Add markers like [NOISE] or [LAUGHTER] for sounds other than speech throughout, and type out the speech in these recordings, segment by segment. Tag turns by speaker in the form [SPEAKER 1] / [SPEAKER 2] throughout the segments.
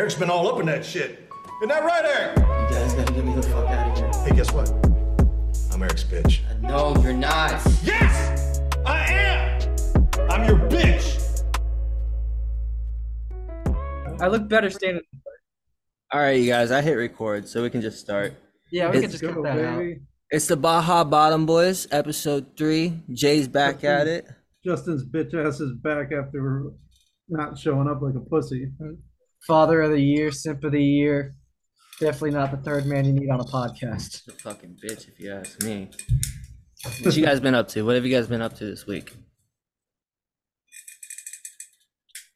[SPEAKER 1] Eric's been all up in that shit. Isn't that right, Eric?
[SPEAKER 2] You guys gotta get me the fuck out of here.
[SPEAKER 1] Hey, guess what? I'm Eric's bitch.
[SPEAKER 3] Uh,
[SPEAKER 2] No, you're not.
[SPEAKER 1] Yes! I am! I'm your bitch!
[SPEAKER 4] I look better standing.
[SPEAKER 3] All right, you guys, I hit record, so we can just start.
[SPEAKER 4] Yeah,
[SPEAKER 3] Let's
[SPEAKER 4] we can just cut that out.
[SPEAKER 3] It's the Baja Bottom Boys, episode three. Jay's back at it.
[SPEAKER 5] Justin's bitch ass is back after not showing up like a pussy.
[SPEAKER 4] Father of the year, simp of the year. Definitely not the third man you need on a podcast.
[SPEAKER 3] She's a fucking bitch, if you ask me. What you guys been up to? What have you guys been up to this week?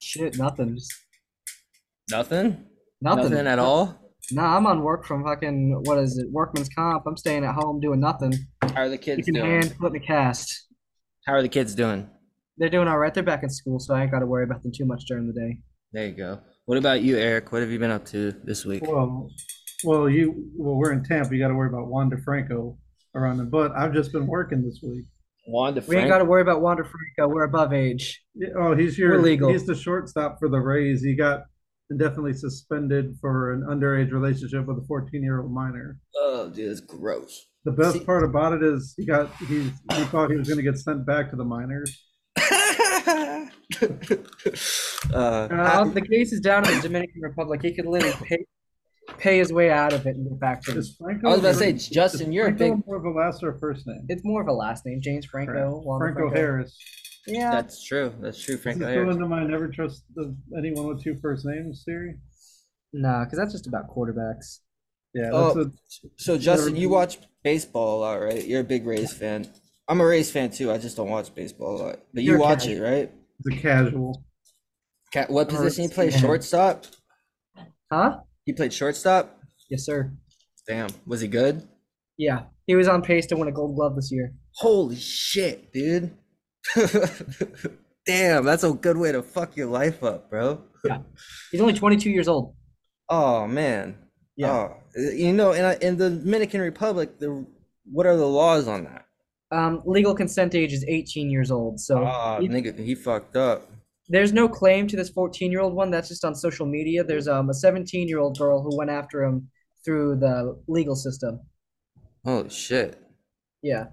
[SPEAKER 4] Shit, nothing. Just
[SPEAKER 3] Nothing.
[SPEAKER 4] nothing.
[SPEAKER 3] at all.
[SPEAKER 4] Nah, I'm on work from fucking what is it? Workman's comp. I'm staying at home doing nothing.
[SPEAKER 3] How are the kids
[SPEAKER 4] Kicking
[SPEAKER 3] doing?
[SPEAKER 4] hand, flipping a cast.
[SPEAKER 3] How are the kids doing?
[SPEAKER 4] They're doing all right. They're back in school, so I ain't got to worry about them too much during the day.
[SPEAKER 3] There you go. What about you, Eric? What have you been up to this week?
[SPEAKER 5] Well, well, you, well, we're in Tampa. You got to worry about Juan DeFranco around the butt. I've just been working this week.
[SPEAKER 3] Wanda
[SPEAKER 4] We ain't got to worry about Wander Franco. We're above age.
[SPEAKER 5] Yeah, Oh, he's your
[SPEAKER 4] We're legal.
[SPEAKER 5] He's the shortstop for the Rays. He got indefinitely suspended for an underage relationship with a 14 year old minor.
[SPEAKER 3] Oh, dude, it's gross. [LAUGHS]
[SPEAKER 5] The
[SPEAKER 3] See-
[SPEAKER 5] best part about it is he got he's, he thought he was going to get sent back to the minors.
[SPEAKER 3] uh,
[SPEAKER 4] Uh, the case is down in the Dominican Republic. He could literally pay, pay his way out of it and get back to it.
[SPEAKER 5] Is Franco
[SPEAKER 3] I was about to say,
[SPEAKER 5] is
[SPEAKER 3] Justin, you're a
[SPEAKER 5] Franco
[SPEAKER 3] big.
[SPEAKER 5] more of a last or first name.
[SPEAKER 4] It's more of a last name, James Franco. Wander
[SPEAKER 5] Franco Harris.
[SPEAKER 4] Yeah.
[SPEAKER 3] That's true. That's true,
[SPEAKER 5] Is
[SPEAKER 3] Franco.
[SPEAKER 5] this
[SPEAKER 3] Harris.
[SPEAKER 5] going to my never trust the, anyone with two first names theory?
[SPEAKER 4] Nah, because that's just about quarterbacks.
[SPEAKER 5] Yeah,
[SPEAKER 3] Oh.
[SPEAKER 5] that's a,
[SPEAKER 3] So Justin, you watch baseball a lot, right? You're a big Rays fan. I'm a Rays fan too. I just don't watch baseball a lot. But you
[SPEAKER 4] You're a
[SPEAKER 3] watch
[SPEAKER 4] cat.
[SPEAKER 3] it, right?
[SPEAKER 5] it's a casual.
[SPEAKER 3] Cat, what
[SPEAKER 4] I'm a
[SPEAKER 3] position you
[SPEAKER 4] Rays
[SPEAKER 3] play?
[SPEAKER 4] fan.
[SPEAKER 3] Shortstop.
[SPEAKER 4] Huh?
[SPEAKER 3] He played shortstop.
[SPEAKER 4] Yes, sir.
[SPEAKER 3] Damn, was he good?
[SPEAKER 4] Yeah. He was on pace to win a gold glove this year.
[SPEAKER 3] Holy shit, dude! [LAUGHS] Damn, that's a good way to fuck your life up, bro.
[SPEAKER 4] He's only 22 years old.
[SPEAKER 3] Oh man.
[SPEAKER 4] Yeah.
[SPEAKER 3] Oh, you know, in in the Dominican Republic, the what are the laws on that?
[SPEAKER 4] Um, legal consent age is 18 years old. So
[SPEAKER 3] Oh,
[SPEAKER 4] he-
[SPEAKER 3] nigga, he fucked up.
[SPEAKER 4] there's no claim to this 14 year old one. That's just on social media. There's um, a 17 year old girl who went after him through the legal system.
[SPEAKER 3] Holy Oh, shit.
[SPEAKER 4] Yeah.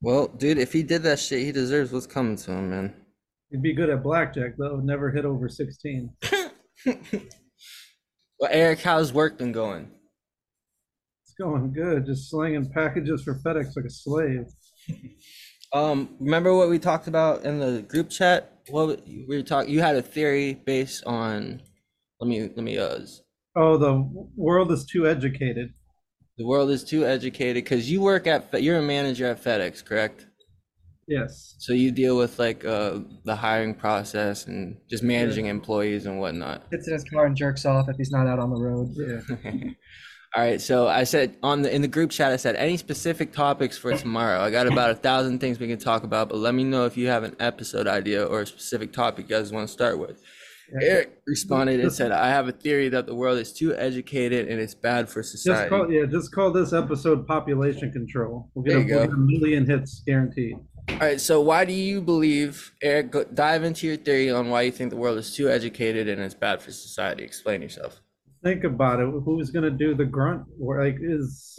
[SPEAKER 3] Well, dude, if he did that shit, he deserves what's coming to him, man.
[SPEAKER 5] He'd be good at blackjack though. Never hit over sixteen.
[SPEAKER 3] Well, Eric, how's work been going?
[SPEAKER 5] It's going good. Just slinging packages for FedEx like a slave.
[SPEAKER 3] Um, remember what we talked about in the group chat? What we were talking, you had a theory based on. Let me let me uh,
[SPEAKER 5] Oh, the world is too educated.
[SPEAKER 3] the world is too educated because you work at Fe- you're a manager at FedEx, correct?
[SPEAKER 5] Yes.
[SPEAKER 3] So you deal with like uh the hiring process and just managing employees and whatnot.
[SPEAKER 4] Gets in his car and jerks off if he's not out on the road.
[SPEAKER 3] [LAUGHS]
[SPEAKER 5] Yeah.
[SPEAKER 3] All right, so I said on the in the group chat, I said any specific topics for tomorrow. I got about a thousand things we can talk about, but let me know if you have an episode idea or a specific topic you guys want to start with. Eric responded and said, "I have a theory that the world is too educated and it's bad for
[SPEAKER 5] Just
[SPEAKER 3] society."
[SPEAKER 5] call yeah. Just call this episode population control. We'll get, a,
[SPEAKER 3] There you
[SPEAKER 5] we'll
[SPEAKER 3] go.
[SPEAKER 5] get a million hits guaranteed.
[SPEAKER 3] All right, so why do you believe Eric? Go, dive into your theory on why you think the world is too educated and it's bad for society. Explain yourself.
[SPEAKER 5] Think about it. Who's gonna do the grunt? work? Like, is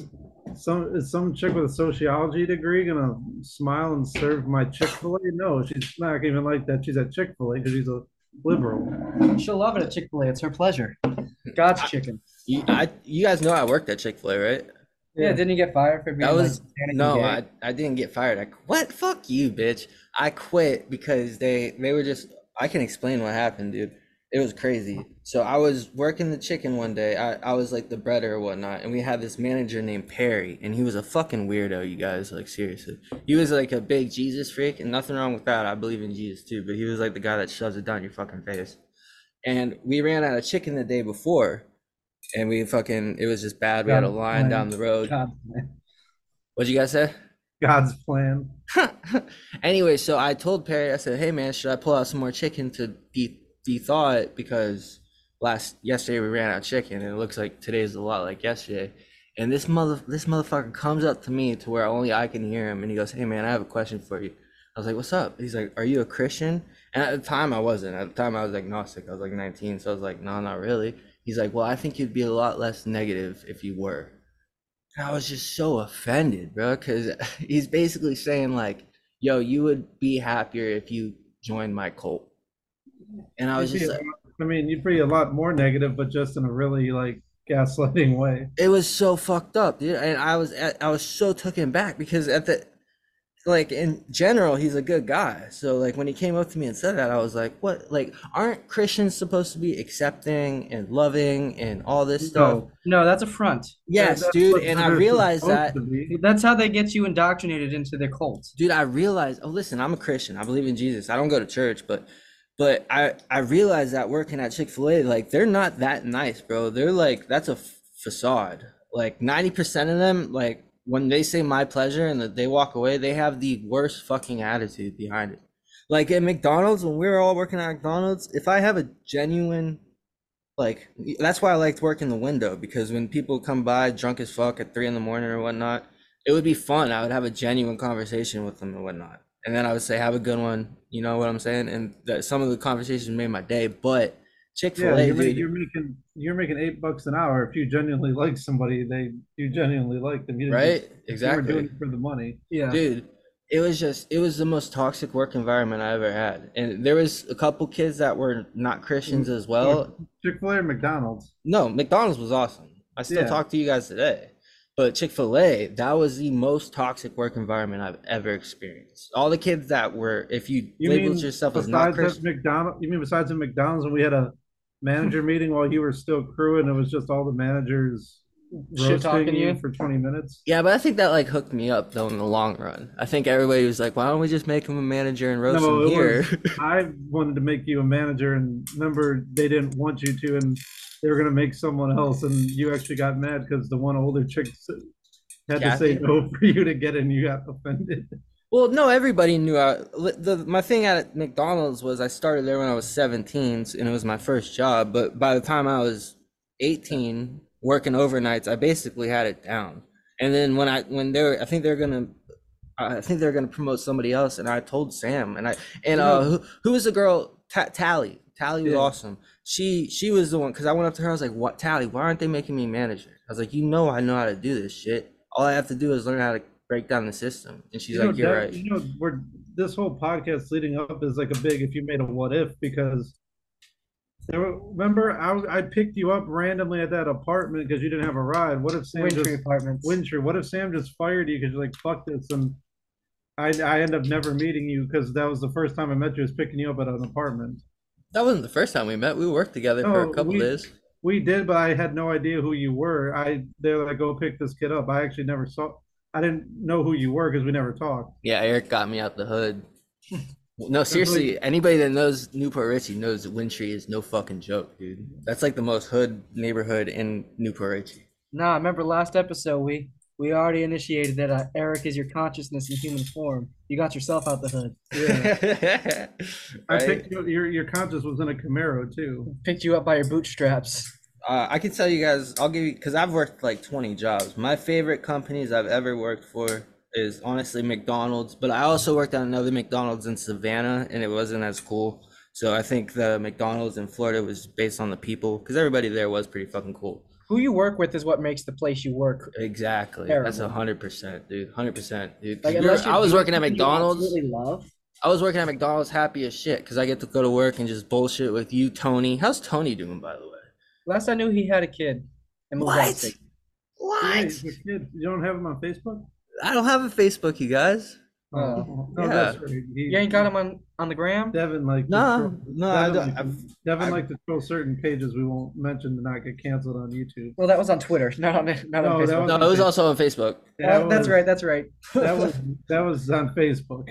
[SPEAKER 5] some is some chick with a sociology degree gonna smile and serve my Chick Fil A? No, she's not even like that. She's at Chick Fil A because she's a liberal.
[SPEAKER 4] She'll love it at Chick fil A. It's her pleasure. God's chicken.
[SPEAKER 3] You, I, you guys know I worked at Chick Fil A, right?
[SPEAKER 4] Yeah, didn't you get fired for being
[SPEAKER 3] That was-
[SPEAKER 4] like, Hispanic and
[SPEAKER 3] No,
[SPEAKER 4] gay?
[SPEAKER 3] I, I didn't get fired. I what? Fuck you, bitch. I quit because they they were just. I can explain what happened, dude. It was crazy. So I was working the chicken one day. I, I was like the breader or whatnot, and we had this manager named Perry, and he was a fucking weirdo. You guys, like seriously, he was like a big Jesus freak, and nothing wrong with that. I believe in Jesus too, but he was like the guy that shoves it down your fucking face. And we ran out of chicken the day before, and we fucking it was just bad. We had a
[SPEAKER 5] Down the
[SPEAKER 3] line
[SPEAKER 5] line.
[SPEAKER 3] down the road.
[SPEAKER 5] God's,
[SPEAKER 3] What'd you guys say?
[SPEAKER 5] God's plan.
[SPEAKER 3] [LAUGHS] anyway, so I told Perry, I said, "Hey man, should I pull out some more chicken to de thaw it because last yesterday we ran out of chicken, and it looks like today's a lot like yesterday." And this mother, this motherfucker comes up to me to where only I can hear him, and he goes, "Hey man, I have a question for you." I was like, "What's up?" He's like, "Are you a Christian?" And at the time, I wasn't. At the time, I was agnostic. I was like 19, so I was like, "No, not really." He's like, well, I think you'd be a lot less negative if you were. And I was just so offended, bro, because [LAUGHS] he's basically saying like, yo, you would be happier if you joined my cult. And I was
[SPEAKER 5] You'd be
[SPEAKER 3] just
[SPEAKER 5] a
[SPEAKER 3] like,
[SPEAKER 5] lot- I mean, you'd be a lot more negative, but just in a really like gaslighting way.
[SPEAKER 3] it was so fucked up, dude. And I was at, I was so taken back because at the like in general he's a good guy. So like when he came up to me and said that, I was like, what? Like aren't Christians supposed to be accepting and loving and all this stuff?
[SPEAKER 4] No, no, that's a front.
[SPEAKER 3] Yes,
[SPEAKER 5] That's
[SPEAKER 3] dude.
[SPEAKER 5] what
[SPEAKER 3] And I
[SPEAKER 5] Buddhists are
[SPEAKER 3] realized
[SPEAKER 5] supposed
[SPEAKER 3] that
[SPEAKER 5] to be.
[SPEAKER 4] That's how they get you indoctrinated into their cult.
[SPEAKER 3] dude i realized oh listen i'm a christian i believe in jesus i don't go to church but but i i realized that working at chick-fil-a like they're not that nice bro they're like that's a f- facade like 90% of them like when they say my pleasure and that they walk away they have the worst fucking attitude behind it like at mcdonald's when we were all working at mcdonald's if i have a genuine like that's why i liked working the window because when people come by drunk as fuck at three in the morning or whatnot it would be fun. I would have a genuine conversation with them and whatnot. And then I would say, have a good one. You know what I'm saying? And that some of the conversations made my day, but Chick fil
[SPEAKER 5] Yeah,
[SPEAKER 3] A,
[SPEAKER 5] you're, ma-
[SPEAKER 3] dude.
[SPEAKER 5] you're making you're making eight bucks an hour. If you genuinely like somebody, they you genuinely like them. You didn't
[SPEAKER 3] right?
[SPEAKER 5] just- you were doing
[SPEAKER 3] Exactly.
[SPEAKER 5] it for the money.
[SPEAKER 4] Yeah.
[SPEAKER 3] Dude, it was just, it was the most toxic work environment I ever had. And there was a couple kids that were not Christians
[SPEAKER 5] Mm.
[SPEAKER 3] as well.
[SPEAKER 5] Chick Fil A or McDonald's.
[SPEAKER 3] No, McDonald's was awesome. I still
[SPEAKER 5] Yeah.
[SPEAKER 3] talk to you guys today. But Chick fil A, that was the most toxic work environment I've ever experienced. All the kids that were, if you,
[SPEAKER 5] You
[SPEAKER 3] labeled
[SPEAKER 5] mean
[SPEAKER 3] yourself as not
[SPEAKER 5] Besides
[SPEAKER 3] Christian.
[SPEAKER 5] at McDonald, you mean besides at McDonald's when we had a
[SPEAKER 3] [LAUGHS]
[SPEAKER 5] manager meeting while you were still crew and it was just all the managers
[SPEAKER 4] Shit talking
[SPEAKER 5] roasting
[SPEAKER 4] you.
[SPEAKER 5] for twenty minutes.
[SPEAKER 3] Yeah, but I think that like hooked me up though in the long run. I think everybody was like, "Why don't we just make him a manager and roast
[SPEAKER 5] No,
[SPEAKER 3] him
[SPEAKER 5] it
[SPEAKER 3] here?"
[SPEAKER 5] was- [LAUGHS] I wanted to make you a manager, and remember they didn't want you to, and they were gonna make someone else, and you actually got mad because the one older chick s- had to say
[SPEAKER 3] Kathy?
[SPEAKER 5] no [LAUGHS] for you to get in. You got offended.
[SPEAKER 3] [LAUGHS] well, no, everybody knew. I, li- the my thing at McDonald's was I started there when I was 17, s- and it was my first job. But by the time I was 18, working overnights, I basically had it down. And then when I when they were, I think they're gonna. I think they're gonna promote somebody else, and I told Sam, and I and uh, who, who was the girl? Ta- Tally. Tally was
[SPEAKER 5] Mm-hmm. Yeah.
[SPEAKER 3] awesome. She she was the one because I went up to her. I was like, "What, Tally? Why aren't they making me manager?" I was like, "You know, I know how to do this shit. All I have to do is learn how to break down the system." And she's
[SPEAKER 5] You know,
[SPEAKER 3] like, "You're
[SPEAKER 5] that-
[SPEAKER 3] right."
[SPEAKER 5] You know, we're this whole podcast leading up is like a big if you made a what if because there were- remember I was- I picked you up randomly at that apartment because you didn't have a ride. What if Sam just
[SPEAKER 4] Wintry apartments.
[SPEAKER 5] Winter, what if Sam just fired you because you're like, fuck this, and I I end up never meeting you because that was the first time I met you was picking you up at an apartment.
[SPEAKER 3] That wasn't the first time we met. We worked together for a
[SPEAKER 5] No,
[SPEAKER 3] couple
[SPEAKER 5] Oh, we-
[SPEAKER 3] days.
[SPEAKER 5] We did, but I had no idea who you were. I they're like, go pick this kid up. I actually never saw. I didn't know who you were because we never talked.
[SPEAKER 3] Yeah, Eric got me out the [LAUGHS] hood. No, [LAUGHS] seriously, anybody that knows Newport Richie knows that Wintry is no fucking joke, dude. That's like the most hood neighborhood in Newport Richie.
[SPEAKER 4] Nah, remember last episode we we already initiated that uh, Eric is your consciousness in human form. You got yourself out the hood.
[SPEAKER 5] Yeah,
[SPEAKER 3] [LAUGHS]
[SPEAKER 5] I
[SPEAKER 3] Right?
[SPEAKER 5] picked you. up- Your your conscience was in a Camaro too.
[SPEAKER 4] Picked you up by your bootstraps.
[SPEAKER 3] Uh, I can tell you guys, I'll give you, because I've worked like 20 jobs. My favorite companies I've ever worked for is honestly McDonald's, but I also worked at another McDonald's in Savannah and it wasn't as cool. So I think the McDonald's in Florida was based on the people, because everybody there was pretty fucking cool.
[SPEAKER 4] Who you work with is what makes the place you work.
[SPEAKER 3] Exactly. That's
[SPEAKER 4] Terrible.
[SPEAKER 3] 100%, dude. 100%. Dude. 'Cause we
[SPEAKER 4] Like
[SPEAKER 3] were-
[SPEAKER 4] unless you're
[SPEAKER 3] I was
[SPEAKER 4] doing
[SPEAKER 3] working at
[SPEAKER 4] something you
[SPEAKER 3] McDonald's.
[SPEAKER 4] absolutely love.
[SPEAKER 3] I was working at McDonald's happy as shit because I get to go to work and just bullshit with you, Tony. How's Tony doing, by the way?
[SPEAKER 4] Last I knew, he had a kid. And moved out of
[SPEAKER 3] What?
[SPEAKER 4] state.
[SPEAKER 5] Yeah,
[SPEAKER 3] What?
[SPEAKER 5] he's a kid. You don't have him on Facebook? Oh.
[SPEAKER 3] I don't have a Facebook, you guys.
[SPEAKER 4] Uh,
[SPEAKER 5] no, that's right. He-
[SPEAKER 4] You ain't got him on on the gram.
[SPEAKER 5] Devin like
[SPEAKER 3] No, no, I
[SPEAKER 5] Devin,
[SPEAKER 3] don't-
[SPEAKER 5] like,
[SPEAKER 3] I've-
[SPEAKER 5] Devin
[SPEAKER 3] I've-
[SPEAKER 5] like to troll certain pages we won't mention to not get canceled on YouTube.
[SPEAKER 4] Well, that was on Twitter, [LAUGHS] not on not on
[SPEAKER 5] No, that
[SPEAKER 4] Facebook.
[SPEAKER 5] was-
[SPEAKER 3] No, it was also on Facebook.
[SPEAKER 5] That
[SPEAKER 4] Oh, that's
[SPEAKER 5] was-
[SPEAKER 4] right. That's right.
[SPEAKER 5] that was that was on Facebook.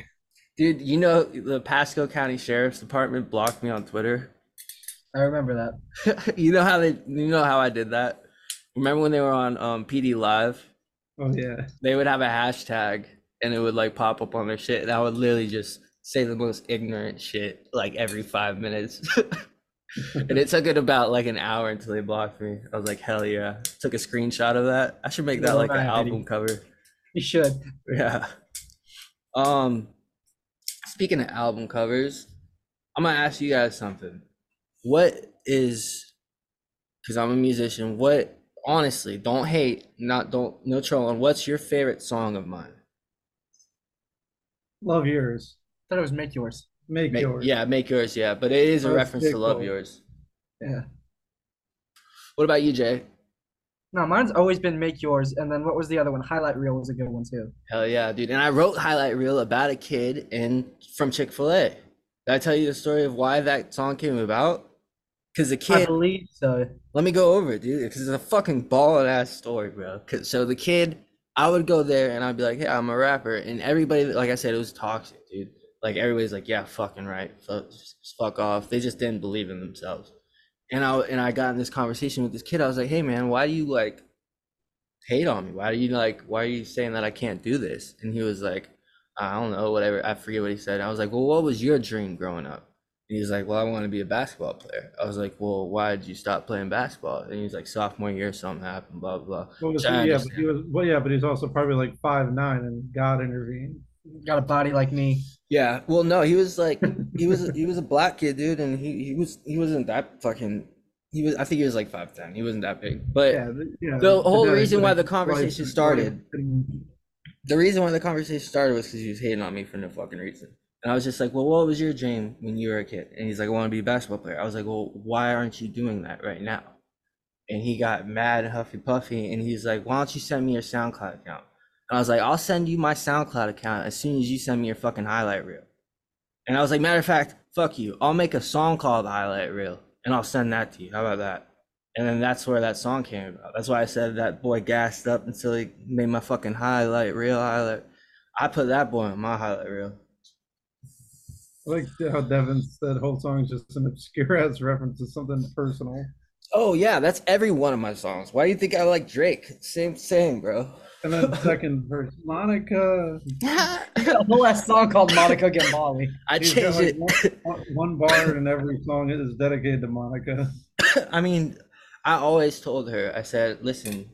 [SPEAKER 3] Dude, you know the Pasco County Sheriff's Department blocked me on Twitter.
[SPEAKER 4] [LAUGHS]
[SPEAKER 3] [LAUGHS]
[SPEAKER 4] I remember that.
[SPEAKER 3] you know how they you know how I did that? Remember when they were on um, PD Live?
[SPEAKER 5] Oh yeah.
[SPEAKER 3] They would have a hashtag and it would like pop up on their shit and I would literally just say the most ignorant shit like every 5 minutes. [LAUGHS] and it took it about like an hour until they blocked me. I was like, "Hell yeah." Took a screenshot of that. I should make that like an
[SPEAKER 4] Alright, buddy.
[SPEAKER 3] album cover.
[SPEAKER 4] You should.
[SPEAKER 3] Yeah. Um, speaking of album covers, I'm gonna ask you guys something. What is because I'm a musician. What honestly, don't hate, not don't no trolling. What's your favorite song of mine?
[SPEAKER 5] Love yours.
[SPEAKER 4] thought it was make yours.
[SPEAKER 5] Make,
[SPEAKER 3] Make,
[SPEAKER 5] yours.
[SPEAKER 3] yeah, make yours. Yeah, but it is a
[SPEAKER 5] That's
[SPEAKER 3] reference to
[SPEAKER 5] sick,
[SPEAKER 3] love
[SPEAKER 5] though.
[SPEAKER 3] yours.
[SPEAKER 4] Yeah.
[SPEAKER 3] What about you, Jay?
[SPEAKER 4] No, mine's always been make yours, and then what was the other one? Highlight reel was a good one too.
[SPEAKER 3] Hell yeah, dude! And I wrote highlight reel about a kid in from Chick Fil A. Did I tell you the story of why that song came about? Because the
[SPEAKER 4] I
[SPEAKER 3] kid
[SPEAKER 4] believe so.
[SPEAKER 3] Let me go over it, dude, because it's a fucking ballin' ass story, bro. 'Cause- so the kid, I would go there and I'd be like, "Hey, I'm a rapper," and everybody, like I said, it was toxic, dude. Like everybody's like, "Yeah, fucking right, fuck, just fuck off." They just didn't believe in themselves. And I and I got in this conversation with this kid. I was like, "Hey, man, why do you like hate on me? Why do you like? Why are you saying that I can't do this?" And he was like, "I don't know, whatever." I forget what he said. I was like, "Well, what was your dream growing up?" And he was like, Well, I want to be a basketball player. I was like, Well, why did you stop playing basketball? And he was like, Sophomore year, something happened, blah, blah. blah."
[SPEAKER 5] What was
[SPEAKER 3] Which I
[SPEAKER 5] he? Yeah, but
[SPEAKER 3] understand.
[SPEAKER 5] he was. Well, yeah, but he's also probably like five nine, and God intervened.
[SPEAKER 4] Got a body like [LAUGHS] me.
[SPEAKER 3] Yeah. Well, no, he was like, he was he was a black kid, dude, and he, he was he wasn't that fucking. He was I think he was like five ten. He wasn't that big, but
[SPEAKER 5] Yeah, th- yeah.
[SPEAKER 3] The whole
[SPEAKER 5] genetic,
[SPEAKER 3] reason why
[SPEAKER 5] like,
[SPEAKER 3] the conversation
[SPEAKER 5] life-
[SPEAKER 3] started-
[SPEAKER 5] life-
[SPEAKER 3] the reason why the conversation started was because he was hating on me for no fucking reason. And I was just like, Well, what was your dream when you were a kid? And he's like, I want to be a basketball player. I was like, Well, why aren't you doing that right now? And he got mad and huffy puffy and he's like, Why don't you send me your SoundCloud account? And I was like, I'll send you my SoundCloud account as soon as you send me your fucking highlight reel. And I was like, matter of fact, fuck you. I'll make a song called Highlight Reel and I'll send that to you. How about that? And then that's where that song came about. That's why I said that boy gassed up until he made my fucking highlight reel highlight. I put that boy on my highlight reel.
[SPEAKER 5] I like how Devin said whole song's just an obscure ass reference to something personal.
[SPEAKER 3] Oh yeah, that's every one of my songs. Why do you think I like Drake? Same same, [LAUGHS] bro.
[SPEAKER 5] And then second verse, Monica.
[SPEAKER 3] I
[SPEAKER 4] The whole ass song called Monica Get
[SPEAKER 3] [LAUGHS]
[SPEAKER 4] Molly.
[SPEAKER 5] He's got,
[SPEAKER 3] changed
[SPEAKER 5] like,
[SPEAKER 3] it.
[SPEAKER 5] One, one bar in every song is dedicated to Monica.
[SPEAKER 3] I mean, I always told her, I said, listen,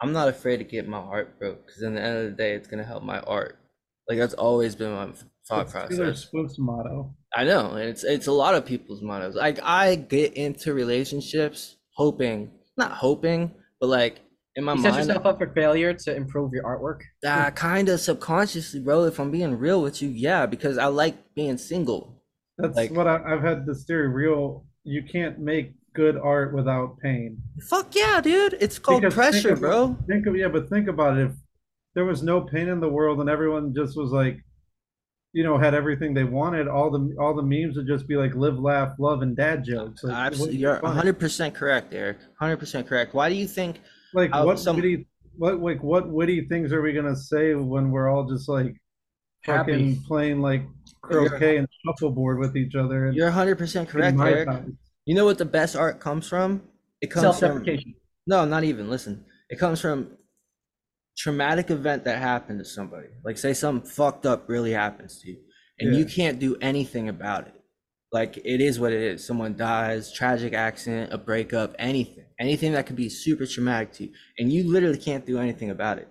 [SPEAKER 3] I'm not afraid to get my art broke because in the end of the day, it's going to help my art. Like, that's always been my thought
[SPEAKER 5] That's Taylor
[SPEAKER 3] process.
[SPEAKER 5] Swift's motto.
[SPEAKER 3] I know. And it's, it's a lot of people's mottos. Like, I get into relationships hoping, not hoping, but like in my
[SPEAKER 4] You set
[SPEAKER 3] mind,
[SPEAKER 4] yourself up for failure to improve your artwork.
[SPEAKER 3] uh, kind of subconsciously, bro, if I'm being real with you, yeah, because I like being single.
[SPEAKER 5] That's
[SPEAKER 3] Like-
[SPEAKER 5] what I, I've had this theory. Real, you can't make good art without pain.
[SPEAKER 3] Fuck yeah, dude. It's called
[SPEAKER 5] Because think
[SPEAKER 3] pressure,
[SPEAKER 5] about-
[SPEAKER 3] bro.
[SPEAKER 5] Think of yeah, but think about it. If there was no pain in the world and everyone just was like, you know, had everything they wanted, all the all the memes would just be like live, laugh, love, and dad jokes. Like, it
[SPEAKER 3] Absolutely.
[SPEAKER 5] wouldn't be
[SPEAKER 3] You're
[SPEAKER 5] funny.
[SPEAKER 3] 100% correct, Eric. 100% correct. Why do you think
[SPEAKER 5] Like
[SPEAKER 3] I'll-
[SPEAKER 5] what
[SPEAKER 3] some-
[SPEAKER 5] witty, what like what witty things are we gonna say when we're all just like
[SPEAKER 4] Happy.
[SPEAKER 5] fucking playing like
[SPEAKER 3] You're-
[SPEAKER 5] croquet and shuffleboard with each other? And
[SPEAKER 3] You're 100% correct,
[SPEAKER 5] in my
[SPEAKER 3] Eric.
[SPEAKER 5] time.
[SPEAKER 3] You know what the best art comes from? It comes from
[SPEAKER 4] Self-deprecation.
[SPEAKER 3] no, not even. Listen, it comes from traumatic event that happened to somebody. Like say something fucked up really happens to you, and you
[SPEAKER 5] Yeah.
[SPEAKER 3] can't do anything about it. Like it is what it is. Someone dies, tragic accident, a breakup, anything, anything that could be super traumatic to you, and you literally can't do anything about it.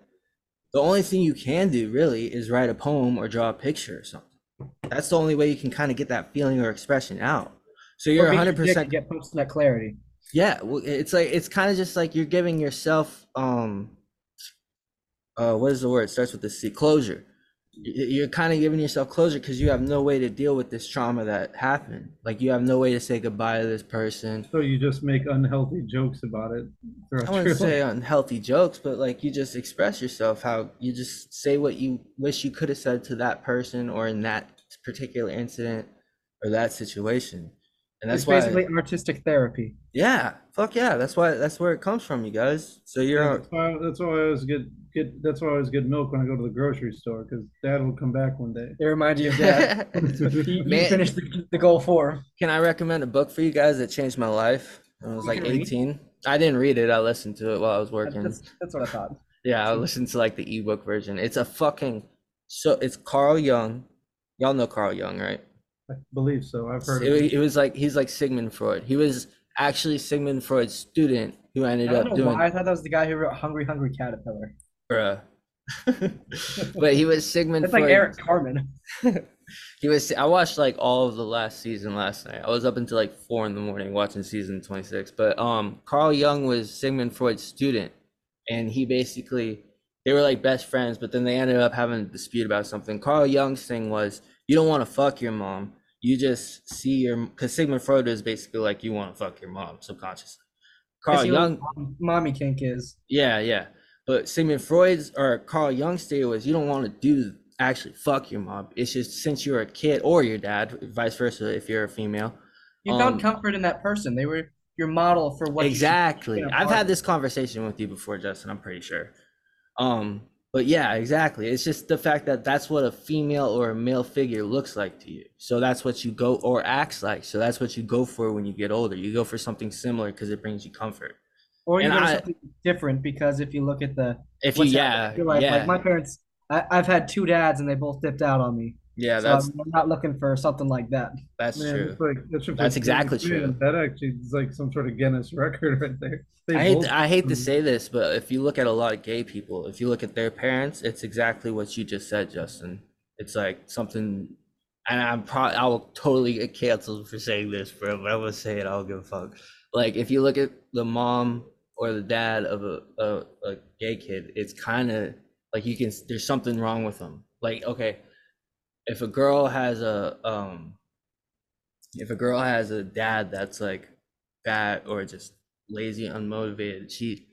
[SPEAKER 3] The only thing you can do really is write a poem or draw a picture or something. That's the only way you can kind of get that feeling or expression out. So you're
[SPEAKER 4] Or being a
[SPEAKER 3] 100
[SPEAKER 4] dick
[SPEAKER 3] percent
[SPEAKER 4] to Get posting that clarity.
[SPEAKER 3] yeah, well, it's like it's kind of just like you're giving yourself um uh what is the word? It starts with the C, closure. Y- You're kind of giving yourself closure because you have no way to deal with this trauma that happened. Like you have no way to say goodbye to this
[SPEAKER 4] [LAUGHS]
[SPEAKER 3] person.
[SPEAKER 5] So you just make unhealthy jokes about it
[SPEAKER 3] I
[SPEAKER 5] throughout your
[SPEAKER 3] wouldn't
[SPEAKER 5] life.
[SPEAKER 3] say unhealthy jokes, but like you just express yourself how you just say what you wish you could have said to that person or in that particular incident or that situation. And that's
[SPEAKER 4] it's
[SPEAKER 3] why
[SPEAKER 4] basically artistic therapy.
[SPEAKER 3] Yeah, fuck yeah. That's why that's where it comes from, you guys. So
[SPEAKER 5] Yeah,
[SPEAKER 3] you're
[SPEAKER 5] that's why, that's why I always get get that's why I always get milk when I go to the grocery store because dad will come back one day.
[SPEAKER 4] It reminds you
[SPEAKER 3] [LAUGHS]
[SPEAKER 4] of that. you you
[SPEAKER 3] Man.
[SPEAKER 4] finished the, the goal for him.
[SPEAKER 3] Can I recommend a book for you guys that changed my life? When I was
[SPEAKER 4] You
[SPEAKER 3] like
[SPEAKER 4] can read?
[SPEAKER 3] 18. I didn't read it. I listened to it while I was working.
[SPEAKER 4] That's, that's what I thought.
[SPEAKER 3] yeah, I listened to like the ebook version. It's a fucking so it's Carl Jung. Y'all know Carl Jung, right?
[SPEAKER 5] I believe so. I've heard of it.
[SPEAKER 3] It, it was like he's like Sigmund Freud. He was actually Sigmund Freud's student who
[SPEAKER 4] I
[SPEAKER 3] ended
[SPEAKER 4] don't
[SPEAKER 3] up
[SPEAKER 4] know
[SPEAKER 3] doing
[SPEAKER 4] why I thought that was the guy who wrote Hungry Hungry Caterpillar. [LAUGHS]
[SPEAKER 3] bruh. but he was Sigmund
[SPEAKER 4] That's
[SPEAKER 3] Freud.
[SPEAKER 4] like Eric Carmen.
[SPEAKER 3] He was. I watched like all of the last season last night. I was up until like four in the morning watching season twenty six. But um, Carl Jung was Sigmund Freud's student, and he basically they were like best friends. But then they ended up having a dispute about something. Carl Jung's thing was you don't want to fuck your mom. You just see your because Sigmund Freud is basically like you want to fuck your mom subconsciously. Carl
[SPEAKER 4] see what-
[SPEAKER 3] Jung,
[SPEAKER 4] Mommy kink is.
[SPEAKER 3] yeah, yeah. But Sigmund Freud's or Carl Jung's theory was you don't want to do actually fuck your mom. It's just since you're a kid or your dad, vice versa, if you're a female.
[SPEAKER 4] You found
[SPEAKER 3] Um,
[SPEAKER 4] comfort in that person. They were your model for what you should-
[SPEAKER 3] exactly.
[SPEAKER 4] yeah,
[SPEAKER 3] I've
[SPEAKER 4] Mark.
[SPEAKER 3] had this conversation with you before, Justin. I'm pretty sure. Um, but yeah, exactly. It's just the fact that that's what a female or a male figure looks like to you. So that's what you go or acts like. So that's what you go for when you get older. You go for something similar because it brings you comfort.
[SPEAKER 4] or you
[SPEAKER 3] and
[SPEAKER 4] go to
[SPEAKER 3] I-
[SPEAKER 4] something different because if you look at the
[SPEAKER 3] If
[SPEAKER 4] what's
[SPEAKER 3] you,
[SPEAKER 4] happening
[SPEAKER 3] yeah,
[SPEAKER 4] in your life,
[SPEAKER 3] yeah,
[SPEAKER 4] like my parents, I, I've had two dads and they both dipped out on me.
[SPEAKER 3] yeah.
[SPEAKER 4] so
[SPEAKER 3] That's
[SPEAKER 4] I'm, I'm not looking for something like that.
[SPEAKER 3] that's
[SPEAKER 5] Man,
[SPEAKER 3] true.
[SPEAKER 5] it's like- that's your
[SPEAKER 3] That's
[SPEAKER 5] first
[SPEAKER 3] exactly
[SPEAKER 5] Guinness
[SPEAKER 3] true.
[SPEAKER 5] Man. That actually is like some sort of Guinness [LAUGHS] record right there. They
[SPEAKER 3] I hate,
[SPEAKER 5] both-
[SPEAKER 3] to, I hate to
[SPEAKER 5] um,
[SPEAKER 3] say this, but if you look at a lot of gay people, if you look at their parents, it's exactly what you just said, Justin. It's like something, and I'm probably I will totally get canceled for saying this, bro. But I'm gonna say it. I don't give a fuck. Like if you look at the mom or the dad of a a, a gay kid, it's kind of like you can. There's something wrong with them. Like okay, if a girl has a um, if a girl has a dad that's like fat or just lazy, unmotivated, she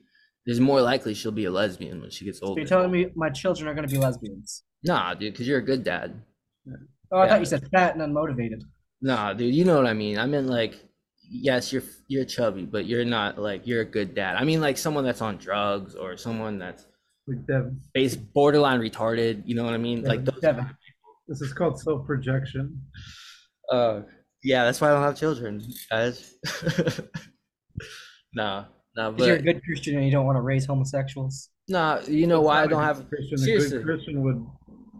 [SPEAKER 3] there's more likely she'll be a lesbian when she gets
[SPEAKER 4] So
[SPEAKER 3] older.
[SPEAKER 4] you're telling me my children are going to be lesbians?
[SPEAKER 3] Nah, dude, because you're a good dad.
[SPEAKER 4] Oh, I
[SPEAKER 3] Yeah.
[SPEAKER 4] thought you said fat and unmotivated.
[SPEAKER 3] Nah, dude, you know what I mean. I mean like, yes, you're you're chubby, but you're not like you're a good dad. I mean like someone that's on drugs or someone that's
[SPEAKER 5] Like Devin,
[SPEAKER 3] base borderline retarded. You know what I mean? Like those.
[SPEAKER 4] Devin,
[SPEAKER 5] this is called self projection.
[SPEAKER 3] Uh, yeah, that's why I don't have children, guys. [LAUGHS] nah, nah,
[SPEAKER 4] 'cause you're a
[SPEAKER 3] but
[SPEAKER 4] good Christian and you don't want to raise homosexuals.
[SPEAKER 3] nah. You know why I don't have
[SPEAKER 5] Christian. A
[SPEAKER 3] seriously.
[SPEAKER 5] good Christian would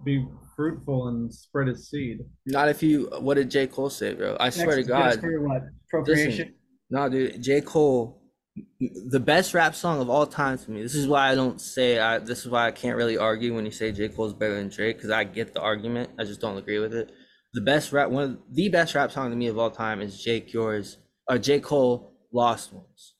[SPEAKER 5] be fruitful and spread his seed.
[SPEAKER 3] Not if you. What did J Cole say, bro? I swear to
[SPEAKER 4] Next, you get us
[SPEAKER 3] God.
[SPEAKER 4] for what?
[SPEAKER 3] Listen,
[SPEAKER 4] Procreation.
[SPEAKER 3] no, dude, J. Cole, the best rap song of all time for me. This is why I don't say I. This is why I can't really argue when you say J. Cole's better than Drake because I get the argument. I just don't agree with it. The best rap, one of the best rap song to me of all time is J. Cure's or J. Cole Lost Ones,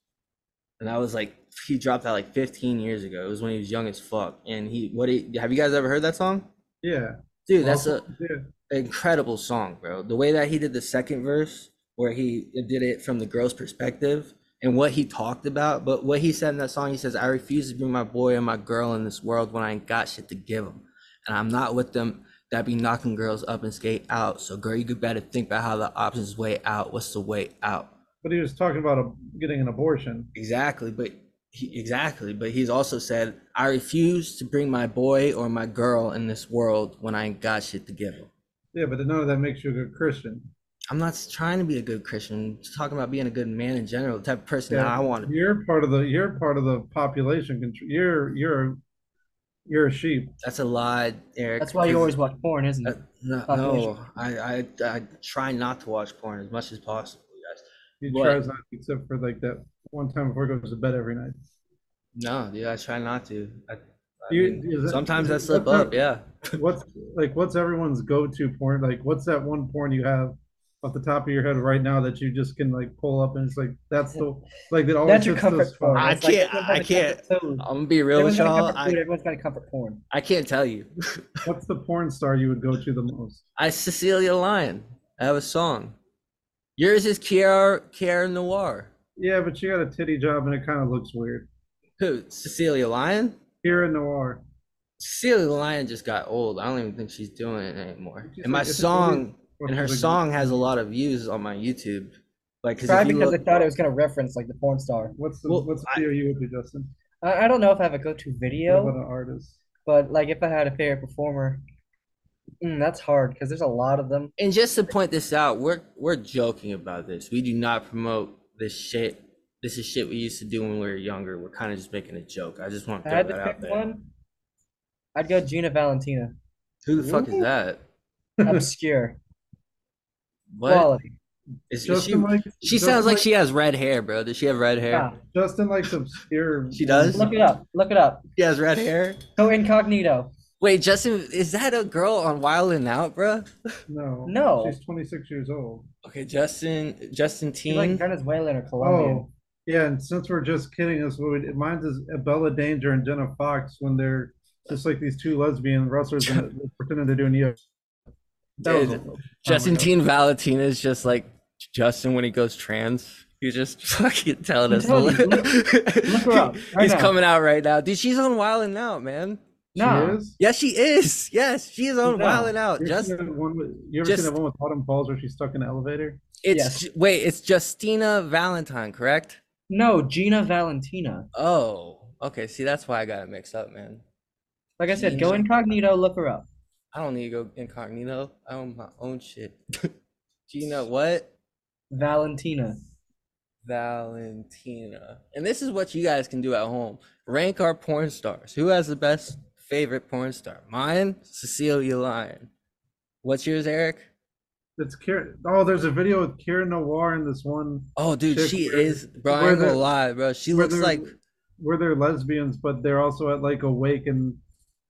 [SPEAKER 3] and I was like, he dropped that like 15 years ago. It was when he was young as fuck. And he, what? He, have you guys ever heard that song?
[SPEAKER 5] Yeah,
[SPEAKER 3] Dude, that's a
[SPEAKER 5] yeah.
[SPEAKER 3] incredible song, bro. The way that he did the second verse, where he did it from the girl's perspective and what he talked about, but what he said in that song, he says, I refuse to be my boy and my girl in this world when I ain't got shit to give them. And I'm not with them that be knocking girls up and skate out. So, girl, you could better think about how the options way out. What's the way out?
[SPEAKER 5] But he was talking about a, getting an abortion.
[SPEAKER 3] Exactly, but he, exactly, but he's also said, I refuse to bring my boy or my girl in this world when I ain't got shit to give them.
[SPEAKER 5] Yeah, but none of that makes you a good Christian.
[SPEAKER 3] I'm not s- trying to be a good Christian. I'm just talking about being a good man in general, the type of person that
[SPEAKER 5] Yeah.
[SPEAKER 3] I want to be.
[SPEAKER 5] You're part of the you're part of the population. contr- You're you're you're a sheep.
[SPEAKER 3] That's a lie, Eric.
[SPEAKER 4] That's why you always watch porn, isn't
[SPEAKER 3] Uh,
[SPEAKER 4] it?
[SPEAKER 3] no,
[SPEAKER 4] population.
[SPEAKER 3] no, I, I I try not to watch porn as much as possible, guys.
[SPEAKER 5] He
[SPEAKER 3] What?
[SPEAKER 5] tries not, except for like that one time before he goes to bed every night.
[SPEAKER 3] No, dude, I try not to. I, I
[SPEAKER 5] You-
[SPEAKER 3] mean,
[SPEAKER 5] is that-
[SPEAKER 3] sometimes I
[SPEAKER 5] is that-
[SPEAKER 3] slip
[SPEAKER 5] that's not-
[SPEAKER 3] up, yeah.
[SPEAKER 5] What's like what's everyone's go-to porn? Like what's that one porn you have off the top of your head right now that you just can like pull up and it's like that's the like that always
[SPEAKER 4] That's your
[SPEAKER 5] hits those
[SPEAKER 4] comfort porn.
[SPEAKER 5] spots.
[SPEAKER 3] I
[SPEAKER 4] It's like
[SPEAKER 3] can't-
[SPEAKER 4] everyone's got
[SPEAKER 3] I
[SPEAKER 4] a comfort food.
[SPEAKER 3] I'm gonna be real
[SPEAKER 4] Everyone's
[SPEAKER 3] with
[SPEAKER 4] got a
[SPEAKER 3] y'all.
[SPEAKER 4] comfort food.
[SPEAKER 3] I,
[SPEAKER 4] Everyone's got a comfort porn.
[SPEAKER 3] I can't tell you.
[SPEAKER 5] What's the porn star you would go to the most?
[SPEAKER 3] I Cecilia Lyon. I have a song. Yours is Kiara Kiara Noir.
[SPEAKER 5] Yeah, but she got a titty job and it kind of looks weird.
[SPEAKER 3] Who? Cecilia Lyon?
[SPEAKER 5] Kira Noir.
[SPEAKER 3] Celia Lyon just got old. I don't even think she's doing it anymore.
[SPEAKER 5] She's
[SPEAKER 3] and my
[SPEAKER 5] like, it's a
[SPEAKER 3] song
[SPEAKER 5] What's
[SPEAKER 3] and her
[SPEAKER 5] the-
[SPEAKER 3] song has a lot of views on my YouTube. Like, cause if
[SPEAKER 4] Probably
[SPEAKER 3] you
[SPEAKER 4] because
[SPEAKER 3] look,
[SPEAKER 4] I thought it was going to reference like the porn star.
[SPEAKER 5] What's the
[SPEAKER 3] Well,
[SPEAKER 5] what's the
[SPEAKER 3] I-
[SPEAKER 5] video you would do, Justin?
[SPEAKER 4] I, I don't know if I have a go-to
[SPEAKER 5] What
[SPEAKER 4] video,
[SPEAKER 5] about an artist?
[SPEAKER 4] but like if I had a favorite performer, mm, that's hard because there's a lot of them.
[SPEAKER 3] and just to point this out, we're we're joking about this. We do not promote this shit. This is shit we used to do when we were younger. We're kind of just making a joke. I just want to
[SPEAKER 4] If
[SPEAKER 3] throw
[SPEAKER 4] I had
[SPEAKER 3] that
[SPEAKER 4] to
[SPEAKER 3] out
[SPEAKER 4] pick
[SPEAKER 3] there.
[SPEAKER 4] one. I'd go
[SPEAKER 3] [LAUGHS]
[SPEAKER 4] Gina Valentina.
[SPEAKER 3] Who the fuck is that?
[SPEAKER 4] Obscure
[SPEAKER 3] What?
[SPEAKER 4] quality.
[SPEAKER 3] Is- is she
[SPEAKER 5] Justin likes,
[SPEAKER 3] she
[SPEAKER 5] Justin
[SPEAKER 3] sounds like
[SPEAKER 5] likes-
[SPEAKER 3] she has red hair, bro. Does she have red hair?
[SPEAKER 4] Yeah.
[SPEAKER 5] Justin likes
[SPEAKER 3] [LAUGHS]
[SPEAKER 5] obscure.
[SPEAKER 3] She does?
[SPEAKER 4] Look it Ah, up. Look it up.
[SPEAKER 3] She has red hair.
[SPEAKER 4] Go incognito.
[SPEAKER 3] Wait, Justin, is that a girl on Wild and Out, bro?
[SPEAKER 5] No.
[SPEAKER 4] No.
[SPEAKER 5] She's 26 years old.
[SPEAKER 3] Okay, Justin, Justin
[SPEAKER 4] She's like
[SPEAKER 3] Teen.
[SPEAKER 4] Venezuelan or Colombian.
[SPEAKER 5] Oh, yeah. And since we're just kidding us, what we, mine is Bella Danger and Jenna Fox when they're just like these two lesbian
[SPEAKER 3] [LAUGHS]
[SPEAKER 5] wrestlers and they're pretending they're doing yoga. That was
[SPEAKER 3] Dude,
[SPEAKER 5] awful.
[SPEAKER 3] Justin
[SPEAKER 5] Oh my God.
[SPEAKER 3] Teen Valentina is just like Justin when he goes trans. He's just [LAUGHS] fucking telling us. to
[SPEAKER 4] telling you,
[SPEAKER 3] look,
[SPEAKER 4] her up
[SPEAKER 3] [LAUGHS]
[SPEAKER 4] right
[SPEAKER 3] He's
[SPEAKER 4] now.
[SPEAKER 3] coming out right now, dude. She's on Wild and Out, man.
[SPEAKER 4] No.
[SPEAKER 5] She is?
[SPEAKER 3] Yes, she is. Yes, she is on
[SPEAKER 4] No.
[SPEAKER 3] Wild and Out.
[SPEAKER 5] You ever seen
[SPEAKER 3] Justin,
[SPEAKER 5] that one with- you ever
[SPEAKER 3] just-
[SPEAKER 5] seen that one with Autumn Falls where she's stuck in an elevator?
[SPEAKER 3] it's
[SPEAKER 4] Yes.
[SPEAKER 3] Ju- wait, it's Justina Valentine, correct?
[SPEAKER 4] No, Gina Valentina.
[SPEAKER 3] Oh, okay. See, that's why I got it mixed up, man.
[SPEAKER 4] Like I said, go
[SPEAKER 3] Gina.
[SPEAKER 4] incognito, look her up.
[SPEAKER 3] I don't need to go incognito. I own my own shit. [LAUGHS] Gina, what?
[SPEAKER 4] Valentina.
[SPEAKER 3] Valentina. And this is what you guys can do at home. Rank our porn stars. Who has the best favorite porn star? Mine, Cecilia Lyon. What's yours, Eric?
[SPEAKER 5] It's Kira. Oh, there's a video with Kira Noir in this one
[SPEAKER 3] Oh, dude,
[SPEAKER 5] Chick
[SPEAKER 3] she
[SPEAKER 5] where-
[SPEAKER 3] is. Bro, I
[SPEAKER 5] where
[SPEAKER 3] ain't gonna
[SPEAKER 5] the-
[SPEAKER 3] lie, bro. She
[SPEAKER 5] where
[SPEAKER 3] looks
[SPEAKER 5] the-
[SPEAKER 3] like
[SPEAKER 5] where they're lesbians, but they're also at like a wake and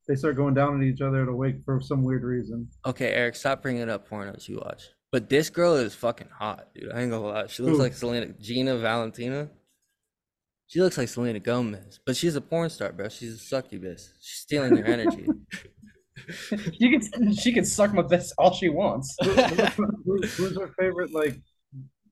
[SPEAKER 5] they start going down on each other at a wake for some
[SPEAKER 3] [LAUGHS]
[SPEAKER 5] weird reason.
[SPEAKER 3] Okay, Eric, stop bringing up pornos you watch. But this girl is fucking hot, dude. I ain't gonna lie. She looks
[SPEAKER 5] Who?
[SPEAKER 3] like Selena Gina Valentina. She looks like Selena Gomez, but she's a porn star, bro. She's a succubus. She's stealing your energy.
[SPEAKER 4] She can she can suck my best all
[SPEAKER 3] [LAUGHS]
[SPEAKER 4] she wants.
[SPEAKER 5] Who, who's our favorite like?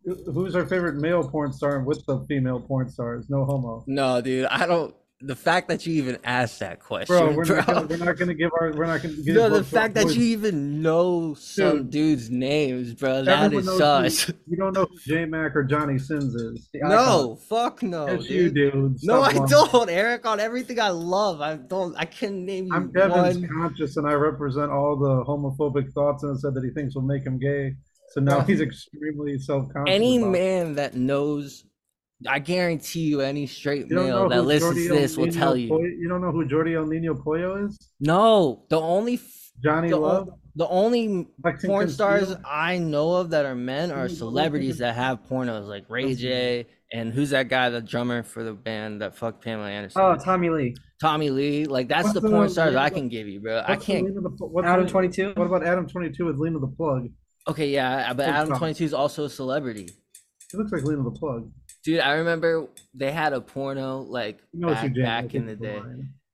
[SPEAKER 5] who- Who's our favorite male porn star and what's the female porn stars? No homo,
[SPEAKER 3] no, dude, I don't. The fact that you even asked that question, bro.
[SPEAKER 5] bro.
[SPEAKER 3] [LAUGHS]
[SPEAKER 5] We're not gonna, we're not gonna give our we're not gonna give.
[SPEAKER 3] no, the
[SPEAKER 5] votes to our
[SPEAKER 3] fact that
[SPEAKER 5] boys.
[SPEAKER 3] you even know some dudes' names, bro. That
[SPEAKER 5] Everyone
[SPEAKER 3] is
[SPEAKER 5] knows
[SPEAKER 3] sus. [LAUGHS]
[SPEAKER 5] who- you don't know who J Mac or Johnny Sins is.
[SPEAKER 4] The icon.
[SPEAKER 3] No, fuck no,
[SPEAKER 5] yes,
[SPEAKER 3] dude.
[SPEAKER 5] you do.
[SPEAKER 3] No,
[SPEAKER 5] Stop
[SPEAKER 3] I
[SPEAKER 5] lying.
[SPEAKER 3] don't, Eric. On everything I love, I don't. I can name you
[SPEAKER 5] I'm Devin's
[SPEAKER 3] one.
[SPEAKER 5] conscious, and I represent all the homophobic thoughts, and said that he thinks will make him gay. So now he's extremely self-conscious.
[SPEAKER 3] any
[SPEAKER 5] about it.
[SPEAKER 3] man that knows i guarantee you any straight
[SPEAKER 5] You don't
[SPEAKER 3] male
[SPEAKER 5] know
[SPEAKER 3] that
[SPEAKER 5] who
[SPEAKER 3] listens
[SPEAKER 5] Jordi
[SPEAKER 3] to this will
[SPEAKER 5] El
[SPEAKER 3] tell
[SPEAKER 5] Niño
[SPEAKER 3] you
[SPEAKER 5] Pollo- you don't know who Jordi El Nino Pollo is?
[SPEAKER 3] no the only f-
[SPEAKER 5] Johnny
[SPEAKER 3] the,
[SPEAKER 5] Love,
[SPEAKER 3] o- the only
[SPEAKER 5] Lexington
[SPEAKER 3] porn stars
[SPEAKER 5] Steel?
[SPEAKER 3] i know of that are men are
[SPEAKER 5] [LAUGHS] Who's- who's
[SPEAKER 3] celebrities that have pornos like ray
[SPEAKER 5] That's-
[SPEAKER 3] j and who's that guy the drummer for the band that fucked pamela anderson
[SPEAKER 4] Oh, Tommy Lee.
[SPEAKER 3] tommy lee like that's
[SPEAKER 5] What's
[SPEAKER 3] the
[SPEAKER 5] the-
[SPEAKER 3] porn stars i
[SPEAKER 5] what-
[SPEAKER 3] can give you bro i
[SPEAKER 5] What's the
[SPEAKER 3] can't
[SPEAKER 5] Lena the Pl- what's
[SPEAKER 4] Out of
[SPEAKER 5] Lena-
[SPEAKER 4] 22.
[SPEAKER 5] What about Adam Twenty Two with Lena the Plug?
[SPEAKER 3] okay yeah but
[SPEAKER 5] Who's
[SPEAKER 3] adam
[SPEAKER 5] Tom?
[SPEAKER 3] 22 is also a celebrity
[SPEAKER 5] He looks like Lena the Plug.
[SPEAKER 3] dude i remember they had a porno like
[SPEAKER 5] You know what you
[SPEAKER 3] back,
[SPEAKER 5] did.
[SPEAKER 3] back in the day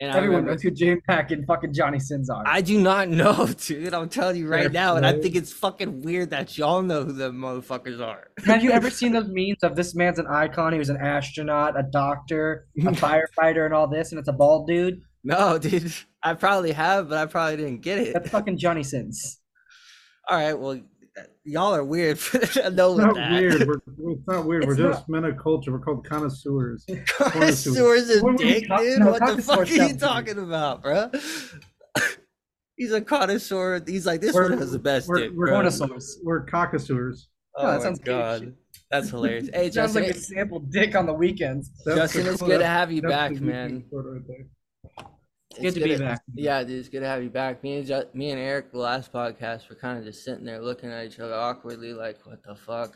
[SPEAKER 3] and I
[SPEAKER 4] Everyone
[SPEAKER 3] remember-
[SPEAKER 4] knows who J Mac and fucking Johnny Sins are.
[SPEAKER 3] I do not [LAUGHS] know, dude. I'm telling you right
[SPEAKER 5] That's
[SPEAKER 3] now, and I
[SPEAKER 5] right.
[SPEAKER 3] think it's fucking weird that y'all know who the motherfuckers are.
[SPEAKER 4] Have you
[SPEAKER 3] [LAUGHS]
[SPEAKER 4] ever seen those memes of this man's an icon? He was an astronaut, a doctor,
[SPEAKER 3] [LAUGHS]
[SPEAKER 4] a firefighter, and all this, and it's a bald dude.
[SPEAKER 3] No, [LAUGHS] dude. I probably have, but I probably didn't get it.
[SPEAKER 4] That's fucking Johnny Sins.
[SPEAKER 3] All right, well, y'all are weird. for [LAUGHS] know with
[SPEAKER 5] It's not
[SPEAKER 3] that.
[SPEAKER 5] weird. We're, it's not weird.
[SPEAKER 4] It's
[SPEAKER 5] We're just men of culture. We're called
[SPEAKER 3] [LAUGHS]
[SPEAKER 5] connoisseurs.
[SPEAKER 3] Connoisseurs is
[SPEAKER 4] What were we
[SPEAKER 3] dick,
[SPEAKER 4] talking-
[SPEAKER 3] dude.
[SPEAKER 4] no,
[SPEAKER 3] what the
[SPEAKER 4] connoisseur
[SPEAKER 3] fuck are you
[SPEAKER 4] sounds
[SPEAKER 3] talking about, bro? [LAUGHS] He's a connoisseur. He's like this
[SPEAKER 5] We're-
[SPEAKER 3] one has the best
[SPEAKER 5] we're-
[SPEAKER 3] dick,
[SPEAKER 5] we're
[SPEAKER 3] bro.
[SPEAKER 4] Dinosaurs.
[SPEAKER 5] We're cockasseurs.
[SPEAKER 3] Oh
[SPEAKER 4] No, that
[SPEAKER 3] my
[SPEAKER 4] sounds gay as
[SPEAKER 3] god,
[SPEAKER 4] shit.
[SPEAKER 3] that's hilarious. Hey,
[SPEAKER 4] Sounds
[SPEAKER 3] Justin,
[SPEAKER 4] like a sample dick on the weekends.
[SPEAKER 5] That's
[SPEAKER 3] Justin,
[SPEAKER 5] the-
[SPEAKER 3] it's good to have you
[SPEAKER 5] that's the
[SPEAKER 3] back,
[SPEAKER 5] geeky
[SPEAKER 3] man.
[SPEAKER 5] sort right there.
[SPEAKER 4] Good
[SPEAKER 3] It's
[SPEAKER 4] to be back.
[SPEAKER 3] Yeah, dude, it's good to have you back. Me and Ju- me and Eric, the last podcast, were kind of just sitting there looking at each other awkwardly, like, "What the fuck?"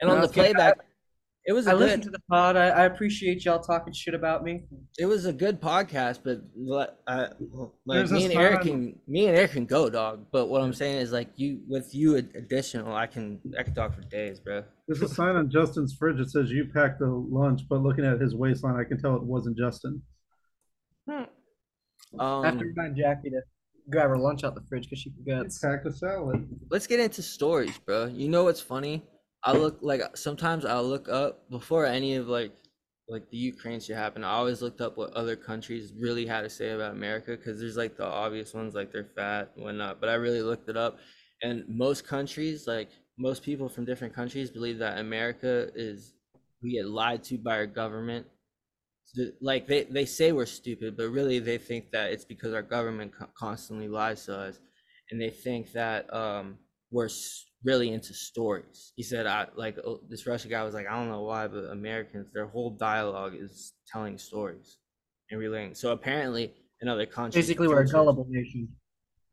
[SPEAKER 3] And
[SPEAKER 4] No,
[SPEAKER 3] on the
[SPEAKER 4] it's good to
[SPEAKER 3] playback, it was a
[SPEAKER 4] I
[SPEAKER 3] good,
[SPEAKER 4] listened to the pod. I, I appreciate y'all talking shit about me.
[SPEAKER 3] it was a good podcast, but le- I- like
[SPEAKER 5] There's
[SPEAKER 3] me
[SPEAKER 5] this
[SPEAKER 3] and Eric
[SPEAKER 5] time-
[SPEAKER 3] can, me and Eric can go, dog. But what I'm saying is, like, you with you ad- additional, I can I can talk for days, bro.
[SPEAKER 5] There's a sign on Justin's fridge that says you packed the lunch, but looking at his waistline, I can tell it wasn't Justin.
[SPEAKER 4] I have to
[SPEAKER 3] Um,
[SPEAKER 4] remind Jackie to grab her lunch out the fridge because she forgets.
[SPEAKER 5] Packed a salad.
[SPEAKER 3] let's get into stories, bro. You know what's funny? I look like sometimes I look up before any of like like the Ukraine shit happened. I always looked up what other countries really had to say about America because there's like the obvious ones like they're fat and whatnot. But I really looked it up, and most countries, like most people from different countries, believe that America is we get lied to by our government. Th- Like they, they say we're stupid, but really they think that it's because our government co- constantly lies to us, and they think that um, we're s- really into stories. He said, I like oh, this Russian guy was like, I don't know why, but Americans, their whole dialogue is telling stories and relating. So apparently, in other countries,
[SPEAKER 4] Basically, we're a
[SPEAKER 3] cultures-
[SPEAKER 4] gullible nation.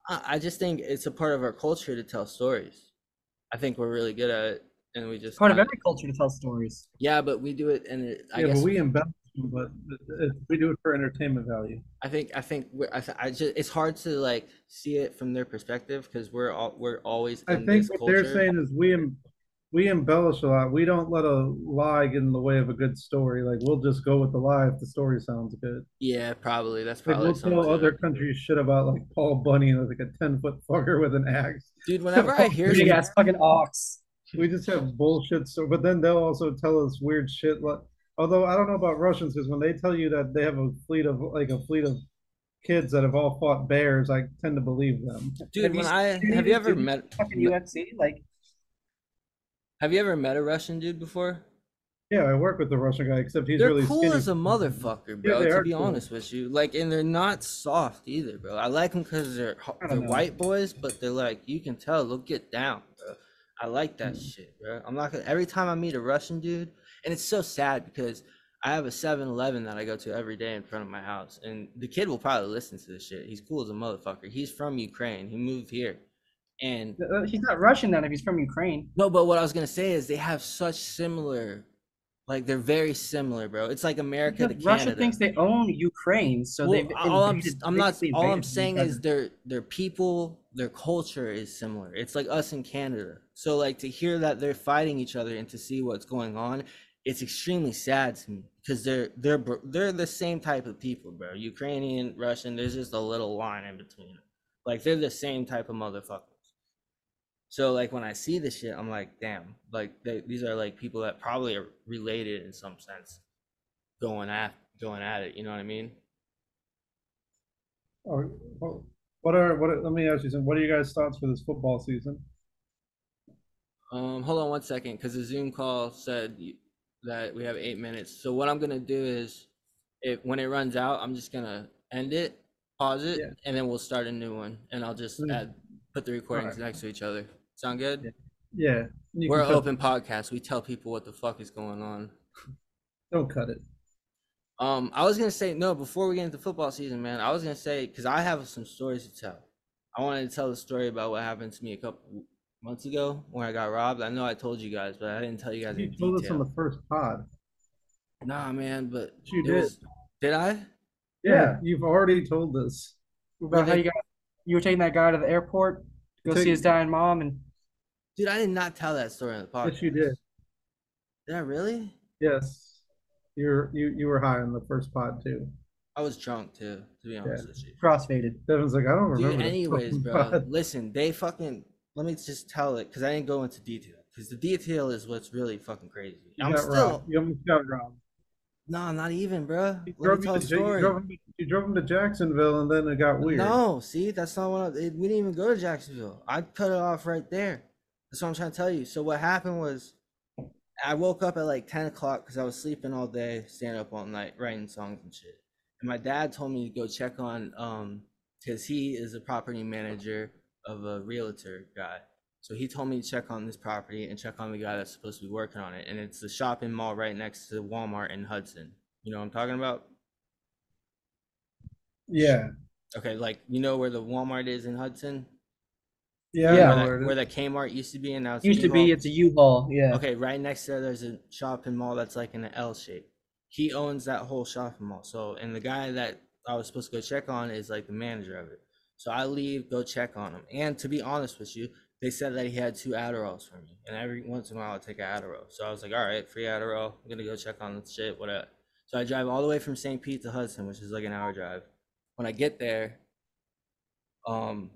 [SPEAKER 3] I, I just think it's a part of our culture to tell stories. I think we're really good at it, and we just
[SPEAKER 4] It's part of
[SPEAKER 3] kinda-
[SPEAKER 4] every culture to tell stories.
[SPEAKER 3] yeah, but we do it, and it, I
[SPEAKER 5] yeah,
[SPEAKER 3] guess
[SPEAKER 5] but we embellish but if we do it for entertainment value.
[SPEAKER 3] I think I think we're, I, th- I just it's hard to like see it from their perspective because we're all we're always.
[SPEAKER 5] I
[SPEAKER 3] in
[SPEAKER 5] think
[SPEAKER 3] this
[SPEAKER 5] what
[SPEAKER 3] culture.
[SPEAKER 5] they're saying is we em- we embellish a lot. We don't let a lie get in the way of a good story. Like we'll just go with the lie if the story sounds good.
[SPEAKER 3] Yeah, probably that's
[SPEAKER 5] Like
[SPEAKER 3] probably
[SPEAKER 5] we'll
[SPEAKER 3] something.
[SPEAKER 5] tell other countries shit about like Paul Bunny like a ten foot fucker with an axe.
[SPEAKER 3] Dude, whenever
[SPEAKER 5] [LAUGHS]
[SPEAKER 3] I hear
[SPEAKER 4] Big
[SPEAKER 3] some-
[SPEAKER 4] ass fucking ox.
[SPEAKER 5] We just have bullshit. So, but then they'll also tell us weird shit. Like, although I don't know about Russians because when they tell you that they have a fleet of like a fleet of kids that have all fought bears, I tend to believe them.
[SPEAKER 3] dude, when I have you ever met
[SPEAKER 4] fucking UFC? Like,
[SPEAKER 3] have you ever met a Russian dude before?
[SPEAKER 5] Yeah, I work with the Russian guy, except he's
[SPEAKER 3] they're
[SPEAKER 5] really
[SPEAKER 3] cool
[SPEAKER 5] skinny.
[SPEAKER 3] as a motherfucker, bro.
[SPEAKER 5] they
[SPEAKER 3] to
[SPEAKER 5] are
[SPEAKER 3] be
[SPEAKER 5] cool.
[SPEAKER 3] honest with you, like, and they're not soft either, bro. I like them because they're ho-
[SPEAKER 5] I don't
[SPEAKER 3] they're
[SPEAKER 5] know.
[SPEAKER 3] white boys, but they're like you can tell they'll get down, bro. I like
[SPEAKER 5] Hmm.
[SPEAKER 3] that shit, bro. I'm not gonna every time I meet a Russian dude, and it's so sad because I have a 7-Eleven that I go to every day in front of my house, and the kid will probably listen to this shit. He's cool as a motherfucker. He's from Ukraine. He moved here, and
[SPEAKER 4] uh, he's not Russian then if he's from Ukraine.
[SPEAKER 3] no, but what I was gonna say is they have such similar, like they're very similar, bro. It's like America to
[SPEAKER 4] Because
[SPEAKER 3] Canada.
[SPEAKER 4] Russia thinks they own Ukraine, so
[SPEAKER 3] well,
[SPEAKER 4] they've
[SPEAKER 3] all I'm,
[SPEAKER 4] invaded-
[SPEAKER 3] I'm not
[SPEAKER 4] basically
[SPEAKER 3] all I'm
[SPEAKER 4] invaded
[SPEAKER 3] saying
[SPEAKER 4] each
[SPEAKER 3] is their their people their culture is similar it's like us in Canada so like to hear that they're fighting each other and to see what's going on it's extremely sad to me because they're they're br- they're the same type of people bro Ukrainian Russian there's just a little line in between them like they're the same type of motherfuckers so like when I see this shit I'm like damn like they, these are like people that probably are related in some sense going at going at it you know what I mean
[SPEAKER 5] Or, or- what are what? Are, let me ask you something. What are you guys' thoughts for this football season?
[SPEAKER 3] Um, hold on one second, because the Zoom call said y- that we have eight minutes. So what I'm gonna do is, if when it runs out, I'm just gonna end it, pause it,
[SPEAKER 5] Yeah.
[SPEAKER 3] and then we'll start a new one, and I'll just
[SPEAKER 5] Mm.
[SPEAKER 3] add put the recordings next to each other. Sound good?
[SPEAKER 5] Yeah, you can
[SPEAKER 3] We're an
[SPEAKER 5] cut-
[SPEAKER 3] open podcast. We tell people what the fuck is going on.
[SPEAKER 5] Don't cut it.
[SPEAKER 3] Um, I was gonna say no before we get into football season, man. I was gonna say because I have some stories to tell. I wanted to tell the story about what happened to me a couple months ago when I got robbed. I know I told you guys, but I didn't tell you guys.
[SPEAKER 5] You
[SPEAKER 3] in
[SPEAKER 5] told us
[SPEAKER 3] detail.
[SPEAKER 5] on the first pod.
[SPEAKER 3] Nah, man, but
[SPEAKER 5] Yes, you
[SPEAKER 3] it
[SPEAKER 5] did.
[SPEAKER 3] was- did I?
[SPEAKER 5] Yeah, you've already told us.
[SPEAKER 4] other. About how
[SPEAKER 3] they-
[SPEAKER 4] you got you were taking that guy to the airport, go
[SPEAKER 5] Take-
[SPEAKER 4] see his dying mom, and
[SPEAKER 3] Dude, I did not tell that story on the podcast.
[SPEAKER 5] Yes, you did.
[SPEAKER 3] Did I really?
[SPEAKER 5] Yes, you're you you were high on the first pod too.
[SPEAKER 3] I was drunk too, to be honest with you.
[SPEAKER 4] crossfaded.
[SPEAKER 5] Devin's like, I don't remember.
[SPEAKER 3] Dude,
[SPEAKER 5] this
[SPEAKER 3] anyways,
[SPEAKER 5] fucking
[SPEAKER 3] bro,
[SPEAKER 5] pod. [LAUGHS]
[SPEAKER 3] listen, they fucking let me just tell it because I didn't go into detail. Because the detail is what's really fucking crazy.
[SPEAKER 5] You
[SPEAKER 3] I'm
[SPEAKER 5] got
[SPEAKER 3] still
[SPEAKER 5] robbed. You almost got robbed.
[SPEAKER 3] nah, not even, bro.
[SPEAKER 5] You
[SPEAKER 3] Let
[SPEAKER 5] drove,
[SPEAKER 3] me
[SPEAKER 5] me
[SPEAKER 3] tell
[SPEAKER 5] to,
[SPEAKER 3] the
[SPEAKER 5] Ja- you,
[SPEAKER 3] story.
[SPEAKER 5] drove him, you drove him to Jacksonville, and then it got weird.
[SPEAKER 3] No, see, that's not what I, it, we didn't even go to Jacksonville. I cut it off right there. That's what I'm trying to tell you. So what happened was, I woke up at like 10 o'clock because I was sleeping all day, staying up all night, writing songs and shit. And my dad told me to go check on, um, because he is a property manager of a realtor guy. So he told me to check on this property and check on the guy that's supposed to be working on it. And it's the shopping mall right next to Walmart in Hudson. You know what I'm talking about?
[SPEAKER 5] Yeah.
[SPEAKER 3] Okay, like you know where the Walmart is in Hudson?
[SPEAKER 5] Yeah. I
[SPEAKER 4] Yeah.
[SPEAKER 5] know
[SPEAKER 3] where,
[SPEAKER 5] where it
[SPEAKER 3] that,
[SPEAKER 5] is.
[SPEAKER 3] where that Kmart used to be, and now it's a
[SPEAKER 4] Used to be
[SPEAKER 3] U-Haul.
[SPEAKER 4] it's a U-Haul, yeah.
[SPEAKER 3] okay. Right next to there, there's a shopping mall that's like in an L shape. He owns that whole shopping mall. So, and the guy that I was supposed to go check on is like the manager of it. So I leave, go check on him. And to be honest with you, they said that he had two Adderalls for me, and every once in a while I take an Adderall. So I was like, all right, free Adderall. I'm gonna go check on this shit, whatever. So I drive all the way from St. Pete to Hudson, which is like an hour drive. When I get there, um,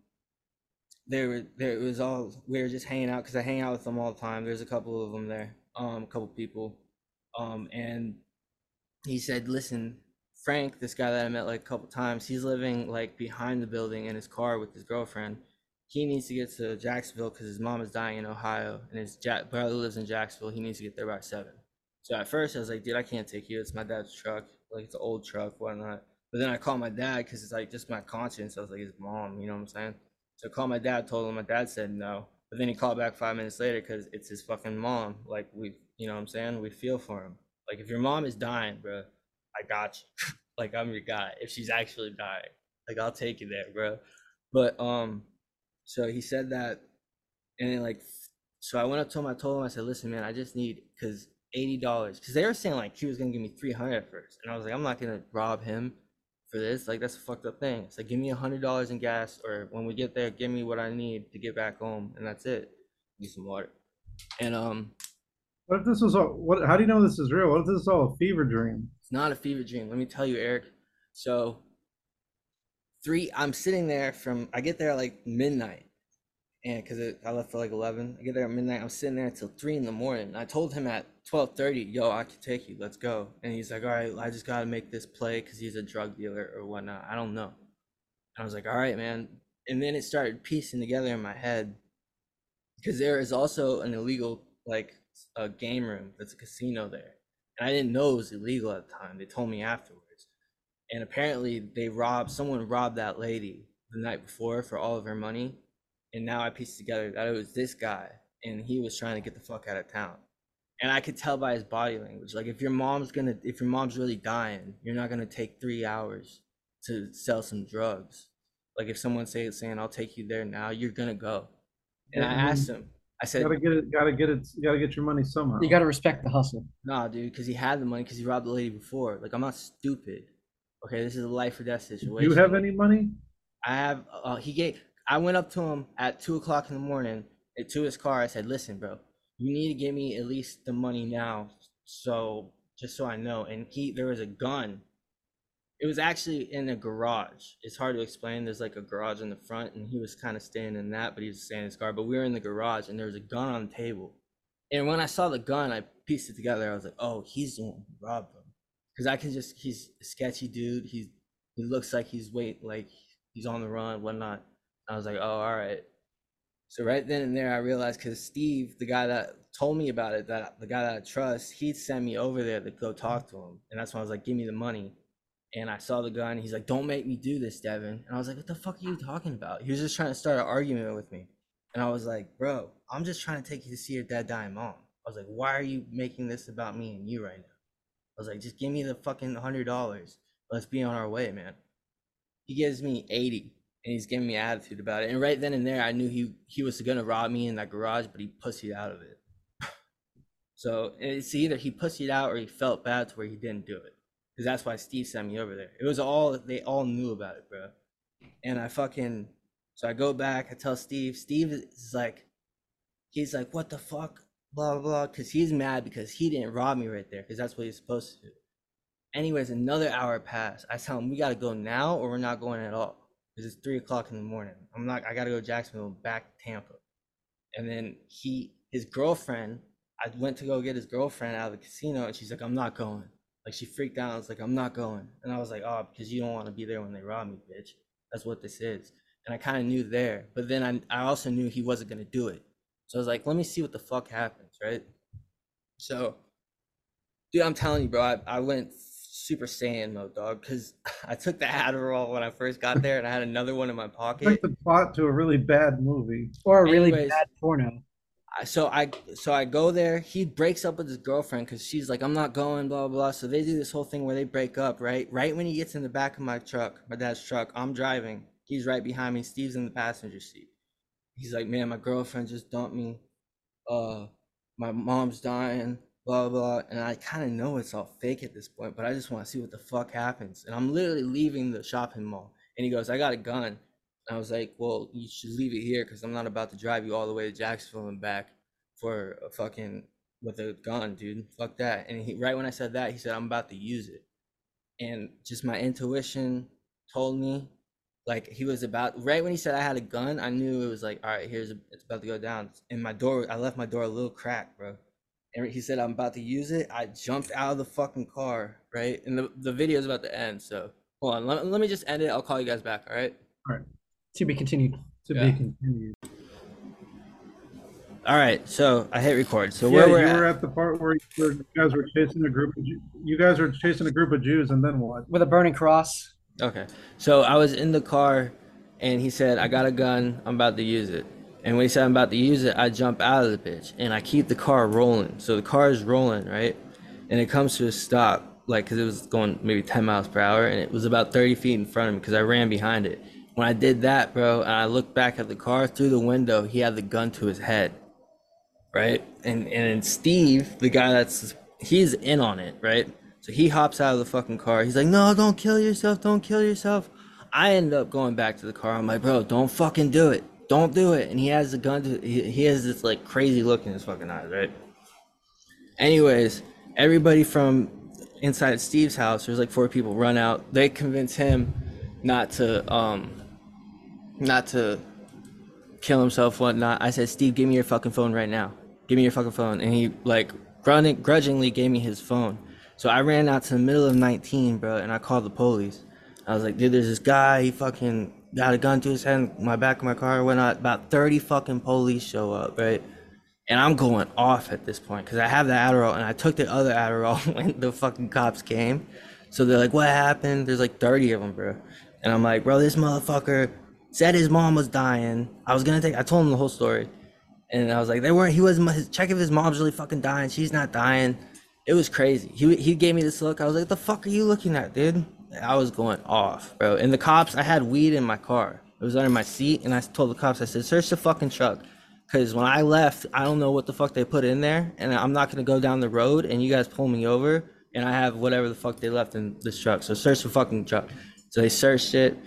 [SPEAKER 3] they were there it was all we were just hanging out because I hang out with them all the time. There's a couple of them there, um, a couple people, um, and he said, "Listen, Frank, this guy that I met like a couple times, he's living like behind the building in his car with his girlfriend. He needs to get to Jacksonville because his mom is dying in Ohio, and his ja- brother lives in Jacksonville. He needs to get there by seven. So at first I was like, "Dude, I can't take you. It's my dad's truck. Like it's an old truck, whatnot." But then I called my dad because it's like just my conscience. I was like, "His mom," you know what I'm saying? So I called my dad, told him my dad said no. But then he called back five minutes later because it's his fucking mom. Like we, you know what I'm saying? We feel for him. Like if your mom is dying, bro, I got you. [LAUGHS] like I'm your guy. If she's actually dying, like I'll take you there, bro. But um, so he said that, and then like, so I went up to him. I told him, I said, listen, man, I just need because eighty dollars because they were saying like he was gonna give me three hundred at first, and I was like, I'm not gonna rob him for this. Like that's a fucked up thing. It's like give me a hundred dollars in gas, or when we get there, give me what I need to get back home, and that's it. Need some water, and um,
[SPEAKER 5] What if this was all? What? How do you know this is real? What if this is all a fever dream?
[SPEAKER 3] It's not a fever dream. Let me tell you, Eric. So, three, I'm sitting there from, I get there at like midnight. And because I left for like 11, I get there at midnight. I'm sitting there until three in the morning. And I told him at 12:30, yo, I can take you. Let's go. And he's like, all right, I just got to make this play because he's a drug dealer or whatnot. I don't know. And I was like, all right, man. And then it started piecing together in my head because there is also an illegal, like, a game room that's a casino there and I didn't know it was illegal at the time. They told me afterwards. And apparently they robbed someone robbed that lady the night before for all of her money. And now I pieced together that it was this guy and he was trying to get the fuck out of town. And I could tell by his body language. Like if your mom's gonna if your mom's really dying, you're not gonna take three hours to sell some drugs. Like if someone say saying, I'll take you there now, you're gonna go. And I
[SPEAKER 5] Mhm.
[SPEAKER 3] asked him, I said,
[SPEAKER 5] Gotta get it. Gotta get it. Gotta get your money somehow.
[SPEAKER 4] You gotta respect the hustle.
[SPEAKER 3] Nah, dude, because he had the money because he robbed the lady before. Like, I'm not stupid. Okay, this is a life or death
[SPEAKER 5] Do
[SPEAKER 3] situation.
[SPEAKER 5] you have any money?
[SPEAKER 3] I have. Uh, he gave. I went up to him at two o'clock in the morning eh, to his car. I said, "Listen, bro, you need to give me at least the money now, so just so I know." And he, there was a gun. It was actually in a garage. It's hard to explain. There's like a garage in the front, and he was kind of staying in that, but he was staying in his car. But we were in the garage, and there was a gun on the table. And when I saw the gun, I pieced it together. I was like, "Oh, he's the one who robbed him," because I can just—he's a sketchy dude. He's he looks like he's wait like he's on the run, whatnot. I was like, oh, all right. So right then and there, I realized because Steve, the guy that told me about it, that the guy that I trust, he'd send me over there to go talk to him, and that's when I was like, give me the money. And I saw the gun. He's like, don't make me do this, Devin. And I was like, what the fuck are you talking about? He was just trying to start an argument with me, and I was like, bro, I'm just trying to take you to see your dead dying mom. I was like, why are you making this about me and you right now? I was like, just give me the fucking hundred dollars. Let's be on our way, man. He gives me eighty and he's giving me attitude about it. And right then and there, I knew he he was gonna rob me in that garage, but he pussied out of it. [LAUGHS] So it's either he pussied out or he felt bad to where he didn't do it, because that's why Steve sent me over there. It was all they all knew about it, bro. And I fucking so I go back. I tell Steve. Steve is like, he's like, what the fuck, blah blah blah, because he's mad because he didn't rob me right there, because that's what he's supposed to do. Anyways, another hour passed. I tell him we gotta go now or we're not going at all because it's three o'clock in the morning. I'm not. I gotta go to Jacksonville back to Tampa, and then he his girlfriend. I went to go get his girlfriend out of the casino, and she's like, "I'm not going." Like she freaked out. I was like, "I'm not going," and I was like, "Oh, because you don't want to be there when they rob me, bitch. That's what this is." And I kind of knew there, but then I I also knew he wasn't gonna do it. So I was like, "Let me see what the fuck happens, right?" So, dude, I'm telling you, bro, I, I went super saiyan mode, dog, because [LAUGHS] I took the Adderall when I first got there, and I had another one in my
[SPEAKER 5] It's like
[SPEAKER 3] pocket.
[SPEAKER 5] the plot to a really bad movie.
[SPEAKER 4] Or a really
[SPEAKER 3] Anyways.
[SPEAKER 4] bad porno.
[SPEAKER 3] I- So I so I go there. He breaks up with his girlfriend because she's like, "I'm not going," blah blah. blah. So they do this whole thing where they break up, right? Right when he gets in the back of my truck, my dad's truck, I'm driving. He's right behind me. Steve's in the passenger seat. He's like, "Man, my girlfriend just dumped me. Uh, my mom's dying." Blah blah. blah." And I kind of know it's all fake at this point, but I just want to see what the fuck happens. And I'm literally leaving the shopping mall. And he goes, "I got a gun." And I was like, well, you should leave it here because I'm not about to drive you all the way to Jacksonville and back for a fucking with a gun, dude. Fuck that. And he, right when I said that, he said, I'm about to use it. And just my intuition told me, like, he was about, right when he said I had a gun, I knew it was like, all right, here's, it's about to go down. And my door, I left my door a little crack, bro. And he said, I'm about to use it. I jumped out of the fucking car, right? And the, the video is about to end. So hold on, let, let me just end it. I'll call you guys back, all right?
[SPEAKER 4] To be continued.
[SPEAKER 5] To
[SPEAKER 3] Yeah.
[SPEAKER 5] be continued.
[SPEAKER 3] All right, so I hit record. So
[SPEAKER 5] yeah,
[SPEAKER 3] where
[SPEAKER 5] you
[SPEAKER 3] we're
[SPEAKER 5] were
[SPEAKER 3] at,
[SPEAKER 5] at the part where you, were, you guys were chasing a group. Of, Ju- you guys were chasing a group of Jews, and then what?
[SPEAKER 4] With a burning cross.
[SPEAKER 3] okay. So I was in the car, and he said, "I got a gun. I'm about to use it." And when he said I'm about to use it, I jump out of the bitch and I keep the car rolling. So the car is rolling, right? And it comes to a stop, like because it was going maybe 10 miles per hour, and it was about 30 feet in front of me because I ran behind it. When I did that, bro, and I looked back at the car through the window, he had the gun to his head. right? And and then Steve, the guy that's he's in on it, right? So he hops out of the fucking car. He's like, "No, don't kill yourself. Don't kill yourself." I end up going back to the car. I'm like, "Bro, don't fucking do it. Don't do it." And he has a gun. To, he, he has this like crazy look in his fucking eyes, right? Anyways, everybody from inside Steve's house, there's like four people run out. They convince him not to um not to kill himself, whatnot. I said, Steve, give me your fucking phone right now. Give me your fucking phone. And he like grun- grudgingly gave me his phone. So I ran out to the middle of 19, bro, and I called the police. I was like, dude, there's this guy. He fucking got a gun to his head in my back of my car, whatnot. About 30 fucking police show up, right? And I'm going off at this point because I have the Adderall and I took the other Adderall [LAUGHS] when the fucking cops came. So they're like, what happened? There's like 30 of them, bro. And I'm like, bro, this motherfucker said his mom was dying. I was gonna take, I told him the whole story. And I was like, they weren't, he wasn't, his, check if his mom's really fucking dying. She's not dying. It was crazy. He, he gave me this look. I was like, the fuck are you looking at, dude? I was going off, bro. And the cops, I had weed in my car. It was under my seat. And I told the cops, I said, search the fucking truck. Cause when I left, I don't know what the fuck they put in there, and I'm not gonna go down the road, and you guys pull me over, and I have whatever the fuck they left in this truck. So search the fucking truck. So they searched it,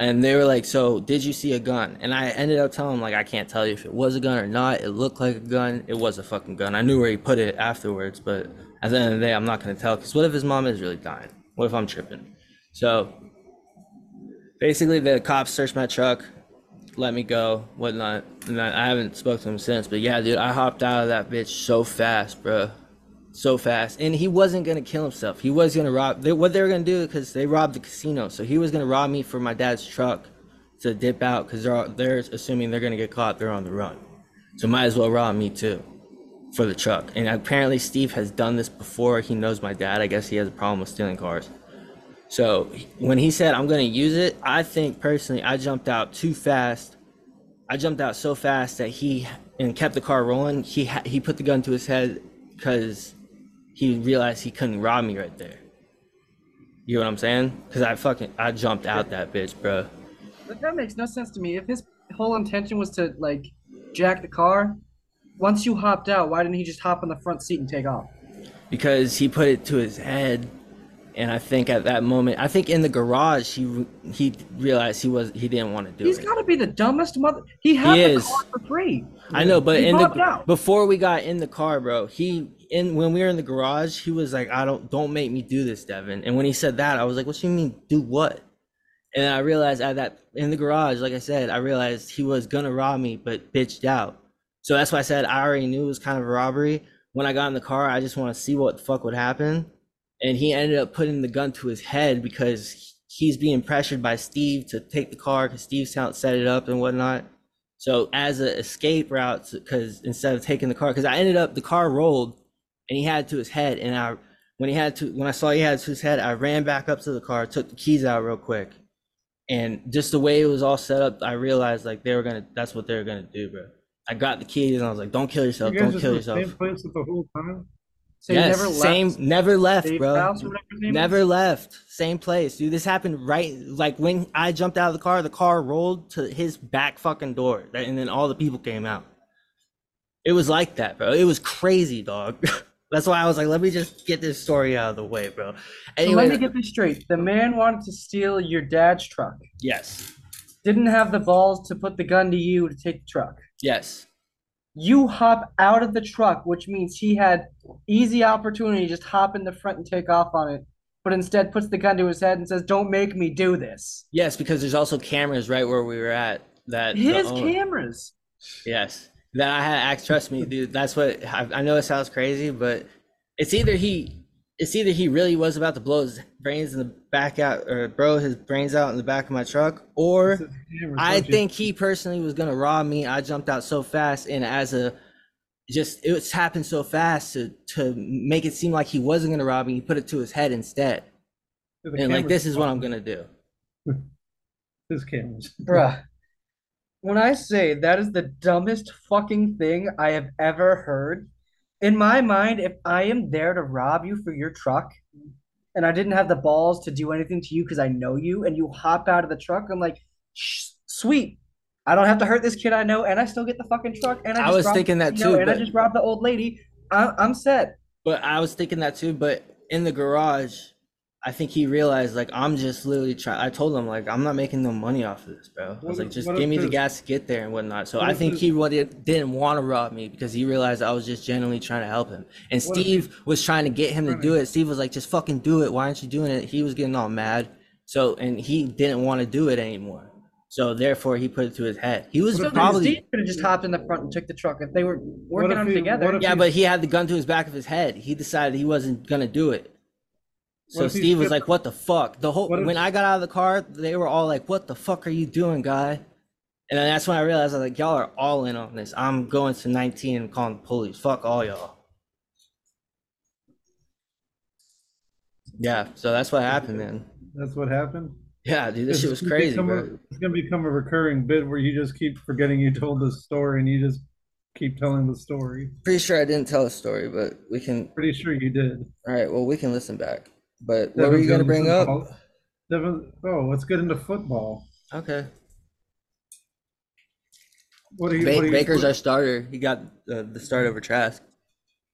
[SPEAKER 3] and they were like, "So did you see a gun?" And I ended up telling them like, "I can't tell you if it was a gun or not. It looked like a gun. It was a fucking gun. I knew where he put it afterwards, but at the end of the day, I'm not gonna tell. Cause what if his mom is really dying? What if I'm tripping? So basically, the cops searched my truck let me go, whatnot. And I, I haven't spoke to him since. But yeah, dude, I hopped out of that bitch so fast, bro, so fast. And he wasn't gonna kill himself. He was gonna rob. They, what they were gonna do because they robbed the casino, so he was gonna rob me for my dad's truck to dip out because they're all- they're assuming they're gonna get caught. They're on the run, so might as well rob me too for the truck. And apparently Steve has done this before. He knows my dad. I guess he has a problem with stealing cars. So when he said I'm gonna use it, I think personally I jumped out too fast. I jumped out so fast that he and kept the car rolling. He ha- he put the gun to his head because he realized he couldn't rob me right there. You know what I'm saying? Because I fucking I jumped out that bitch, bro.
[SPEAKER 4] But that makes no sense to me. If his whole intention was to like jack the car, once you hopped out, why didn't he just hop on the front seat and take off?
[SPEAKER 3] because he put it to his head and i think at that moment i think in the garage he re- he realized he was he didn't want to do
[SPEAKER 4] He's
[SPEAKER 3] it
[SPEAKER 4] got to be the dumbest mother. He had
[SPEAKER 3] He
[SPEAKER 4] the
[SPEAKER 3] is.
[SPEAKER 4] car for free.
[SPEAKER 3] i know but
[SPEAKER 4] He
[SPEAKER 3] in
[SPEAKER 4] popped
[SPEAKER 3] the
[SPEAKER 4] out.
[SPEAKER 3] before we got in the car bro he in when we were in the garage he was like i don't don't make me do this devin and when he said that i was like what you mean do what and i realized at that in the garage like i said i realized he was gonna rob me but bitched out so that's why i said i already knew it was kind of a robbery when i got in the car i just want to see what the fuck would happen and he ended up putting the gun to his head because he- he's being pressured by Steve to take the car because Steve's out set it up and whatnot. So as an escape route, because instead of taking the car, because I ended up the car rolled and he had it to his head, and I when he had to when I saw he had it to his head, I ran back up to the car, took the keys out real quick, and just the way it was all set up, I realized like they were gonna that's what they were gonna do, bro. I got the keys and I was like, "Don't kill
[SPEAKER 5] You
[SPEAKER 3] yourself!
[SPEAKER 5] guys
[SPEAKER 3] Don't
[SPEAKER 5] just
[SPEAKER 3] kill
[SPEAKER 5] in the
[SPEAKER 3] yourself!"
[SPEAKER 5] Same place at the whole time.
[SPEAKER 4] So
[SPEAKER 3] yes,
[SPEAKER 4] he never left.
[SPEAKER 3] same, never left,
[SPEAKER 4] Dave's
[SPEAKER 3] bro.
[SPEAKER 4] house or whatever his name
[SPEAKER 3] Never left. Same place, dude. This happened right like when I jumped out of the car. The car rolled to his back fucking door, that- and then all the people came out. It was like that, bro. It was crazy, dog. [LAUGHS] That's why I was like, let me just get this story out of the way, bro.
[SPEAKER 4] So let
[SPEAKER 3] Anyway,
[SPEAKER 4] me get this straight. The man wanted to steal your dad's truck.
[SPEAKER 3] yes,
[SPEAKER 4] Didn't have the balls to put the gun to you to take the truck.
[SPEAKER 3] yes,
[SPEAKER 4] You hop out of the truck, which means he had easy opportunity to just hop in the front and take off on it, but instead puts the gun to his head and says, "Don't make me do this."
[SPEAKER 3] yes, because there's also cameras right where we were at. That the
[SPEAKER 4] His
[SPEAKER 3] owner-
[SPEAKER 4] cameras.
[SPEAKER 3] Yes. That I had act trust me, dude. That's what I, I know it sounds crazy, but it's either he it's either he really was about to blow his brains in the back out or blow his brains out in the back of my truck, or
[SPEAKER 5] It's a camera,
[SPEAKER 3] I
[SPEAKER 5] don't you?
[SPEAKER 3] think he personally was gonna rob me. I jumped out so fast and as a just it was happened so fast to to make it seem like he wasn't gonna rob me, he put it to his head instead.
[SPEAKER 5] The
[SPEAKER 3] And like
[SPEAKER 5] cameras-
[SPEAKER 3] this is what I'm gonna do.
[SPEAKER 5] His cameras.
[SPEAKER 4] Bruh. When I say that is the dumbest fucking thing I have ever heard, in my mind, if I am there to rob you for your truck and I didn't have the balls to do anything to you because I know you and you hop out of the truck, I'm like, Shh, sweet. I don't have to hurt this kid I know and I still get the fucking truck and I
[SPEAKER 3] I
[SPEAKER 4] just
[SPEAKER 3] was
[SPEAKER 4] robbed
[SPEAKER 3] thinking
[SPEAKER 4] the
[SPEAKER 3] that
[SPEAKER 4] casino,
[SPEAKER 3] too,
[SPEAKER 4] and I
[SPEAKER 3] but-
[SPEAKER 4] just robbed the old lady. I, I'm set.
[SPEAKER 3] But I was thinking that too. But in the garage, I think he realized like I'm just literally trying. I told him like I'm not making no money off of this, bro. I
[SPEAKER 5] What
[SPEAKER 3] was like,
[SPEAKER 5] if-
[SPEAKER 3] just
[SPEAKER 5] what
[SPEAKER 3] give
[SPEAKER 5] if
[SPEAKER 3] me the
[SPEAKER 5] his-
[SPEAKER 3] gas to get there and whatnot. So
[SPEAKER 5] what
[SPEAKER 3] I
[SPEAKER 5] if
[SPEAKER 3] think
[SPEAKER 5] his-
[SPEAKER 3] he wanted, didn't want to rob me because he realized I was just genuinely trying to help him. And
[SPEAKER 5] What if
[SPEAKER 3] Steve was trying to get him to do it. Steve was like, just fucking do it. Why aren't you doing it? He was getting all mad. So and he didn't want to do it anymore. So therefore, he put it to his head. He was
[SPEAKER 4] So
[SPEAKER 3] probably.
[SPEAKER 4] Steve could have just hopped in the front and took the truck Mm. if they were working
[SPEAKER 5] if
[SPEAKER 4] on it
[SPEAKER 5] he-
[SPEAKER 4] together.
[SPEAKER 5] what if
[SPEAKER 3] Yeah,
[SPEAKER 5] he-
[SPEAKER 3] but he had the gun to his back of his head. He decided he wasn't gonna do it. So
[SPEAKER 5] if he
[SPEAKER 3] Steve was
[SPEAKER 5] skipped-
[SPEAKER 3] like, "What the fuck?" The whole
[SPEAKER 5] What if-
[SPEAKER 3] when I got out of the car, they were all like, "What the fuck are you doing, guy?" And then that's when I realized I was like, "Y'all are all in on this. I'm going to 19 and calling the police. Fuck all y'all." Yeah, so that's what happened, man.
[SPEAKER 5] That's what happened.
[SPEAKER 3] Yeah, dude, this shit was
[SPEAKER 5] It's gonna
[SPEAKER 3] crazy,
[SPEAKER 5] become a-
[SPEAKER 3] bro.
[SPEAKER 5] It's gonna become a recurring bit where you just keep forgetting you told the story and you just keep telling the story.
[SPEAKER 3] Pretty sure I didn't tell a story, but we can.
[SPEAKER 5] Pretty sure you did.
[SPEAKER 3] All right, well, we can listen back. But what
[SPEAKER 5] Devin's
[SPEAKER 3] were you gonna
[SPEAKER 5] getting
[SPEAKER 3] bring
[SPEAKER 5] into
[SPEAKER 3] up?
[SPEAKER 5] football. Devin, oh, let's get into football.
[SPEAKER 3] Okay.
[SPEAKER 5] What are you?
[SPEAKER 3] Ba-
[SPEAKER 5] what are you-
[SPEAKER 3] Baker's our starter. He got uh, the start over Trask.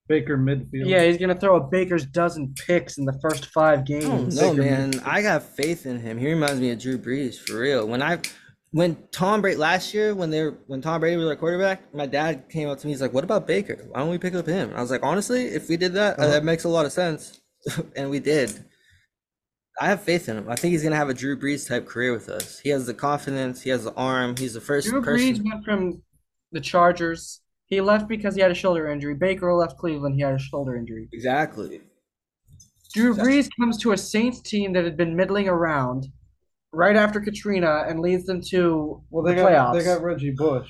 [SPEAKER 5] Baker midfield.
[SPEAKER 4] Yeah, he's gonna throw a Baker's dozen picks in the first five games.
[SPEAKER 3] No Hmm, man, I got faith in him. He reminds me of Drew Brees for real. When I, when Tom Brady last year, when they were, when Tom Brady was our quarterback, my dad came up to me. He's like, "What about Baker? Why don't we pick up him?" And I was like, "Honestly, if we did that, uh, that makes a lot of sense," [LAUGHS] and we did. I have faith in him. I think he's gonna have a Drew Brees type career with us. He has the confidence. He has the arm. He's the first
[SPEAKER 4] Drew
[SPEAKER 3] person.
[SPEAKER 4] Brees went from the Chargers. He left because he had a shoulder injury. Baker left Cleveland. He had a shoulder injury.
[SPEAKER 3] Exactly.
[SPEAKER 4] Drew Brees comes to a Saints team that had been middling around right after Katrina and leads them to
[SPEAKER 5] Well, they
[SPEAKER 4] the
[SPEAKER 5] got
[SPEAKER 4] playoffs.
[SPEAKER 5] they got Reggie Bush.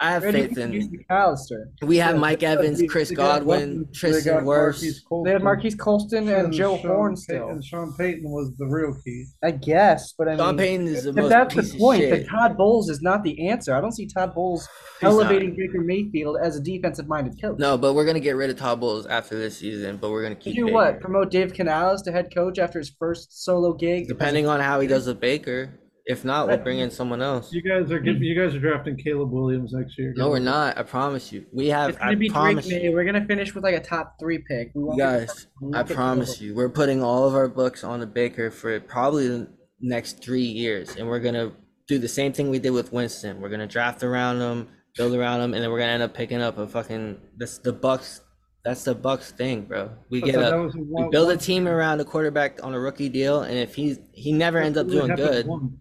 [SPEAKER 3] I have
[SPEAKER 4] Reggie
[SPEAKER 3] faith in.
[SPEAKER 4] Bush and McAllister.
[SPEAKER 3] We have
[SPEAKER 5] Yeah,
[SPEAKER 3] Mike Evans,
[SPEAKER 5] They
[SPEAKER 3] Chris
[SPEAKER 5] got
[SPEAKER 3] Godwin,
[SPEAKER 5] weapons. They
[SPEAKER 3] Tristan Wirfs.
[SPEAKER 5] got Marquise Colston.
[SPEAKER 4] They had Marquise Colston and Joe
[SPEAKER 5] Sean
[SPEAKER 4] Horn
[SPEAKER 5] Pay-
[SPEAKER 4] still.
[SPEAKER 5] And Sean Payton was the real key.
[SPEAKER 4] I guess, but I
[SPEAKER 3] Sean
[SPEAKER 4] mean,
[SPEAKER 3] Payton is the
[SPEAKER 4] if
[SPEAKER 3] most
[SPEAKER 4] that's
[SPEAKER 3] piece
[SPEAKER 4] the
[SPEAKER 3] of
[SPEAKER 4] point,
[SPEAKER 3] shit.
[SPEAKER 4] that Todd Bowles is not the answer. I don't see Todd Bowles
[SPEAKER 3] He's not.
[SPEAKER 4] elevating Baker Mayfield as a defensive-minded coach.
[SPEAKER 3] No, but we're gonna get rid of Todd Bowles after this season, but we're gonna keep
[SPEAKER 4] do
[SPEAKER 3] Baker.
[SPEAKER 4] what? Promote Dave Canales to head coach after his first solo gig?
[SPEAKER 3] Depending on how he does with Baker. If not, we'll
[SPEAKER 4] Right.
[SPEAKER 3] bring in someone else.
[SPEAKER 5] You guys are giving, you guys are drafting Caleb Williams next year.
[SPEAKER 3] Mm. No, we're not. I promise you. We have
[SPEAKER 4] It's
[SPEAKER 3] I
[SPEAKER 4] gonna be Drake
[SPEAKER 3] promise
[SPEAKER 4] May.
[SPEAKER 3] you
[SPEAKER 4] We're gonna finish with like a top three pick. We won't get-
[SPEAKER 3] guys, I promise you, we're putting all of our books on the Baker for probably the next three years. And we're gonna do the same thing we did with Winston. We're gonna draft around him, build around him, and then we're gonna end up picking up a fucking that's the Bucks that's the Bucks thing, bro. We
[SPEAKER 5] But
[SPEAKER 3] get
[SPEAKER 5] that
[SPEAKER 3] a
[SPEAKER 5] was
[SPEAKER 3] We
[SPEAKER 5] one-
[SPEAKER 3] build a
[SPEAKER 5] one-
[SPEAKER 3] team around a quarterback on a rookie deal, and if he's he never ends up
[SPEAKER 5] It
[SPEAKER 3] doing
[SPEAKER 5] happened
[SPEAKER 3] good.
[SPEAKER 5] once.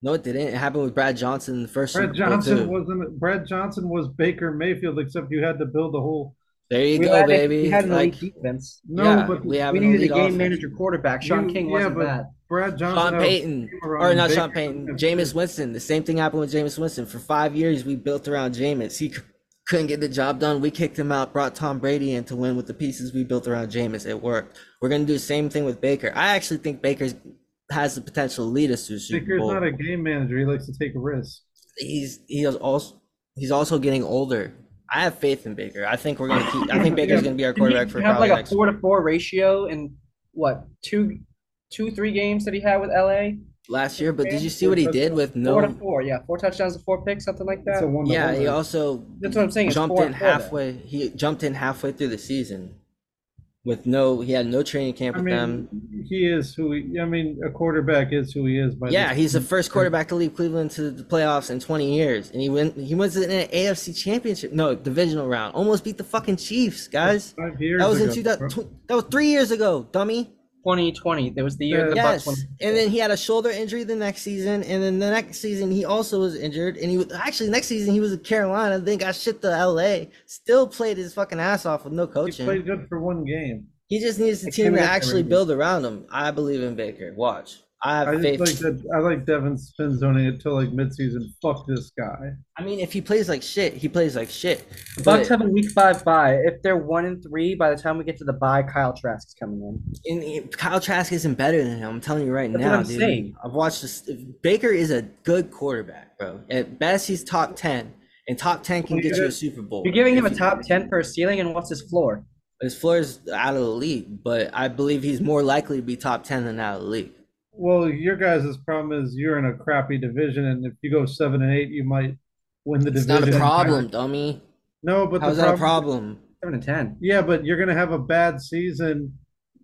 [SPEAKER 3] No, it didn't. It happened with Brad Johnson in the first
[SPEAKER 5] Brad
[SPEAKER 3] Super Bowl, too.
[SPEAKER 5] Johnson wasn't. Brad Johnson was Baker Mayfield, except you had to build a whole.
[SPEAKER 3] there you
[SPEAKER 4] We
[SPEAKER 3] go,
[SPEAKER 4] had a-
[SPEAKER 3] baby.
[SPEAKER 4] We had an
[SPEAKER 3] like
[SPEAKER 4] elite defense.
[SPEAKER 5] No,
[SPEAKER 3] yeah,
[SPEAKER 5] but
[SPEAKER 3] we have
[SPEAKER 4] We
[SPEAKER 3] an
[SPEAKER 4] needed a
[SPEAKER 3] elite
[SPEAKER 4] game
[SPEAKER 3] offense.
[SPEAKER 4] manager quarterback. Sean
[SPEAKER 5] You-
[SPEAKER 4] King
[SPEAKER 5] yeah,
[SPEAKER 4] wasn't
[SPEAKER 5] but
[SPEAKER 4] that.
[SPEAKER 5] Brad Johnson.
[SPEAKER 3] Sean
[SPEAKER 5] had a
[SPEAKER 3] Payton,
[SPEAKER 5] team around
[SPEAKER 3] or not Sean
[SPEAKER 5] Baker
[SPEAKER 3] Payton,
[SPEAKER 5] Mayfield.
[SPEAKER 3] Jameis Winston. The same thing happened with Jameis Winston. For five years, we built around Jameis. He c- couldn't get the job done. We kicked him out, brought Tom Brady in to win with the pieces we built around Jameis. It worked. We're gonna do the same thing with Baker. I actually think Baker's has the potential to lead us to a Super
[SPEAKER 5] Baker's
[SPEAKER 3] Bowl.
[SPEAKER 5] not a game manager. He likes to take risks.
[SPEAKER 3] he's he is also he's also getting older. I have faith in Baker. I think we're gonna keep. I think Baker's gonna be our
[SPEAKER 4] Didn't he
[SPEAKER 3] quarterback for
[SPEAKER 4] have
[SPEAKER 3] probably
[SPEAKER 4] like a
[SPEAKER 3] next.
[SPEAKER 4] four to four ratio in what two, two three games that he had with LA.
[SPEAKER 3] last year, but did you see what he did with
[SPEAKER 4] Four to
[SPEAKER 3] no?
[SPEAKER 4] four, yeah, four touchdowns to four picks, something like
[SPEAKER 5] It's
[SPEAKER 4] that.
[SPEAKER 5] a one.
[SPEAKER 3] Yeah, he also
[SPEAKER 4] That's what I'm saying. It's
[SPEAKER 3] jumped
[SPEAKER 4] four
[SPEAKER 3] in
[SPEAKER 4] and four there.
[SPEAKER 3] halfway. He jumped in halfway through the season, with no. He had no training camp
[SPEAKER 5] I
[SPEAKER 3] with
[SPEAKER 5] mean,
[SPEAKER 3] them.
[SPEAKER 5] he is who he. I mean, a quarterback is who he is. By
[SPEAKER 3] Yeah,
[SPEAKER 5] this
[SPEAKER 3] he's the first quarterback to lead Cleveland to the playoffs in 20 years, and he went. He was in an AFC Championship, no divisional round. Almost beat the fucking Chiefs, guys.
[SPEAKER 5] five years.
[SPEAKER 3] That was in
[SPEAKER 5] ago,
[SPEAKER 3] 2000.
[SPEAKER 5] bro.
[SPEAKER 3] tw- That was three years ago, dummy.
[SPEAKER 4] 2020. There was the year the
[SPEAKER 3] Yes,
[SPEAKER 4] Bucks won.
[SPEAKER 3] and then he had a shoulder injury the next season, and then the next season he also was injured, and he was actually next season he was in Carolina, then got shipped to L.A. Still played his fucking ass off with no
[SPEAKER 5] He
[SPEAKER 3] coaching. He,
[SPEAKER 5] played good for one game.
[SPEAKER 3] just needs a
[SPEAKER 4] It
[SPEAKER 3] team
[SPEAKER 4] came
[SPEAKER 3] to
[SPEAKER 4] against the
[SPEAKER 3] actually
[SPEAKER 4] Ravens.
[SPEAKER 3] build around him. I believe in Baker. Watch, I have
[SPEAKER 5] I
[SPEAKER 3] faith.
[SPEAKER 5] just like that. I like Devin spin zoning it till like midseason. Fuck this guy.
[SPEAKER 3] I mean, if he plays like shit, he plays like shit.
[SPEAKER 4] The
[SPEAKER 3] But
[SPEAKER 4] Bucks have a week five bye. If they're one and three, by the time we get to the bye, Kyle Trask is coming in.
[SPEAKER 3] in, in- Kyle Trask isn't better than him. I'm telling you right
[SPEAKER 4] That's what
[SPEAKER 3] now,
[SPEAKER 4] I'm
[SPEAKER 3] dude.
[SPEAKER 4] saying.
[SPEAKER 3] I've watched this. Baker is a good quarterback, bro. At best, he's top ten, and top ten can
[SPEAKER 5] Well,
[SPEAKER 3] get
[SPEAKER 5] you're-
[SPEAKER 3] you a Super Bowl.
[SPEAKER 4] You're giving him
[SPEAKER 3] if
[SPEAKER 4] a
[SPEAKER 3] you-
[SPEAKER 4] top ten per ceiling, and what's his floor?
[SPEAKER 3] His floor is out of the league, but I believe he's more likely to be top ten than out of the league.
[SPEAKER 5] Well, your guys' problem is you're in a crappy division, and if you go seven and eight, you might win the
[SPEAKER 3] It's
[SPEAKER 5] division.
[SPEAKER 3] not a problem, dummy.
[SPEAKER 5] No, but the
[SPEAKER 3] How's that a problem?
[SPEAKER 5] problem,
[SPEAKER 4] Seven and ten.
[SPEAKER 5] Yeah, but you're gonna have a bad season,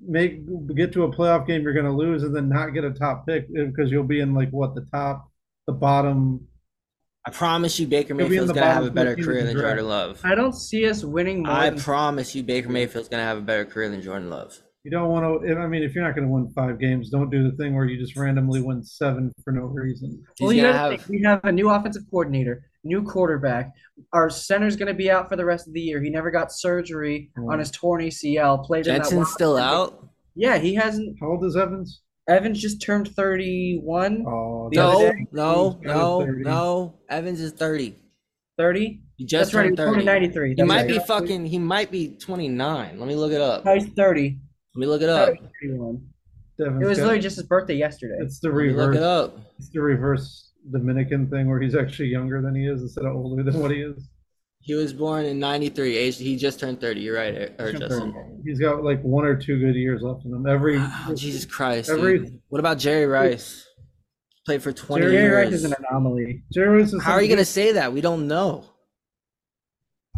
[SPEAKER 5] make get to a playoff game you're gonna lose, and then not get a top pick because you'll be in like what the top, the bottom.
[SPEAKER 3] I promise you, Baker
[SPEAKER 5] He'll be in
[SPEAKER 3] Mayfield's
[SPEAKER 5] the
[SPEAKER 3] gonna have
[SPEAKER 5] bottom
[SPEAKER 3] a better
[SPEAKER 5] 15
[SPEAKER 3] career than
[SPEAKER 5] draft.
[SPEAKER 3] Jordan Love.
[SPEAKER 4] I don't see us winning more.
[SPEAKER 3] I
[SPEAKER 4] than-
[SPEAKER 3] promise you, Baker Mayfield's gonna have a better career than Jordan Love.
[SPEAKER 5] You don't want to. I mean, if you're not gonna win five games, don't do the thing where you just randomly win seven for no reason.
[SPEAKER 3] He's
[SPEAKER 4] well, you
[SPEAKER 3] gonna
[SPEAKER 4] gotta
[SPEAKER 3] have.
[SPEAKER 4] think, we have a new offensive coordinator, new quarterback. Our center's gonna be out for the rest of the year. He never got surgery on his torn ACL. Played in that
[SPEAKER 3] Mm. Jetson's
[SPEAKER 4] one-
[SPEAKER 3] still out.
[SPEAKER 4] Yeah, he hasn't.
[SPEAKER 5] How old is Evans?
[SPEAKER 4] Evans just turned thirty-one.
[SPEAKER 5] Oh,
[SPEAKER 4] The other
[SPEAKER 3] No,
[SPEAKER 4] day,
[SPEAKER 3] no,
[SPEAKER 5] he was
[SPEAKER 3] no,
[SPEAKER 5] 30.
[SPEAKER 3] no. Evans is thirty.
[SPEAKER 4] Thirty.
[SPEAKER 3] He just
[SPEAKER 4] That's right. He
[SPEAKER 3] turned
[SPEAKER 4] was born
[SPEAKER 3] thirty.
[SPEAKER 4] in ninety-three.
[SPEAKER 3] He
[SPEAKER 4] That's
[SPEAKER 3] might
[SPEAKER 4] right.
[SPEAKER 3] be fucking. He might be twenty nine. Let me look it up. Let
[SPEAKER 4] He's thirty.
[SPEAKER 3] me look it up.
[SPEAKER 4] 31.
[SPEAKER 5] Evans
[SPEAKER 4] It was
[SPEAKER 5] got-
[SPEAKER 4] literally just his birthday yesterday.
[SPEAKER 5] It's the
[SPEAKER 3] Let me look it
[SPEAKER 5] reverse.
[SPEAKER 3] up.
[SPEAKER 5] It's the reverse Dominican thing where he's actually younger than he is instead of older than what he is.
[SPEAKER 3] He was born in ninety three. Age. He just turned thirty. You're right, Er- or Justin.
[SPEAKER 5] He's got like one or two good years left in him. Every
[SPEAKER 3] Oh, Jesus Christ.
[SPEAKER 5] Every-
[SPEAKER 3] dude. What about Jerry Rice? Played for twenty
[SPEAKER 5] Jerry
[SPEAKER 4] Jerry Rice
[SPEAKER 3] years.
[SPEAKER 4] is an anomaly.
[SPEAKER 5] Jerry Rice is
[SPEAKER 3] How are you
[SPEAKER 4] [LAUGHS]
[SPEAKER 5] something-
[SPEAKER 3] gonna say that? We don't know.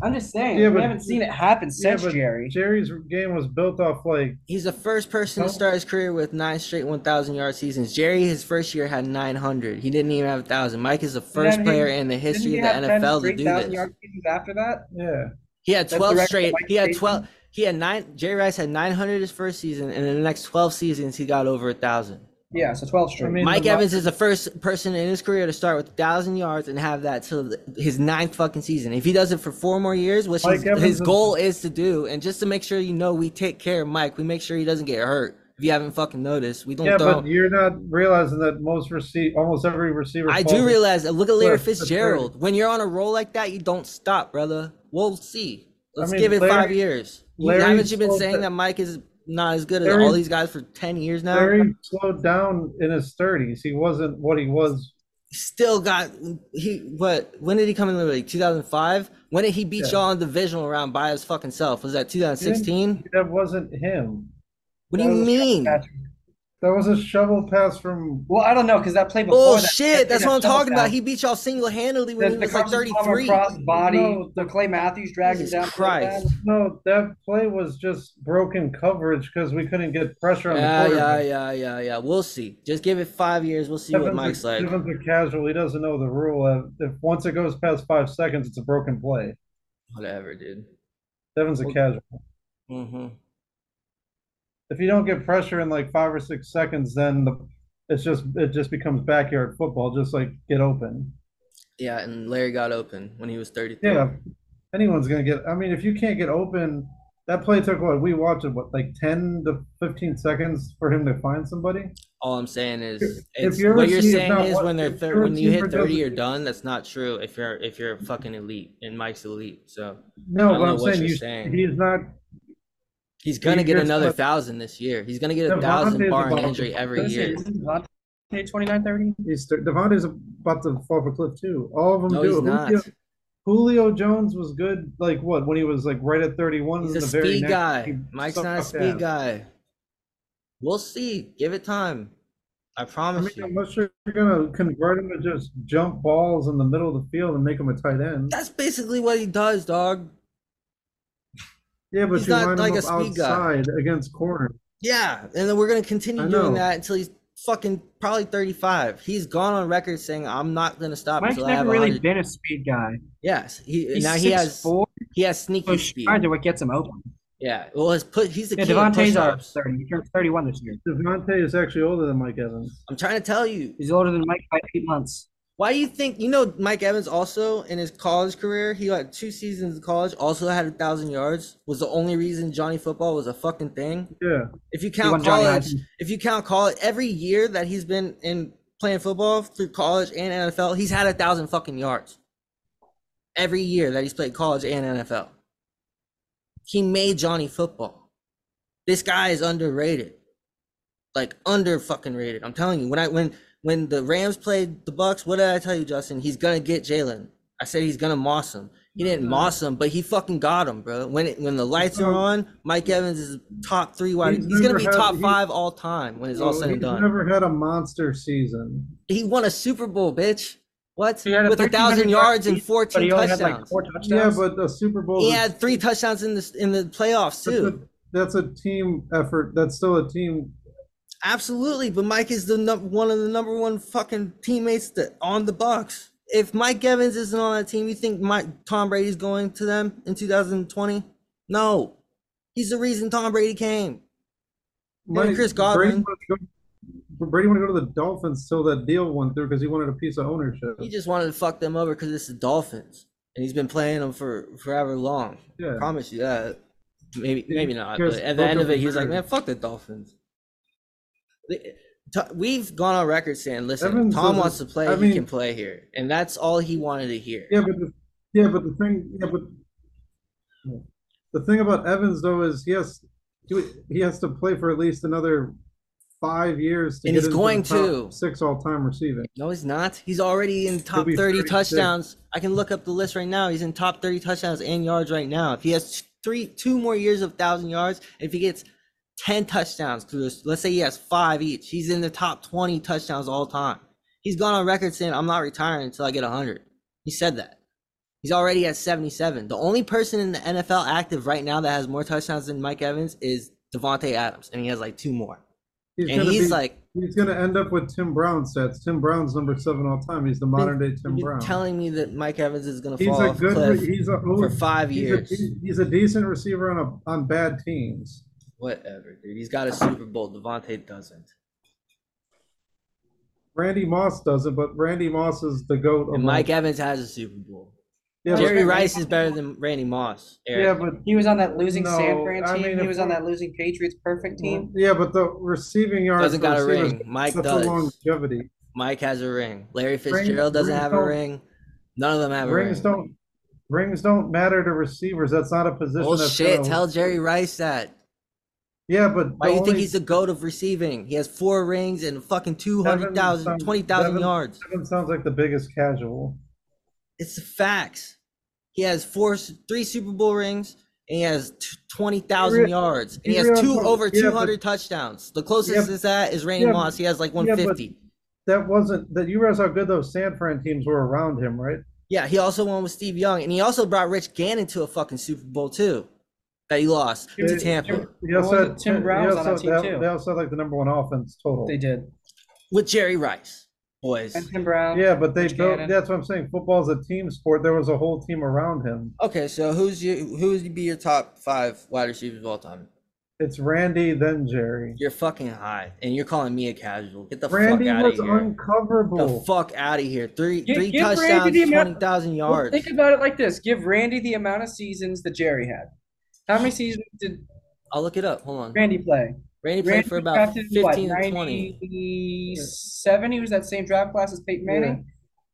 [SPEAKER 4] I'm just saying,
[SPEAKER 5] Yeah,
[SPEAKER 4] we
[SPEAKER 5] but-
[SPEAKER 4] haven't seen it happen
[SPEAKER 5] Yeah,
[SPEAKER 4] since
[SPEAKER 5] but
[SPEAKER 4] Jerry.
[SPEAKER 5] Jerry's game was built off like
[SPEAKER 3] He's the first person to
[SPEAKER 5] No.
[SPEAKER 3] start his career with nine straight 1,000 yard seasons. Jerry, his first year, had 900. He didn't even have 1,000. Mike is the first
[SPEAKER 4] he-
[SPEAKER 3] player in the
[SPEAKER 4] Didn't
[SPEAKER 3] history
[SPEAKER 4] he
[SPEAKER 3] of the
[SPEAKER 4] have 10
[SPEAKER 3] NFL to do
[SPEAKER 4] 3,000
[SPEAKER 3] this.
[SPEAKER 4] yard seasons after that?
[SPEAKER 5] yeah.
[SPEAKER 3] He had
[SPEAKER 4] That's the
[SPEAKER 3] 12
[SPEAKER 4] record
[SPEAKER 3] straight.
[SPEAKER 4] Mike
[SPEAKER 3] He had
[SPEAKER 4] Tyson.
[SPEAKER 3] 12. He had nine. Jerry Rice had 900 his first season, and in the next 12 seasons, he got over 1,000.
[SPEAKER 4] Yeah, so 12 straight.
[SPEAKER 5] I mean,
[SPEAKER 3] Mike
[SPEAKER 5] the Mo-
[SPEAKER 3] Evans is the first person in his career to start with 1,000 yards and have that till the- his ninth fucking season. If he does it for four more years, which
[SPEAKER 5] Mike
[SPEAKER 3] his,
[SPEAKER 5] Evans
[SPEAKER 3] his
[SPEAKER 5] is-
[SPEAKER 3] goal is to do, and just to make sure you know we take care of Mike, we make sure he doesn't get hurt. If you haven't fucking noticed, we don't
[SPEAKER 5] Yeah,
[SPEAKER 3] throw.
[SPEAKER 5] but you're not realizing that most receive almost every receiver.
[SPEAKER 3] I
[SPEAKER 5] falls-
[SPEAKER 3] do realize. that. Look at Larry
[SPEAKER 5] Look, that's right.
[SPEAKER 3] Fitzgerald. When you're on a roll like that, you don't stop, brother. We'll see. Let's
[SPEAKER 5] mean,
[SPEAKER 3] give it five
[SPEAKER 5] Larry-
[SPEAKER 3] years. You,
[SPEAKER 5] Larry
[SPEAKER 3] haven't you been
[SPEAKER 5] sold
[SPEAKER 3] saying
[SPEAKER 5] that-
[SPEAKER 3] that Mike is not as good as
[SPEAKER 5] Larry-
[SPEAKER 3] all these guys for ten years now?
[SPEAKER 5] Larry slowed down in his 30s. He wasn't what he was.
[SPEAKER 3] Still got he. What? When did he come in the league? 2005. When did he beat
[SPEAKER 5] Yeah.
[SPEAKER 3] y'all in the divisional round by his fucking self? Was that 2016?
[SPEAKER 5] That wasn't him.
[SPEAKER 3] What do you
[SPEAKER 4] That was a
[SPEAKER 3] mean?
[SPEAKER 4] Patrick.
[SPEAKER 5] That was a shovel pass from.
[SPEAKER 4] Well, I don't know, because that play before that-
[SPEAKER 3] Bullshit. Oh, That's
[SPEAKER 4] that
[SPEAKER 3] what I'm
[SPEAKER 4] double
[SPEAKER 3] talking about.
[SPEAKER 4] down.
[SPEAKER 3] He beat y'all single handedly
[SPEAKER 4] The-
[SPEAKER 3] when he
[SPEAKER 4] the
[SPEAKER 3] was like
[SPEAKER 4] Carson Palmer
[SPEAKER 3] 33.
[SPEAKER 4] cross body,
[SPEAKER 5] No,
[SPEAKER 4] the Clay Matthews dragged him
[SPEAKER 3] Jesus
[SPEAKER 4] down.
[SPEAKER 3] Christ.
[SPEAKER 5] No, that play was just broken coverage because we couldn't get pressure on
[SPEAKER 3] Yeah,
[SPEAKER 5] the
[SPEAKER 3] yeah,
[SPEAKER 5] quarterback.
[SPEAKER 3] yeah, yeah, yeah. We'll see. Just give it five years. We'll see what
[SPEAKER 5] Evans-
[SPEAKER 3] Mike's like.
[SPEAKER 5] Evans are casual. He doesn't know the rule. Of, if once it goes past five seconds, it's a broken play.
[SPEAKER 3] Whatever, dude.
[SPEAKER 5] Devin's a
[SPEAKER 3] Well-
[SPEAKER 5] casual.
[SPEAKER 3] hmm
[SPEAKER 5] If you don't get pressure in like five or six seconds, then the it's just it just becomes backyard football. Just like get open.
[SPEAKER 3] Yeah, and Larry got open when he was 33.
[SPEAKER 5] Yeah, anyone's gonna get. I mean, if you can't get open, that play took what we watched it what like ten to fifteen seconds for him to find somebody.
[SPEAKER 3] All I'm saying is,
[SPEAKER 5] If
[SPEAKER 3] it's,
[SPEAKER 5] your
[SPEAKER 3] what you're
[SPEAKER 5] receiver-
[SPEAKER 3] saying
[SPEAKER 5] no,
[SPEAKER 3] is
[SPEAKER 5] what-
[SPEAKER 3] when they're
[SPEAKER 5] if
[SPEAKER 3] thir-
[SPEAKER 5] your
[SPEAKER 3] when you hit
[SPEAKER 5] receiver
[SPEAKER 3] 30, you're
[SPEAKER 5] doesn't-
[SPEAKER 3] done. That's not true. If you're if you're fucking elite, and Mike's elite, so I
[SPEAKER 5] No,
[SPEAKER 3] don't
[SPEAKER 5] but
[SPEAKER 3] know
[SPEAKER 5] I'm
[SPEAKER 3] what
[SPEAKER 5] saying
[SPEAKER 3] you're
[SPEAKER 5] you,
[SPEAKER 3] saying.
[SPEAKER 5] he's not.
[SPEAKER 3] he's gonna
[SPEAKER 5] He's
[SPEAKER 3] get
[SPEAKER 5] just
[SPEAKER 3] another
[SPEAKER 5] like-
[SPEAKER 3] thousand this year. He's gonna get a
[SPEAKER 5] Devontae's
[SPEAKER 3] thousand barring
[SPEAKER 5] about to-
[SPEAKER 3] injury every
[SPEAKER 4] Let's see,
[SPEAKER 3] year.
[SPEAKER 4] isn't Devontae 29 30?
[SPEAKER 5] He's Devontae's about to fall off a cliff too. All of them
[SPEAKER 3] No,
[SPEAKER 5] do.
[SPEAKER 3] he's
[SPEAKER 5] Julio-
[SPEAKER 3] not.
[SPEAKER 5] Julio Jones was good, like what when he was like right at 31.
[SPEAKER 3] He's
[SPEAKER 5] and
[SPEAKER 3] a
[SPEAKER 5] the very
[SPEAKER 3] speed
[SPEAKER 5] next- he
[SPEAKER 3] guy. Mike's not a
[SPEAKER 5] sucked
[SPEAKER 3] speed
[SPEAKER 5] ass.
[SPEAKER 3] guy. We'll see. Give it time. I
[SPEAKER 5] I mean,
[SPEAKER 3] promise you.
[SPEAKER 5] unless you're gonna convert him to just jump balls in the middle of the field and make him a tight end.
[SPEAKER 3] That's basically what he does, dog.
[SPEAKER 5] Yeah, but
[SPEAKER 3] he's
[SPEAKER 5] you
[SPEAKER 3] not
[SPEAKER 5] line
[SPEAKER 3] like
[SPEAKER 5] him
[SPEAKER 3] a
[SPEAKER 5] up
[SPEAKER 3] speed guy.
[SPEAKER 5] outside against corner.
[SPEAKER 3] Yeah, and then we're gonna continue
[SPEAKER 5] I
[SPEAKER 3] doing
[SPEAKER 5] know.
[SPEAKER 3] that until he's fucking probably 35. He's gone on record saying I'm not gonna stop
[SPEAKER 4] Mike's
[SPEAKER 3] until I have
[SPEAKER 4] never really
[SPEAKER 3] 100.
[SPEAKER 4] been a speed guy.
[SPEAKER 3] yes, he
[SPEAKER 4] He's
[SPEAKER 3] now he has
[SPEAKER 4] 6'4",
[SPEAKER 3] he has sneaky
[SPEAKER 4] so
[SPEAKER 3] speed.
[SPEAKER 4] strides are what gets him open.
[SPEAKER 3] Yeah, well, his put he's the
[SPEAKER 4] Yeah,
[SPEAKER 3] key to
[SPEAKER 4] Devontae's our
[SPEAKER 3] push-ups.
[SPEAKER 4] 30. He turns 31 this year.
[SPEAKER 5] Devontae is actually older than Mike Evans.
[SPEAKER 3] I'm trying to tell you.
[SPEAKER 4] He's older than Mike by eight months.
[SPEAKER 3] Why do you think you know Mike Evans also in his college career? He had two seasons in college, also had a thousand yards. Was the only reason Johnny Football was a fucking thing.
[SPEAKER 5] Yeah,
[SPEAKER 3] If you
[SPEAKER 4] won
[SPEAKER 3] count
[SPEAKER 4] Johnny
[SPEAKER 3] college,
[SPEAKER 4] Heisman.
[SPEAKER 3] if you count college, every year that he's been in playing football through college and NFL, he's had a thousand fucking yards. Every year that he's played college and NFL, he made Johnny football. This guy is underrated, like under fucking rated. I'm telling you, when I when when the Rams played the Bucks, what did I tell you, Justin? He's gonna get Jalen. I said he's gonna moss him. He didn't moss him, but he fucking got him, bro. When it, when the lights are
[SPEAKER 5] No.
[SPEAKER 3] on, Mike Evans is top three wide. He's,
[SPEAKER 5] He's
[SPEAKER 3] gonna
[SPEAKER 5] never
[SPEAKER 3] be
[SPEAKER 5] had-
[SPEAKER 3] top
[SPEAKER 5] he-
[SPEAKER 3] five all time when it's all
[SPEAKER 5] So
[SPEAKER 3] said and
[SPEAKER 5] he's
[SPEAKER 3] done.
[SPEAKER 5] never had a monster season.
[SPEAKER 3] He won a Super Bowl, bitch. What?
[SPEAKER 4] He had a
[SPEAKER 3] With a
[SPEAKER 4] 1,300
[SPEAKER 3] thousand
[SPEAKER 4] yard
[SPEAKER 3] yards and
[SPEAKER 4] season, But
[SPEAKER 3] fourteen
[SPEAKER 4] he only had like
[SPEAKER 3] touchdowns.
[SPEAKER 4] four
[SPEAKER 5] Yeah,
[SPEAKER 4] touchdowns.
[SPEAKER 5] but the Super Bowl.
[SPEAKER 3] He
[SPEAKER 5] is-
[SPEAKER 3] had three touchdowns in the in the playoffs
[SPEAKER 5] that's
[SPEAKER 3] too.
[SPEAKER 5] a- That's a team effort. That's still a team.
[SPEAKER 3] Absolutely, but Mike is the num- one of the number one fucking teammates that on the Bucks. If Mike Evans isn't on that team, you think Mike Tom Brady's going to them in 2020? No, he's the reason Tom Brady came.
[SPEAKER 5] Mike-
[SPEAKER 3] Chris
[SPEAKER 5] Brady
[SPEAKER 3] Godwin.
[SPEAKER 5] wanted to go- Brady wanted to go to the Dolphins till that deal went through because he wanted a piece of ownership.
[SPEAKER 3] He just wanted to fuck them over because it's the Dolphins, and he's been playing them for forever long.
[SPEAKER 5] Yeah.
[SPEAKER 3] promise you that. Maybe maybe not.
[SPEAKER 5] Here's
[SPEAKER 3] But at the end of
[SPEAKER 5] Booker
[SPEAKER 3] it, he was like,
[SPEAKER 5] Bird.
[SPEAKER 3] "Man, fuck the Dolphins." They- T- We've gone on record saying, "Listen,
[SPEAKER 5] Evans
[SPEAKER 3] Tom
[SPEAKER 5] doesn't-
[SPEAKER 3] wants to play.
[SPEAKER 5] I
[SPEAKER 3] he
[SPEAKER 5] mean-
[SPEAKER 3] can play here," and that's all he wanted to hear.
[SPEAKER 5] Yeah, but the, yeah, but the thing, yeah, but the thing about Evans though is he has he, he has to play for at least another five years to
[SPEAKER 3] And
[SPEAKER 5] get
[SPEAKER 3] he's
[SPEAKER 5] into the
[SPEAKER 3] going
[SPEAKER 5] top
[SPEAKER 3] to.
[SPEAKER 5] six all time receiving.
[SPEAKER 3] No, he's not. He's already in top
[SPEAKER 5] be
[SPEAKER 3] 30
[SPEAKER 5] 36.
[SPEAKER 3] touchdowns. I can look up the list right now. He's in top 30 touchdowns and yards right now. If he has three, two more years of thousand yards, if he gets 10 touchdowns through this, let's say he has five each, he's in the top 20 touchdowns all time. He's gone on record saying, I'm not retiring until I get 100. He said that. He's already at 77. The only person in the NFL active right now that has more touchdowns than Mike Evans is Devontae Adams, and he has like two more.
[SPEAKER 5] He's
[SPEAKER 3] And
[SPEAKER 5] gonna
[SPEAKER 3] he's
[SPEAKER 5] be,
[SPEAKER 3] like,
[SPEAKER 5] he's gonna end up with Tim Brown sets. Tim Brown's number seven all time. He's the modern day Tim
[SPEAKER 3] you're
[SPEAKER 5] Brown.
[SPEAKER 3] telling me that Mike Evans is going to
[SPEAKER 5] He's
[SPEAKER 3] fall
[SPEAKER 5] a
[SPEAKER 3] off a
[SPEAKER 5] good.
[SPEAKER 3] cliff.
[SPEAKER 5] He's a oh,
[SPEAKER 3] for five
[SPEAKER 5] he's
[SPEAKER 3] years.
[SPEAKER 5] A, he's a decent receiver on a on bad teams.
[SPEAKER 3] Whatever, dude. He's got a Super Bowl. Devontae doesn't.
[SPEAKER 5] Randy Moss doesn't, but Randy Moss is the goat.
[SPEAKER 3] And
[SPEAKER 5] of
[SPEAKER 3] Mike
[SPEAKER 5] all-
[SPEAKER 3] Evans has a Super Bowl.
[SPEAKER 5] yeah, but-
[SPEAKER 3] Jerry Rice is better than Randy Moss.
[SPEAKER 5] yeah,
[SPEAKER 3] Eric.
[SPEAKER 5] but
[SPEAKER 4] He was on that losing San
[SPEAKER 5] No,
[SPEAKER 4] Fran
[SPEAKER 5] I
[SPEAKER 4] team.
[SPEAKER 5] mean,
[SPEAKER 4] he
[SPEAKER 5] if
[SPEAKER 4] was on
[SPEAKER 5] we-
[SPEAKER 4] that losing Patriots perfect team.
[SPEAKER 5] Yeah, but the receiving yards
[SPEAKER 3] Doesn't got a
[SPEAKER 5] for receivers,
[SPEAKER 3] ring. Mike
[SPEAKER 5] that's
[SPEAKER 3] does.
[SPEAKER 5] a longevity.
[SPEAKER 3] Mike has a ring. Larry
[SPEAKER 5] Rings-
[SPEAKER 3] Fitzgerald doesn't
[SPEAKER 5] rings
[SPEAKER 3] have a
[SPEAKER 5] don't-
[SPEAKER 3] ring. None of them have
[SPEAKER 5] Rings
[SPEAKER 3] a ring.
[SPEAKER 5] don't rings don't matter to receivers. That's not a position. that's
[SPEAKER 3] Bullshit.
[SPEAKER 5] gonna-
[SPEAKER 3] Tell Jerry Rice that.
[SPEAKER 5] yeah, but
[SPEAKER 3] Why
[SPEAKER 5] the
[SPEAKER 3] do you think
[SPEAKER 5] only-
[SPEAKER 3] he's the goat of receiving? He has four rings and fucking
[SPEAKER 5] Devin
[SPEAKER 3] 200,000,
[SPEAKER 5] sounds-
[SPEAKER 3] 20,000
[SPEAKER 5] Devin-
[SPEAKER 3] yards.
[SPEAKER 5] Devin sounds like the biggest casual.
[SPEAKER 3] It's the facts. He has four, three Super Bowl rings, and he has t- twenty thousand
[SPEAKER 5] real-
[SPEAKER 3] yards, and he
[SPEAKER 5] you
[SPEAKER 3] has
[SPEAKER 5] realize
[SPEAKER 3] two
[SPEAKER 5] what-
[SPEAKER 3] over
[SPEAKER 5] yeah,
[SPEAKER 3] two
[SPEAKER 5] but-
[SPEAKER 3] hundred touchdowns. The closest
[SPEAKER 5] Yeah,
[SPEAKER 3] is that is Randy
[SPEAKER 5] yeah, but-
[SPEAKER 3] Moss. He has like
[SPEAKER 5] but-
[SPEAKER 3] one fifty.
[SPEAKER 5] That wasn't that. You realize how good those San Fran teams were around him, right?
[SPEAKER 3] Yeah, he also won with Steve Young, and he also brought Rich Gannon to a fucking Super Bowl too, that he lost to
[SPEAKER 5] Tim-
[SPEAKER 3] Tampa
[SPEAKER 5] He
[SPEAKER 4] Well,
[SPEAKER 5] also
[SPEAKER 4] wasn't Tim
[SPEAKER 5] had- he
[SPEAKER 4] Brown was on
[SPEAKER 5] also-
[SPEAKER 4] that team,
[SPEAKER 5] they-
[SPEAKER 4] too.
[SPEAKER 5] They also had like the number one offense total.
[SPEAKER 4] They did.
[SPEAKER 3] with Jerry Rice. Boys,
[SPEAKER 4] And Tim Brown.
[SPEAKER 5] Yeah, but they
[SPEAKER 4] Rich
[SPEAKER 5] built.
[SPEAKER 4] Gannon.
[SPEAKER 5] That's what I'm saying. Football's a team sport. There was a whole team around him.
[SPEAKER 3] okay, so who's you? Who would be your top five wide receivers of all time?
[SPEAKER 5] It's Randy, then Jerry.
[SPEAKER 3] You're fucking high, and you're calling me a casual. Get the
[SPEAKER 5] Randy
[SPEAKER 3] fuck out of
[SPEAKER 5] was
[SPEAKER 3] here. the
[SPEAKER 5] uncoverable.
[SPEAKER 3] fuck out of here. Three
[SPEAKER 4] Give-
[SPEAKER 3] three
[SPEAKER 4] give Brady
[SPEAKER 3] touchdowns,
[SPEAKER 4] the amount-
[SPEAKER 3] twenty thousand
[SPEAKER 4] Well,
[SPEAKER 3] yards.
[SPEAKER 4] think about it like this: Give Randy the amount of seasons that Jerry had. How many seasons did
[SPEAKER 3] I'll look it up. Hold on.
[SPEAKER 4] Randy play?
[SPEAKER 3] Randy played
[SPEAKER 4] Randy
[SPEAKER 3] for about
[SPEAKER 4] drafted in, what,
[SPEAKER 3] 15 to 20.
[SPEAKER 4] 97. He was that same draft class as Peyton Manning,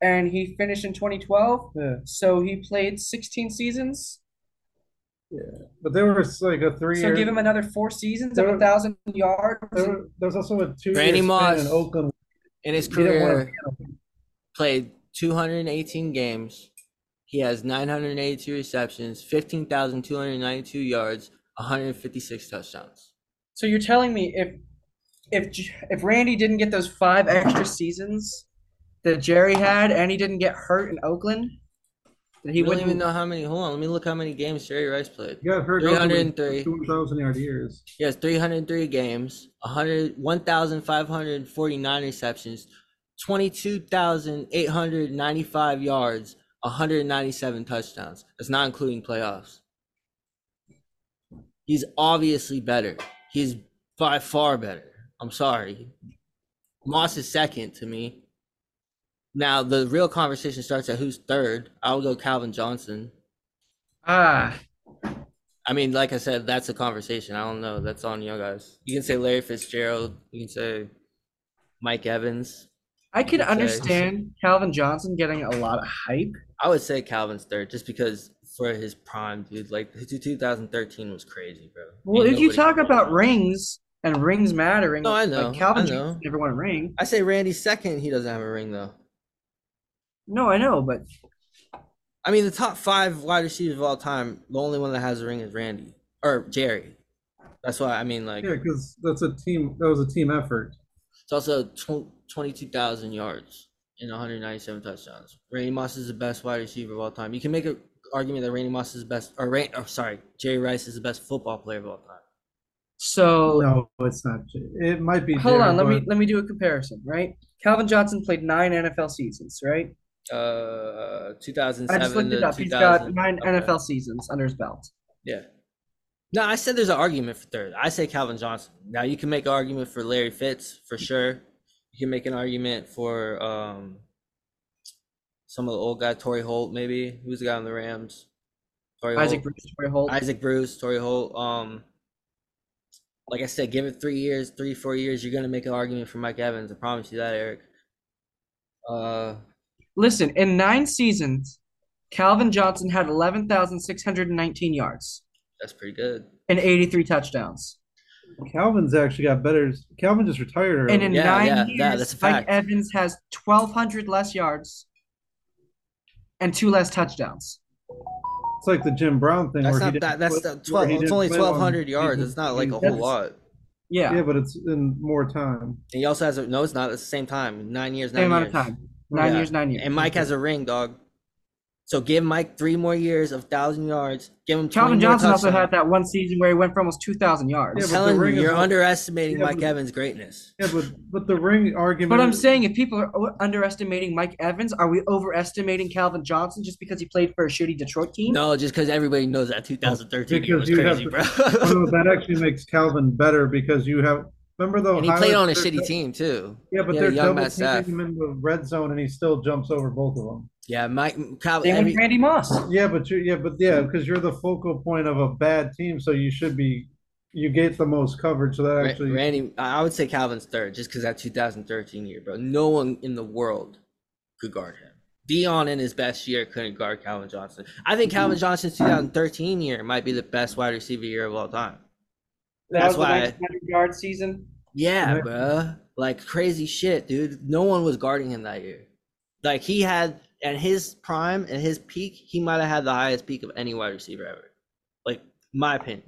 [SPEAKER 4] and he finished in 2012.
[SPEAKER 5] Yeah,
[SPEAKER 4] So he played 16 seasons.
[SPEAKER 5] but there was like a three.
[SPEAKER 4] So give him another four seasons of
[SPEAKER 5] There-
[SPEAKER 4] a thousand yards.
[SPEAKER 5] There, were- there was also a two
[SPEAKER 3] Randy
[SPEAKER 5] year
[SPEAKER 3] Moss.
[SPEAKER 5] span in Oakland.
[SPEAKER 3] In his
[SPEAKER 5] He didn't wanna
[SPEAKER 3] career, played 218 games. He has 982 receptions, 15,292 yards, 156 touchdowns.
[SPEAKER 4] So you're telling me if if J- if Randy didn't get those five extra seasons that Jerry had, and he didn't get hurt in Oakland, that
[SPEAKER 3] He
[SPEAKER 4] he
[SPEAKER 3] wouldn't even
[SPEAKER 4] wouldn't
[SPEAKER 3] know how many. Hold on, let me look how many games Jerry Rice played.
[SPEAKER 5] He got hurt.
[SPEAKER 3] 303.
[SPEAKER 5] Two thousand yard years.
[SPEAKER 3] He has 303 games, 100, 1,549 receptions, 22,895 yards, 197 touchdowns. That's not including playoffs. He's obviously better. He's by far better. I'm sorry. Moss is second to me. Now, the real conversation starts at who's third. I'll go Calvin Johnson.
[SPEAKER 4] Ah,
[SPEAKER 3] I mean, like I said, that's a conversation. I don't know. That's on you guys. You can say Larry Fitzgerald. You can say Mike Evans.
[SPEAKER 4] I could
[SPEAKER 3] Okay.
[SPEAKER 4] understand Calvin Johnson getting a lot of hype.
[SPEAKER 3] I would say Calvin's third, just because for his prime, dude. Like the 2013 was crazy, bro.
[SPEAKER 4] Well,
[SPEAKER 3] Ain't
[SPEAKER 4] if you
[SPEAKER 3] nobody-
[SPEAKER 4] talk about rings and rings mattering,
[SPEAKER 3] No, I know,
[SPEAKER 4] Like Calvin
[SPEAKER 3] I know.
[SPEAKER 4] Johnson never won a ring.
[SPEAKER 3] I say Randy's second. He doesn't have a ring though.
[SPEAKER 4] No, I know, but
[SPEAKER 3] I mean, the top five wide receivers of all time, the only one that has a ring is Randy or Jerry. That's why I mean, like,
[SPEAKER 5] Yeah, because that's a team. That was a team effort.
[SPEAKER 3] it's also tw- 22,000 yards. and 197 touchdowns. Randy Moss is the best wide receiver of all time. You can make an argument that Randy Moss is the best, or Ray, oh, sorry, Jerry Rice is the best football player of all time. Oh.
[SPEAKER 4] So
[SPEAKER 5] No, it's not. It might be.
[SPEAKER 4] hold
[SPEAKER 5] there,
[SPEAKER 4] on, let me
[SPEAKER 5] but
[SPEAKER 4] let me do a comparison, right? Calvin Johnson played nine NFL seasons, right?
[SPEAKER 3] Uh,
[SPEAKER 4] I just
[SPEAKER 3] 2007
[SPEAKER 4] looked
[SPEAKER 3] to
[SPEAKER 4] it up. He's
[SPEAKER 3] 2000.
[SPEAKER 4] got nine
[SPEAKER 3] Okay.
[SPEAKER 4] NFL seasons under his belt.
[SPEAKER 3] Yeah. No, I said there's an argument for third. I say Calvin Johnson. Now you can make an argument for Larry Fitz for sure. You can make an argument for um some of the old guy, Torrey Holt, maybe. Who's the guy on the Rams? Torrey Holt.
[SPEAKER 4] Isaac Bruce, Torrey Holt.
[SPEAKER 3] Isaac Bruce, Torrey Holt. Um, like I said, give it three years, three four years, you're gonna make an argument for Mike Evans. I promise you that, Eric. Uh,
[SPEAKER 4] Listen, in nine seasons, Calvin Johnson had 11,619 yards
[SPEAKER 3] that's pretty good.
[SPEAKER 4] and 83 touchdowns.
[SPEAKER 5] Calvin's actually got better. Calvin just retired.
[SPEAKER 4] And
[SPEAKER 5] early.
[SPEAKER 4] in
[SPEAKER 3] Yeah,
[SPEAKER 4] nine
[SPEAKER 3] yeah,
[SPEAKER 4] years,
[SPEAKER 3] yeah, that's a
[SPEAKER 4] Mike
[SPEAKER 3] fact.
[SPEAKER 4] Evans has 1,200 less yards and two less touchdowns.
[SPEAKER 5] It's like the Jim Brown thing.
[SPEAKER 3] That's
[SPEAKER 5] where he
[SPEAKER 3] not
[SPEAKER 5] didn't
[SPEAKER 3] that. That's
[SPEAKER 5] quit-
[SPEAKER 3] the
[SPEAKER 5] where
[SPEAKER 3] twelve.
[SPEAKER 5] he
[SPEAKER 3] It's
[SPEAKER 5] didn't
[SPEAKER 3] only
[SPEAKER 5] quit on-
[SPEAKER 3] 1,200 yards. It's not like a whole
[SPEAKER 5] That's-
[SPEAKER 3] lot.
[SPEAKER 4] Yeah,
[SPEAKER 5] Yeah, but it's in more time.
[SPEAKER 3] And he also has a no. It's not. It's the same time. Nine years.
[SPEAKER 4] same
[SPEAKER 3] nine
[SPEAKER 4] amount
[SPEAKER 3] years.
[SPEAKER 4] of time. Nine
[SPEAKER 3] Yeah.
[SPEAKER 4] years, nine years.
[SPEAKER 3] And Mike has a ring, dog. So give Mike three more years of thousand yards. Give him. 20
[SPEAKER 4] Calvin
[SPEAKER 3] more
[SPEAKER 4] Johnson also
[SPEAKER 3] touchdowns.
[SPEAKER 4] had that one season where he went for almost 2,000
[SPEAKER 3] I'm
[SPEAKER 4] yards.
[SPEAKER 5] Yeah, but the
[SPEAKER 3] telling
[SPEAKER 5] ring
[SPEAKER 3] you,
[SPEAKER 5] is
[SPEAKER 3] you're
[SPEAKER 5] what-
[SPEAKER 3] underestimating
[SPEAKER 5] Yeah,
[SPEAKER 3] Mike
[SPEAKER 5] but-
[SPEAKER 3] Evans' greatness.
[SPEAKER 5] Yeah, but but the ring argument.
[SPEAKER 4] But I'm saying if people are underestimating Mike Evans, are we overestimating Calvin Johnson just because he played for a shitty Detroit team?
[SPEAKER 3] No, just because everybody knows that 2013 year
[SPEAKER 5] Because
[SPEAKER 3] was
[SPEAKER 5] you have
[SPEAKER 3] crazy, bro.
[SPEAKER 5] to- [LAUGHS] Oh, no, that actually makes Calvin better because you have remember though
[SPEAKER 3] [LAUGHS] and he played on
[SPEAKER 5] Highland-
[SPEAKER 3] a shitty team too.
[SPEAKER 5] Yeah, but
[SPEAKER 3] He had a
[SPEAKER 5] they're
[SPEAKER 3] young
[SPEAKER 5] double
[SPEAKER 3] Matt Staff.
[SPEAKER 5] teaming him in the red zone, and he still jumps over both of them.
[SPEAKER 3] Yeah, Mike Calvin.
[SPEAKER 4] Same
[SPEAKER 3] Every,
[SPEAKER 4] with Randy Moss.
[SPEAKER 5] Yeah, but you yeah, but yeah, because you're the focal point of a bad team, so you should be you get the most coverage. So that
[SPEAKER 3] Ra-
[SPEAKER 5] actually
[SPEAKER 3] Randy, I I would say Calvin's third, just because that 2013 year, bro. No one in the world could guard him. Dion in his best year couldn't guard Calvin Johnson. I
[SPEAKER 5] Mm-hmm.
[SPEAKER 3] think Calvin Johnson's 2013 year might be the best wide receiver year of all time.
[SPEAKER 4] That
[SPEAKER 3] That's
[SPEAKER 4] was the
[SPEAKER 3] why-
[SPEAKER 4] 900 yard season.
[SPEAKER 3] Yeah,
[SPEAKER 5] Yeah.
[SPEAKER 3] bro. Like crazy shit, dude. No one was guarding him that year. Like he had at his prime and his peak, he might have had the highest peak of any wide receiver ever. Like my opinion,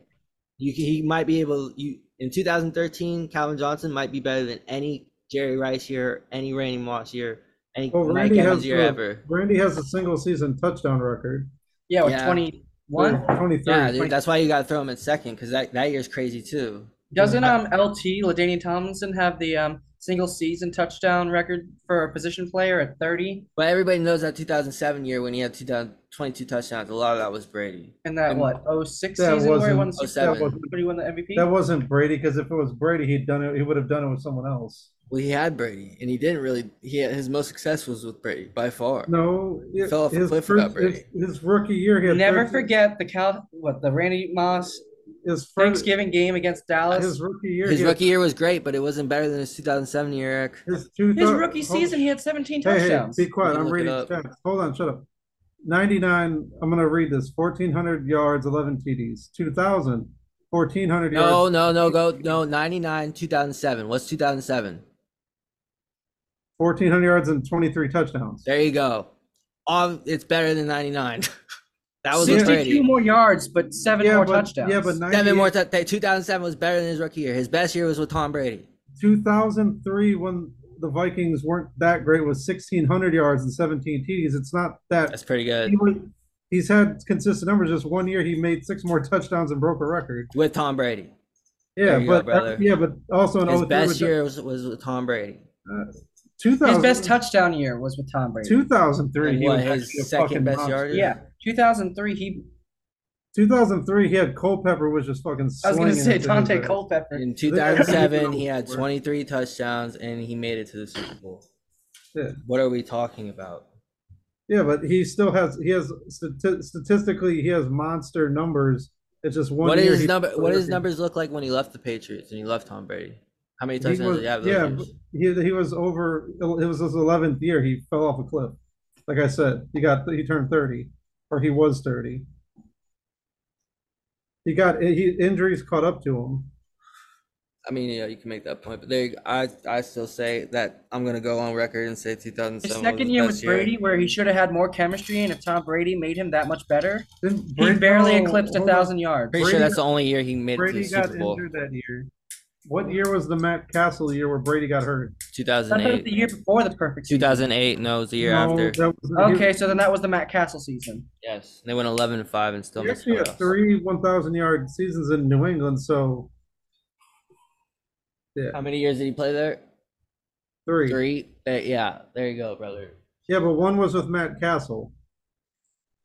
[SPEAKER 3] you can, he might be able. You in 2013, Calvin Johnson might be better than any Jerry Rice year, any Randy Moss year, any
[SPEAKER 5] Well,
[SPEAKER 3] Mike
[SPEAKER 5] Oh, Randy
[SPEAKER 3] Evans
[SPEAKER 5] has
[SPEAKER 3] year
[SPEAKER 5] the-
[SPEAKER 3] ever.
[SPEAKER 5] Randy has a single season touchdown record.
[SPEAKER 4] Yeah, with
[SPEAKER 3] Yeah.
[SPEAKER 4] 21.
[SPEAKER 5] Twenty three.
[SPEAKER 3] Yeah, dude. That's why you gotta throw him in second because that that year's crazy too.
[SPEAKER 4] Doesn't um LT Ladainian Tomlinson have the um single season touchdown record for a position player at 30?
[SPEAKER 3] But everybody knows that 2007 year when he had 2022 touchdowns, a lot of that was Brady.
[SPEAKER 4] And that
[SPEAKER 3] Um,
[SPEAKER 4] what 06
[SPEAKER 5] that
[SPEAKER 4] season where he won the
[SPEAKER 5] wasn't-
[SPEAKER 4] Super
[SPEAKER 3] that
[SPEAKER 4] Bowl,
[SPEAKER 5] wasn't-
[SPEAKER 4] but he won the MVP?
[SPEAKER 5] That wasn't Brady because if it was Brady, he'd done it. He would have done it with someone else.
[SPEAKER 3] Well, he had Brady, and he didn't really. He had, his most success was with Brady by far.
[SPEAKER 5] No, it-
[SPEAKER 3] Fell off a
[SPEAKER 5] his
[SPEAKER 3] cliff without
[SPEAKER 5] first- his- his rookie year, he had
[SPEAKER 4] Never
[SPEAKER 5] 13
[SPEAKER 4] forget the Cal what the Randy Moss
[SPEAKER 5] His first,
[SPEAKER 4] Thanksgiving game against Dallas.
[SPEAKER 5] his rookie year,
[SPEAKER 3] His
[SPEAKER 5] he had-
[SPEAKER 3] rookie year was great, but it wasn't better than his 2007 year. Eric.
[SPEAKER 5] his, two
[SPEAKER 4] His
[SPEAKER 5] thou-
[SPEAKER 4] rookie
[SPEAKER 5] hold-
[SPEAKER 4] season, he had 17
[SPEAKER 5] Hey, hey,
[SPEAKER 4] touchdowns.
[SPEAKER 5] be quiet!
[SPEAKER 3] You can
[SPEAKER 5] I'm
[SPEAKER 3] look it
[SPEAKER 5] reading
[SPEAKER 3] up.
[SPEAKER 5] stats. Hold on, shut up. 99. I'm gonna read this. 1400 yards, 11 TDs. 2000, 1400
[SPEAKER 3] No,
[SPEAKER 5] yards.
[SPEAKER 3] no, no, go no. 99, 2007. What's 2007?
[SPEAKER 5] 1400 yards and 23 touchdowns.
[SPEAKER 3] There you go. Um, it's better than 99. [LAUGHS] that was with
[SPEAKER 4] 62
[SPEAKER 3] Brady.
[SPEAKER 4] more yards, but seven
[SPEAKER 5] yeah,
[SPEAKER 4] more
[SPEAKER 5] but,
[SPEAKER 4] touchdowns.
[SPEAKER 5] Yeah, but
[SPEAKER 3] Seven
[SPEAKER 5] 98
[SPEAKER 3] more. T- 2007 was better than his rookie year. His best year was with Tom Brady.
[SPEAKER 5] 2003 when the Vikings weren't that great was 1600 yards and 17 TDs. It's not that
[SPEAKER 3] That's pretty good
[SPEAKER 5] he was, he's had consistent numbers. Just one year, he made six more touchdowns and broke a record.
[SPEAKER 3] with Tom Brady.
[SPEAKER 5] Yeah,
[SPEAKER 3] There you go,
[SPEAKER 5] but uh,
[SPEAKER 3] brother.
[SPEAKER 5] yeah, but also in
[SPEAKER 3] His
[SPEAKER 5] 03
[SPEAKER 3] best
[SPEAKER 5] was-
[SPEAKER 3] year was, was with Tom Brady.
[SPEAKER 5] 2000,
[SPEAKER 4] his best touchdown year was with Tom Brady.
[SPEAKER 5] 2003.
[SPEAKER 3] And
[SPEAKER 5] He
[SPEAKER 3] what
[SPEAKER 5] was actually a
[SPEAKER 3] his second
[SPEAKER 5] fucking
[SPEAKER 3] best
[SPEAKER 5] monster.
[SPEAKER 3] yard? is?
[SPEAKER 4] Yeah, 2003. He
[SPEAKER 5] 2003, he had Culpepper was just
[SPEAKER 4] I
[SPEAKER 5] fucking.
[SPEAKER 4] was gonna
[SPEAKER 5] slinging
[SPEAKER 4] say
[SPEAKER 5] it.
[SPEAKER 4] Dante Culpepper.
[SPEAKER 3] In 2007, he had
[SPEAKER 5] Where-
[SPEAKER 3] 23 touchdowns and he made it to the Super Bowl.
[SPEAKER 5] Yeah.
[SPEAKER 3] What are we talking about?
[SPEAKER 5] Yeah, but he still has he has stati- statistically he has monster numbers. It's just one
[SPEAKER 3] What
[SPEAKER 5] year.
[SPEAKER 3] is
[SPEAKER 5] he-
[SPEAKER 3] his number? What did his numbers look like when he left the Patriots and he left Tom Brady? How many
[SPEAKER 5] He
[SPEAKER 3] touchdowns
[SPEAKER 5] was-
[SPEAKER 3] did he have? Those
[SPEAKER 5] yeah,
[SPEAKER 3] years?
[SPEAKER 5] He, he was over. It was his 11th year. He fell off a cliff. Like I said, he got he turned 30, or he was 30. He got he injuries caught up to him.
[SPEAKER 3] I mean, yeah, you can make that point, but there, you- I, I still say that I'm gonna go on record and say 2007.
[SPEAKER 4] His
[SPEAKER 3] was
[SPEAKER 4] second
[SPEAKER 3] his
[SPEAKER 4] year
[SPEAKER 3] best
[SPEAKER 4] with Brady, where he should have had more chemistry, and if Tom Brady made him that much better,
[SPEAKER 5] Didn't
[SPEAKER 4] he
[SPEAKER 5] Brady-
[SPEAKER 4] barely
[SPEAKER 5] no,
[SPEAKER 4] eclipsed a
[SPEAKER 5] hold on.
[SPEAKER 4] thousand yards.
[SPEAKER 3] Pretty
[SPEAKER 5] Brady
[SPEAKER 3] sure that's
[SPEAKER 5] got-
[SPEAKER 3] the only year he made it to
[SPEAKER 5] Brady
[SPEAKER 3] the
[SPEAKER 5] got
[SPEAKER 3] Super Bowl.
[SPEAKER 5] injured that year. What year was the Matt Castle year where Brady got hurt?
[SPEAKER 4] I thought it was
[SPEAKER 6] 2008.
[SPEAKER 4] the year before the perfect season.
[SPEAKER 6] 2008. No, it was the year
[SPEAKER 5] No,
[SPEAKER 6] after.
[SPEAKER 5] that was the year-
[SPEAKER 4] Okay, so then that was the Matt Castle season.
[SPEAKER 6] Yes, they went 11 and five and still
[SPEAKER 5] He
[SPEAKER 6] missed
[SPEAKER 5] actually had
[SPEAKER 6] playoffs.
[SPEAKER 5] three 1,000 yard seasons in New England, so
[SPEAKER 3] How many years did he play there?
[SPEAKER 5] three.
[SPEAKER 3] Three. Eh, Yeah, there you go, brother.
[SPEAKER 5] Yeah, but one was with Matt Castle.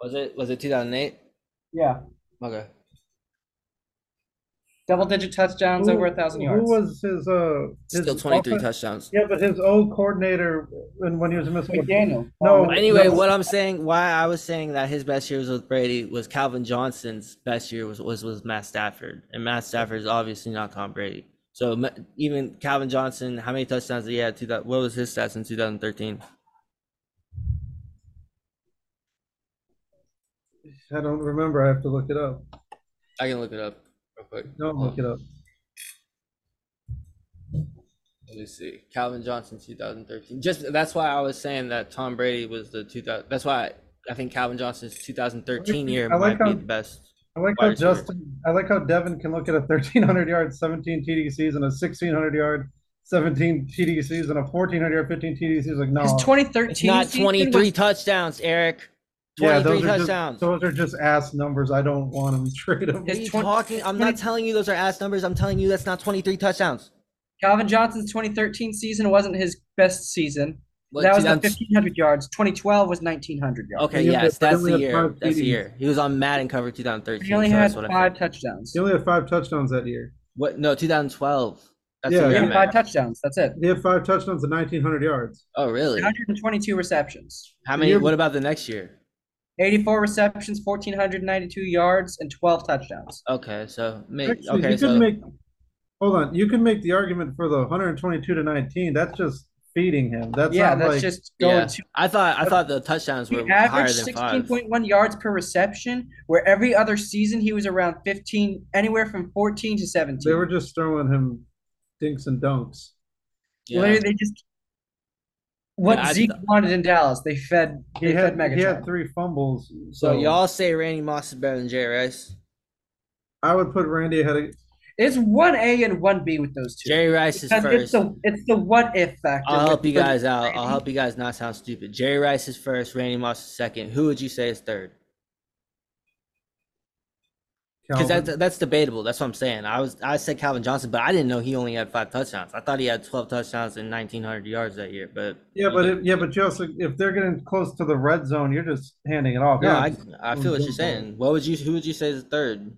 [SPEAKER 3] Was it was it 2008?
[SPEAKER 4] Yeah.
[SPEAKER 3] Okay.
[SPEAKER 4] Double digit touchdowns
[SPEAKER 5] Who-
[SPEAKER 4] over a thousand yards.
[SPEAKER 5] Who was his uh? His
[SPEAKER 6] Still 23
[SPEAKER 5] offen-
[SPEAKER 6] touchdowns.
[SPEAKER 5] Yeah, but his old coordinator when when he was in Minnesota.
[SPEAKER 4] McDaniel.
[SPEAKER 5] No.
[SPEAKER 4] Um,
[SPEAKER 6] Anyway, what I'm saying, why I was saying that his best year was with Brady was Calvin Johnson's best year was was, was Matt Stafford, and Matt Stafford is obviously not Tom Brady. So ma- even Calvin Johnson, how many touchdowns did he have? Two thou- What was his stats in 2013?
[SPEAKER 5] I don't remember. I have to look it up.
[SPEAKER 3] I can look it up real quick.
[SPEAKER 5] Don't look it up.
[SPEAKER 3] Let me see. Calvin Johnson, 2013. Just that's why I was saying that Tom Brady was the 2000. That's why I think Calvin Johnson's 2013 year
[SPEAKER 5] I like
[SPEAKER 3] might
[SPEAKER 5] how-
[SPEAKER 3] be the best.
[SPEAKER 5] I like
[SPEAKER 3] Wide
[SPEAKER 5] how
[SPEAKER 3] receiver.
[SPEAKER 5] Justin. I like how Devin can look at a 1,300 yard, 17 TD season, a 1,600 yard, 17 TD season, a 1,400 yard, 15 TD season. Like no,
[SPEAKER 4] His 2013
[SPEAKER 6] It's not
[SPEAKER 4] season
[SPEAKER 6] 23
[SPEAKER 4] was-
[SPEAKER 6] touchdowns, Eric.
[SPEAKER 5] yeah,
[SPEAKER 6] 23
[SPEAKER 5] those are
[SPEAKER 6] touchdowns.
[SPEAKER 5] just those are just ass numbers. I don't want them [LAUGHS] trade them.
[SPEAKER 6] What are
[SPEAKER 4] His
[SPEAKER 6] you
[SPEAKER 4] 20
[SPEAKER 6] talking? I'm not
[SPEAKER 4] 20
[SPEAKER 6] telling you those are ass numbers. I'm telling you that's not 23 touchdowns.
[SPEAKER 4] Calvin Johnson's 2013 season wasn't his best season.
[SPEAKER 3] What,
[SPEAKER 4] that was the
[SPEAKER 3] 2000
[SPEAKER 4] 1500 yards. 2012 was 1900 yards.
[SPEAKER 6] Okay,
[SPEAKER 5] Yeah,
[SPEAKER 6] yes,
[SPEAKER 5] but they
[SPEAKER 6] that's the
[SPEAKER 5] only had
[SPEAKER 6] year.
[SPEAKER 5] five
[SPEAKER 6] That's the
[SPEAKER 5] TDs.
[SPEAKER 6] year. He was on Madden cover 2013.
[SPEAKER 4] He only
[SPEAKER 6] so
[SPEAKER 4] had
[SPEAKER 6] that's what I
[SPEAKER 4] five
[SPEAKER 6] think.
[SPEAKER 4] touchdowns.
[SPEAKER 5] He only had five touchdowns that year.
[SPEAKER 3] What? No, 2012. That's
[SPEAKER 5] Yeah,
[SPEAKER 3] the year.
[SPEAKER 4] He
[SPEAKER 5] yeah.
[SPEAKER 3] I
[SPEAKER 4] had
[SPEAKER 3] meant.
[SPEAKER 4] five touchdowns. That's it.
[SPEAKER 5] He had five touchdowns and 1,900 yards.
[SPEAKER 3] Oh, really?
[SPEAKER 4] 122 receptions,
[SPEAKER 3] How
[SPEAKER 5] The
[SPEAKER 3] many?
[SPEAKER 5] year-
[SPEAKER 3] What about the next year?
[SPEAKER 4] 84 receptions, 1492 yards, and 12 touchdowns.
[SPEAKER 3] Okay, so maybe.
[SPEAKER 5] Actually,
[SPEAKER 3] Okay,
[SPEAKER 5] you
[SPEAKER 3] so
[SPEAKER 5] can make. Hold on, you can make the argument for the 122 to 19. That's just feeding him. That's
[SPEAKER 4] yeah,
[SPEAKER 5] not
[SPEAKER 4] that's
[SPEAKER 5] like,
[SPEAKER 4] just going
[SPEAKER 3] yeah,
[SPEAKER 4] to.
[SPEAKER 3] I thought I thought the touchdowns
[SPEAKER 4] He
[SPEAKER 3] were higher
[SPEAKER 4] averaged
[SPEAKER 3] than five.
[SPEAKER 4] 16.1 yards per reception, where every other season he was around 15, anywhere from 14 to 17.
[SPEAKER 5] They were just throwing him dinks and dunks.
[SPEAKER 3] Yeah.
[SPEAKER 4] Literally, they just what
[SPEAKER 3] Yeah, I-
[SPEAKER 4] Zeke wanted in Dallas, they fed. They
[SPEAKER 5] He
[SPEAKER 4] fed
[SPEAKER 5] had
[SPEAKER 4] Megatron.
[SPEAKER 5] he had three fumbles.
[SPEAKER 3] So y'all say Randy Moss is better than Jerry Rice?
[SPEAKER 5] I would put Randy ahead of
[SPEAKER 4] It's one A and one B with those two.
[SPEAKER 3] Jerry Rice is
[SPEAKER 4] Because
[SPEAKER 3] first.
[SPEAKER 4] it's the it's the what if factor.
[SPEAKER 3] I'll help
[SPEAKER 4] with
[SPEAKER 3] you
[SPEAKER 4] the-
[SPEAKER 3] guys out. I'll help you guys not sound stupid. Jerry Rice is first. Randy Moss is second. Who would you say is third? Because
[SPEAKER 5] Calvin.
[SPEAKER 3] that's that's debatable. That's what I'm saying. I was I said Calvin Johnson, but I didn't know he only had five touchdowns. I thought he had 12 touchdowns and 1,900 yards that year. But
[SPEAKER 5] yeah, but if, yeah, but you also if they're getting close to the red zone, you're just handing it off.
[SPEAKER 3] No,
[SPEAKER 5] Yeah,
[SPEAKER 3] I, I feel what you're saying. What would you? Who would you say is third?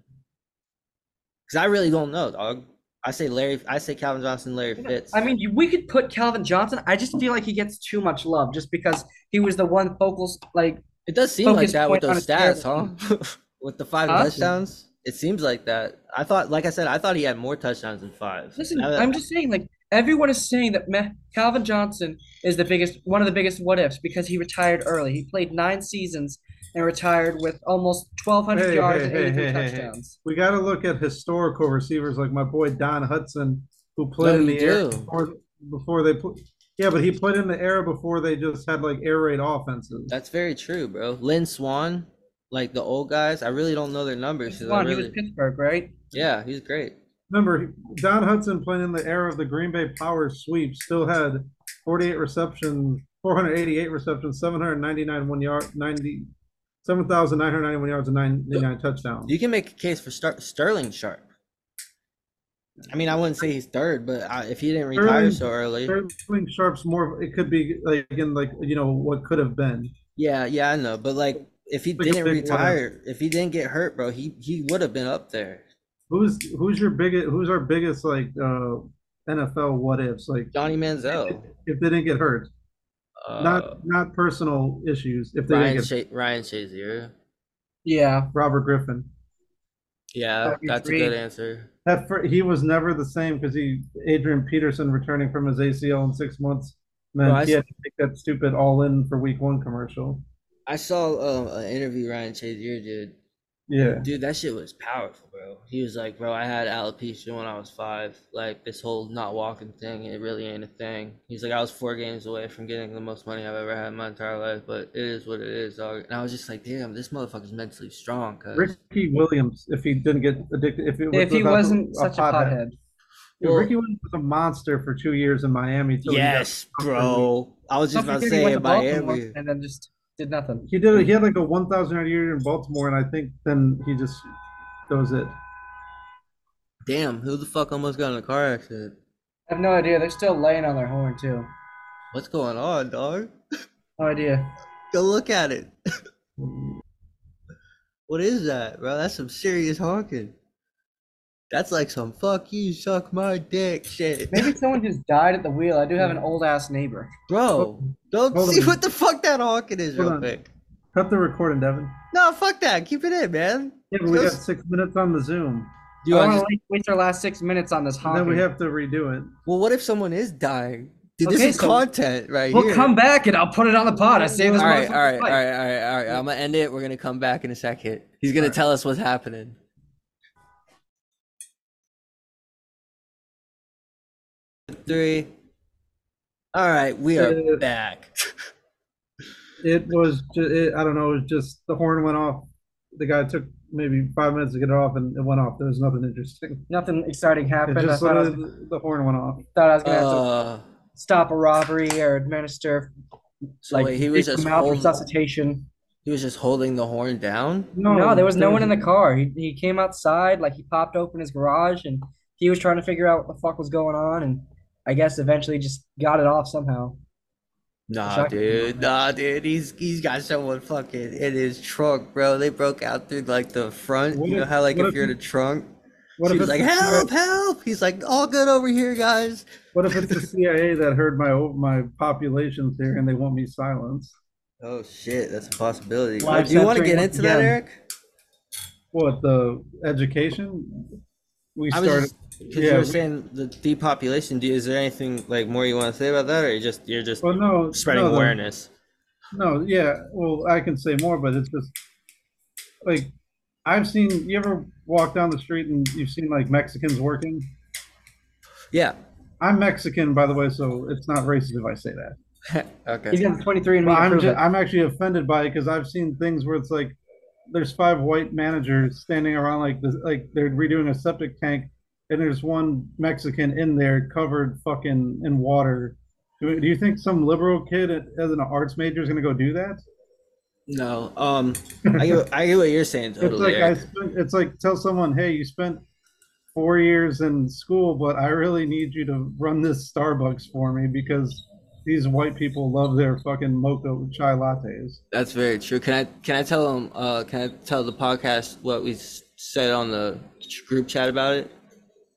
[SPEAKER 3] Because I really don't know, dog. I say Larry. I say Calvin Johnson, Larry Fitz.
[SPEAKER 4] I mean, you- we could put Calvin Johnson. I just feel like he gets too much love just because he was the one focal like
[SPEAKER 3] it does seem like
[SPEAKER 4] focus
[SPEAKER 3] that with
[SPEAKER 4] point on
[SPEAKER 3] those
[SPEAKER 4] his
[SPEAKER 3] stats, huh? [LAUGHS] with the five
[SPEAKER 4] Huh?
[SPEAKER 3] touchdowns, it seems like that. I thought, like I said, I thought he had more touchdowns than five.
[SPEAKER 4] Listen,
[SPEAKER 3] Now that-
[SPEAKER 4] I'm just saying, like everyone is saying that Meh- Calvin Johnson is the biggest, one of the biggest what ifs because he retired early. He played nine seasons and retired with almost 1,200
[SPEAKER 5] Hey,
[SPEAKER 4] yards
[SPEAKER 5] hey,
[SPEAKER 4] and
[SPEAKER 5] hey,
[SPEAKER 4] 83
[SPEAKER 5] hey, hey, hey.
[SPEAKER 4] touchdowns.
[SPEAKER 5] we got to look at historical receivers like my boy Don Hudson, who played
[SPEAKER 3] What
[SPEAKER 5] in
[SPEAKER 3] did
[SPEAKER 5] the
[SPEAKER 3] he
[SPEAKER 5] air
[SPEAKER 3] do?
[SPEAKER 5] before, before they put. Yeah, but he played in the era before they just had like air raid offenses.
[SPEAKER 3] that's very true, bro. Lynn Swan, like the old guys, I really don't know their numbers. 'cause I
[SPEAKER 4] Come on, he
[SPEAKER 3] really,
[SPEAKER 4] was Pittsburgh, right?
[SPEAKER 3] yeah, he's great.
[SPEAKER 5] Remember, Don Hudson playing in the era of the Green Bay power sweep still had 48 receptions, 488 receptions, 799 one yard, 90, 7,991 yards and 99 touchdowns.
[SPEAKER 3] You can make a case for Star- Sterling Sharp. I mean, I wouldn't say he's third, but I, if he didn't retire
[SPEAKER 5] Sterling-
[SPEAKER 3] so early,
[SPEAKER 5] Sterling Sharp's more. of- It could be like in like you know what could have been.
[SPEAKER 3] yeah, yeah, I know. But like, if he
[SPEAKER 5] Like a
[SPEAKER 3] didn't
[SPEAKER 5] big one.
[SPEAKER 3] retire, if he didn't get hurt, bro, he he would have been up there.
[SPEAKER 5] Who's who's your biggest? Who's our biggest like uh NFL what ifs? Like
[SPEAKER 3] Johnny Manziel,
[SPEAKER 5] if they didn't get hurt,
[SPEAKER 3] Oh. uh,
[SPEAKER 5] not not personal issues. If they
[SPEAKER 3] Ryan
[SPEAKER 5] didn't get
[SPEAKER 3] Sha- Ryan Shazier.
[SPEAKER 4] Yeah.
[SPEAKER 5] Robert Griffin,
[SPEAKER 3] Yeah,
[SPEAKER 4] That'd be
[SPEAKER 3] that's a
[SPEAKER 4] three.
[SPEAKER 3] good answer.
[SPEAKER 5] that fir- he was never the same because he Adrian Peterson returning from his ACL in six months. Man,
[SPEAKER 3] Well, I
[SPEAKER 5] he
[SPEAKER 3] s-
[SPEAKER 5] had to take that stupid all in for week one commercial.
[SPEAKER 3] I saw um, an interview Ryan Shazier did.
[SPEAKER 5] Yeah,
[SPEAKER 3] Dude, that shit was powerful, bro. He was like, bro, I had alopecia when I was five. Like this whole not walking thing, it really ain't a thing. He's like, I was four games away from getting the most money I've ever had in my entire life, but it is what it is, dog. And I was just like, damn, this motherfucker's mentally strong, cause
[SPEAKER 5] Ricky Williams. If he didn't get addicted, if it was
[SPEAKER 4] If he
[SPEAKER 5] without the-
[SPEAKER 4] wasn't such a pothead.
[SPEAKER 5] Dude,
[SPEAKER 6] Well-
[SPEAKER 5] Ricky Williams was a monster for two years in Miami. till he got
[SPEAKER 6] Yes, bro. I was just
[SPEAKER 4] Don't
[SPEAKER 6] about to
[SPEAKER 4] forget he
[SPEAKER 6] say
[SPEAKER 4] went to Baltimore
[SPEAKER 6] Miami.
[SPEAKER 4] and then just did nothing.
[SPEAKER 5] He did. He had
[SPEAKER 6] Mm-hmm.
[SPEAKER 5] like a one thousand yard year in Baltimore, and I think then he just goes it.
[SPEAKER 3] Damn, who the fuck almost got in a car accident?
[SPEAKER 4] I have no idea. They're still laying on their horn too.
[SPEAKER 3] What's going on, dog?
[SPEAKER 4] No idea.
[SPEAKER 3] Go look at it. what is that, bro? That's some serious honking. That's like some fuck you, suck my dick shit.
[SPEAKER 4] Maybe someone just died at the wheel. I do have an old ass neighbor.
[SPEAKER 3] Bro, don't
[SPEAKER 5] Hold
[SPEAKER 3] see
[SPEAKER 5] on.
[SPEAKER 3] what the fuck that honking is
[SPEAKER 5] Hold
[SPEAKER 3] real
[SPEAKER 5] on.
[SPEAKER 3] quick.
[SPEAKER 5] Cut the recording, Devin.
[SPEAKER 3] No, fuck that. Keep it in, man.
[SPEAKER 5] Yeah, but we got
[SPEAKER 3] Let's-
[SPEAKER 5] six minutes on the Zoom,
[SPEAKER 3] Do you
[SPEAKER 4] I
[SPEAKER 3] want
[SPEAKER 4] want
[SPEAKER 3] just,
[SPEAKER 4] to waste our last six minutes on this
[SPEAKER 5] and
[SPEAKER 4] honking.
[SPEAKER 5] then we have to redo it.
[SPEAKER 3] well, what if someone is dying? Dude,
[SPEAKER 4] Okay,
[SPEAKER 3] this is
[SPEAKER 4] so-
[SPEAKER 3] content right
[SPEAKER 4] we'll
[SPEAKER 3] here.
[SPEAKER 4] come back and I'll put it on the pod. I saved this
[SPEAKER 3] all right,
[SPEAKER 4] motherfucker's
[SPEAKER 3] all right, all
[SPEAKER 4] life.
[SPEAKER 3] right, all right, all right. I'm gonna end it. We're gonna come back in a second. He's gonna tell us what's happening. Three. All right, we are
[SPEAKER 5] Uh, [LAUGHS]
[SPEAKER 3] back.
[SPEAKER 5] It was. Ju- it, I don't know. It was just the horn went off. The guy took maybe five minutes to get it off, and it went off. There was nothing interesting.
[SPEAKER 4] Nothing exciting
[SPEAKER 5] It
[SPEAKER 4] happened. I
[SPEAKER 5] just
[SPEAKER 4] thought I, was,
[SPEAKER 5] literally- the horn went off.
[SPEAKER 4] thought I was gonna have to
[SPEAKER 3] Uh,
[SPEAKER 4] stop a robbery or administer
[SPEAKER 3] so
[SPEAKER 4] like
[SPEAKER 3] wait, he was
[SPEAKER 4] equal
[SPEAKER 3] just
[SPEAKER 4] amount of
[SPEAKER 3] holding,
[SPEAKER 4] resuscitation.
[SPEAKER 3] he was just holding the horn down.
[SPEAKER 4] No, there was no one in the
[SPEAKER 5] car.
[SPEAKER 4] car. He he came outside, like he popped open his garage and he was trying to figure out what the fuck was going on and I guess eventually just got it off somehow.
[SPEAKER 3] Nah,
[SPEAKER 4] Exactly.
[SPEAKER 3] dude. Nah, dude. He's he's got someone fucking in his trunk, bro. They broke out through like the front.
[SPEAKER 5] What
[SPEAKER 3] you know
[SPEAKER 5] if-
[SPEAKER 3] how like
[SPEAKER 5] what
[SPEAKER 3] if
[SPEAKER 5] if
[SPEAKER 3] you're in
[SPEAKER 5] he-
[SPEAKER 3] a trunk,
[SPEAKER 5] What
[SPEAKER 3] she
[SPEAKER 5] if
[SPEAKER 3] was
[SPEAKER 5] it's
[SPEAKER 3] like,
[SPEAKER 5] the
[SPEAKER 3] "Help,
[SPEAKER 5] CIA,
[SPEAKER 3] help!" He's like, "All good over here, guys."
[SPEAKER 5] what if it's the CIA that heard my my population theory and they want me silenced?
[SPEAKER 3] Oh shit, that's a possibility.
[SPEAKER 4] Live
[SPEAKER 3] Do you want to
[SPEAKER 4] censoring
[SPEAKER 3] get
[SPEAKER 4] once
[SPEAKER 3] into that,
[SPEAKER 4] again.
[SPEAKER 3] Eric?
[SPEAKER 5] What the education? We
[SPEAKER 6] I was
[SPEAKER 5] started.
[SPEAKER 6] just, 'cause you
[SPEAKER 5] yeah,
[SPEAKER 6] were
[SPEAKER 5] we-
[SPEAKER 6] saying the depopulation. Do, is there anything like more you want to say about that, or you just you're just
[SPEAKER 5] well, oh, no,
[SPEAKER 6] spreading
[SPEAKER 5] no, the-
[SPEAKER 6] awareness?
[SPEAKER 5] No, yeah. Well, I can say more, but it's just like I've seen. You ever walk down the street and you've seen like Mexicans working?
[SPEAKER 3] Yeah.
[SPEAKER 5] I'm Mexican, by the way, so it's not racist if I say that.
[SPEAKER 4] He's
[SPEAKER 3] okay.
[SPEAKER 5] [LAUGHS]
[SPEAKER 4] got the 23 and
[SPEAKER 5] Well, I'm
[SPEAKER 4] prove
[SPEAKER 5] ju-
[SPEAKER 4] it.
[SPEAKER 5] I'm actually offended by it because I've seen things where it's like there's five white managers standing around like this, like they're redoing a septic tank, and there's one Mexican in there covered fucking in water. Do, do you think some liberal kid as an arts major is gonna go do that?
[SPEAKER 6] No. Um, I get, I get what you're saying
[SPEAKER 5] It's
[SPEAKER 6] totally.
[SPEAKER 5] like I
[SPEAKER 6] Eric.
[SPEAKER 5] spent, it's like tell someone, hey, you spent four years in school, but I really need you to run this Starbucks for me because these white people love their fucking mocha with chai lattes.
[SPEAKER 3] That's very true. Can I can I tell him? Uh, can I tell the podcast what we s- said on the ch- group chat about it,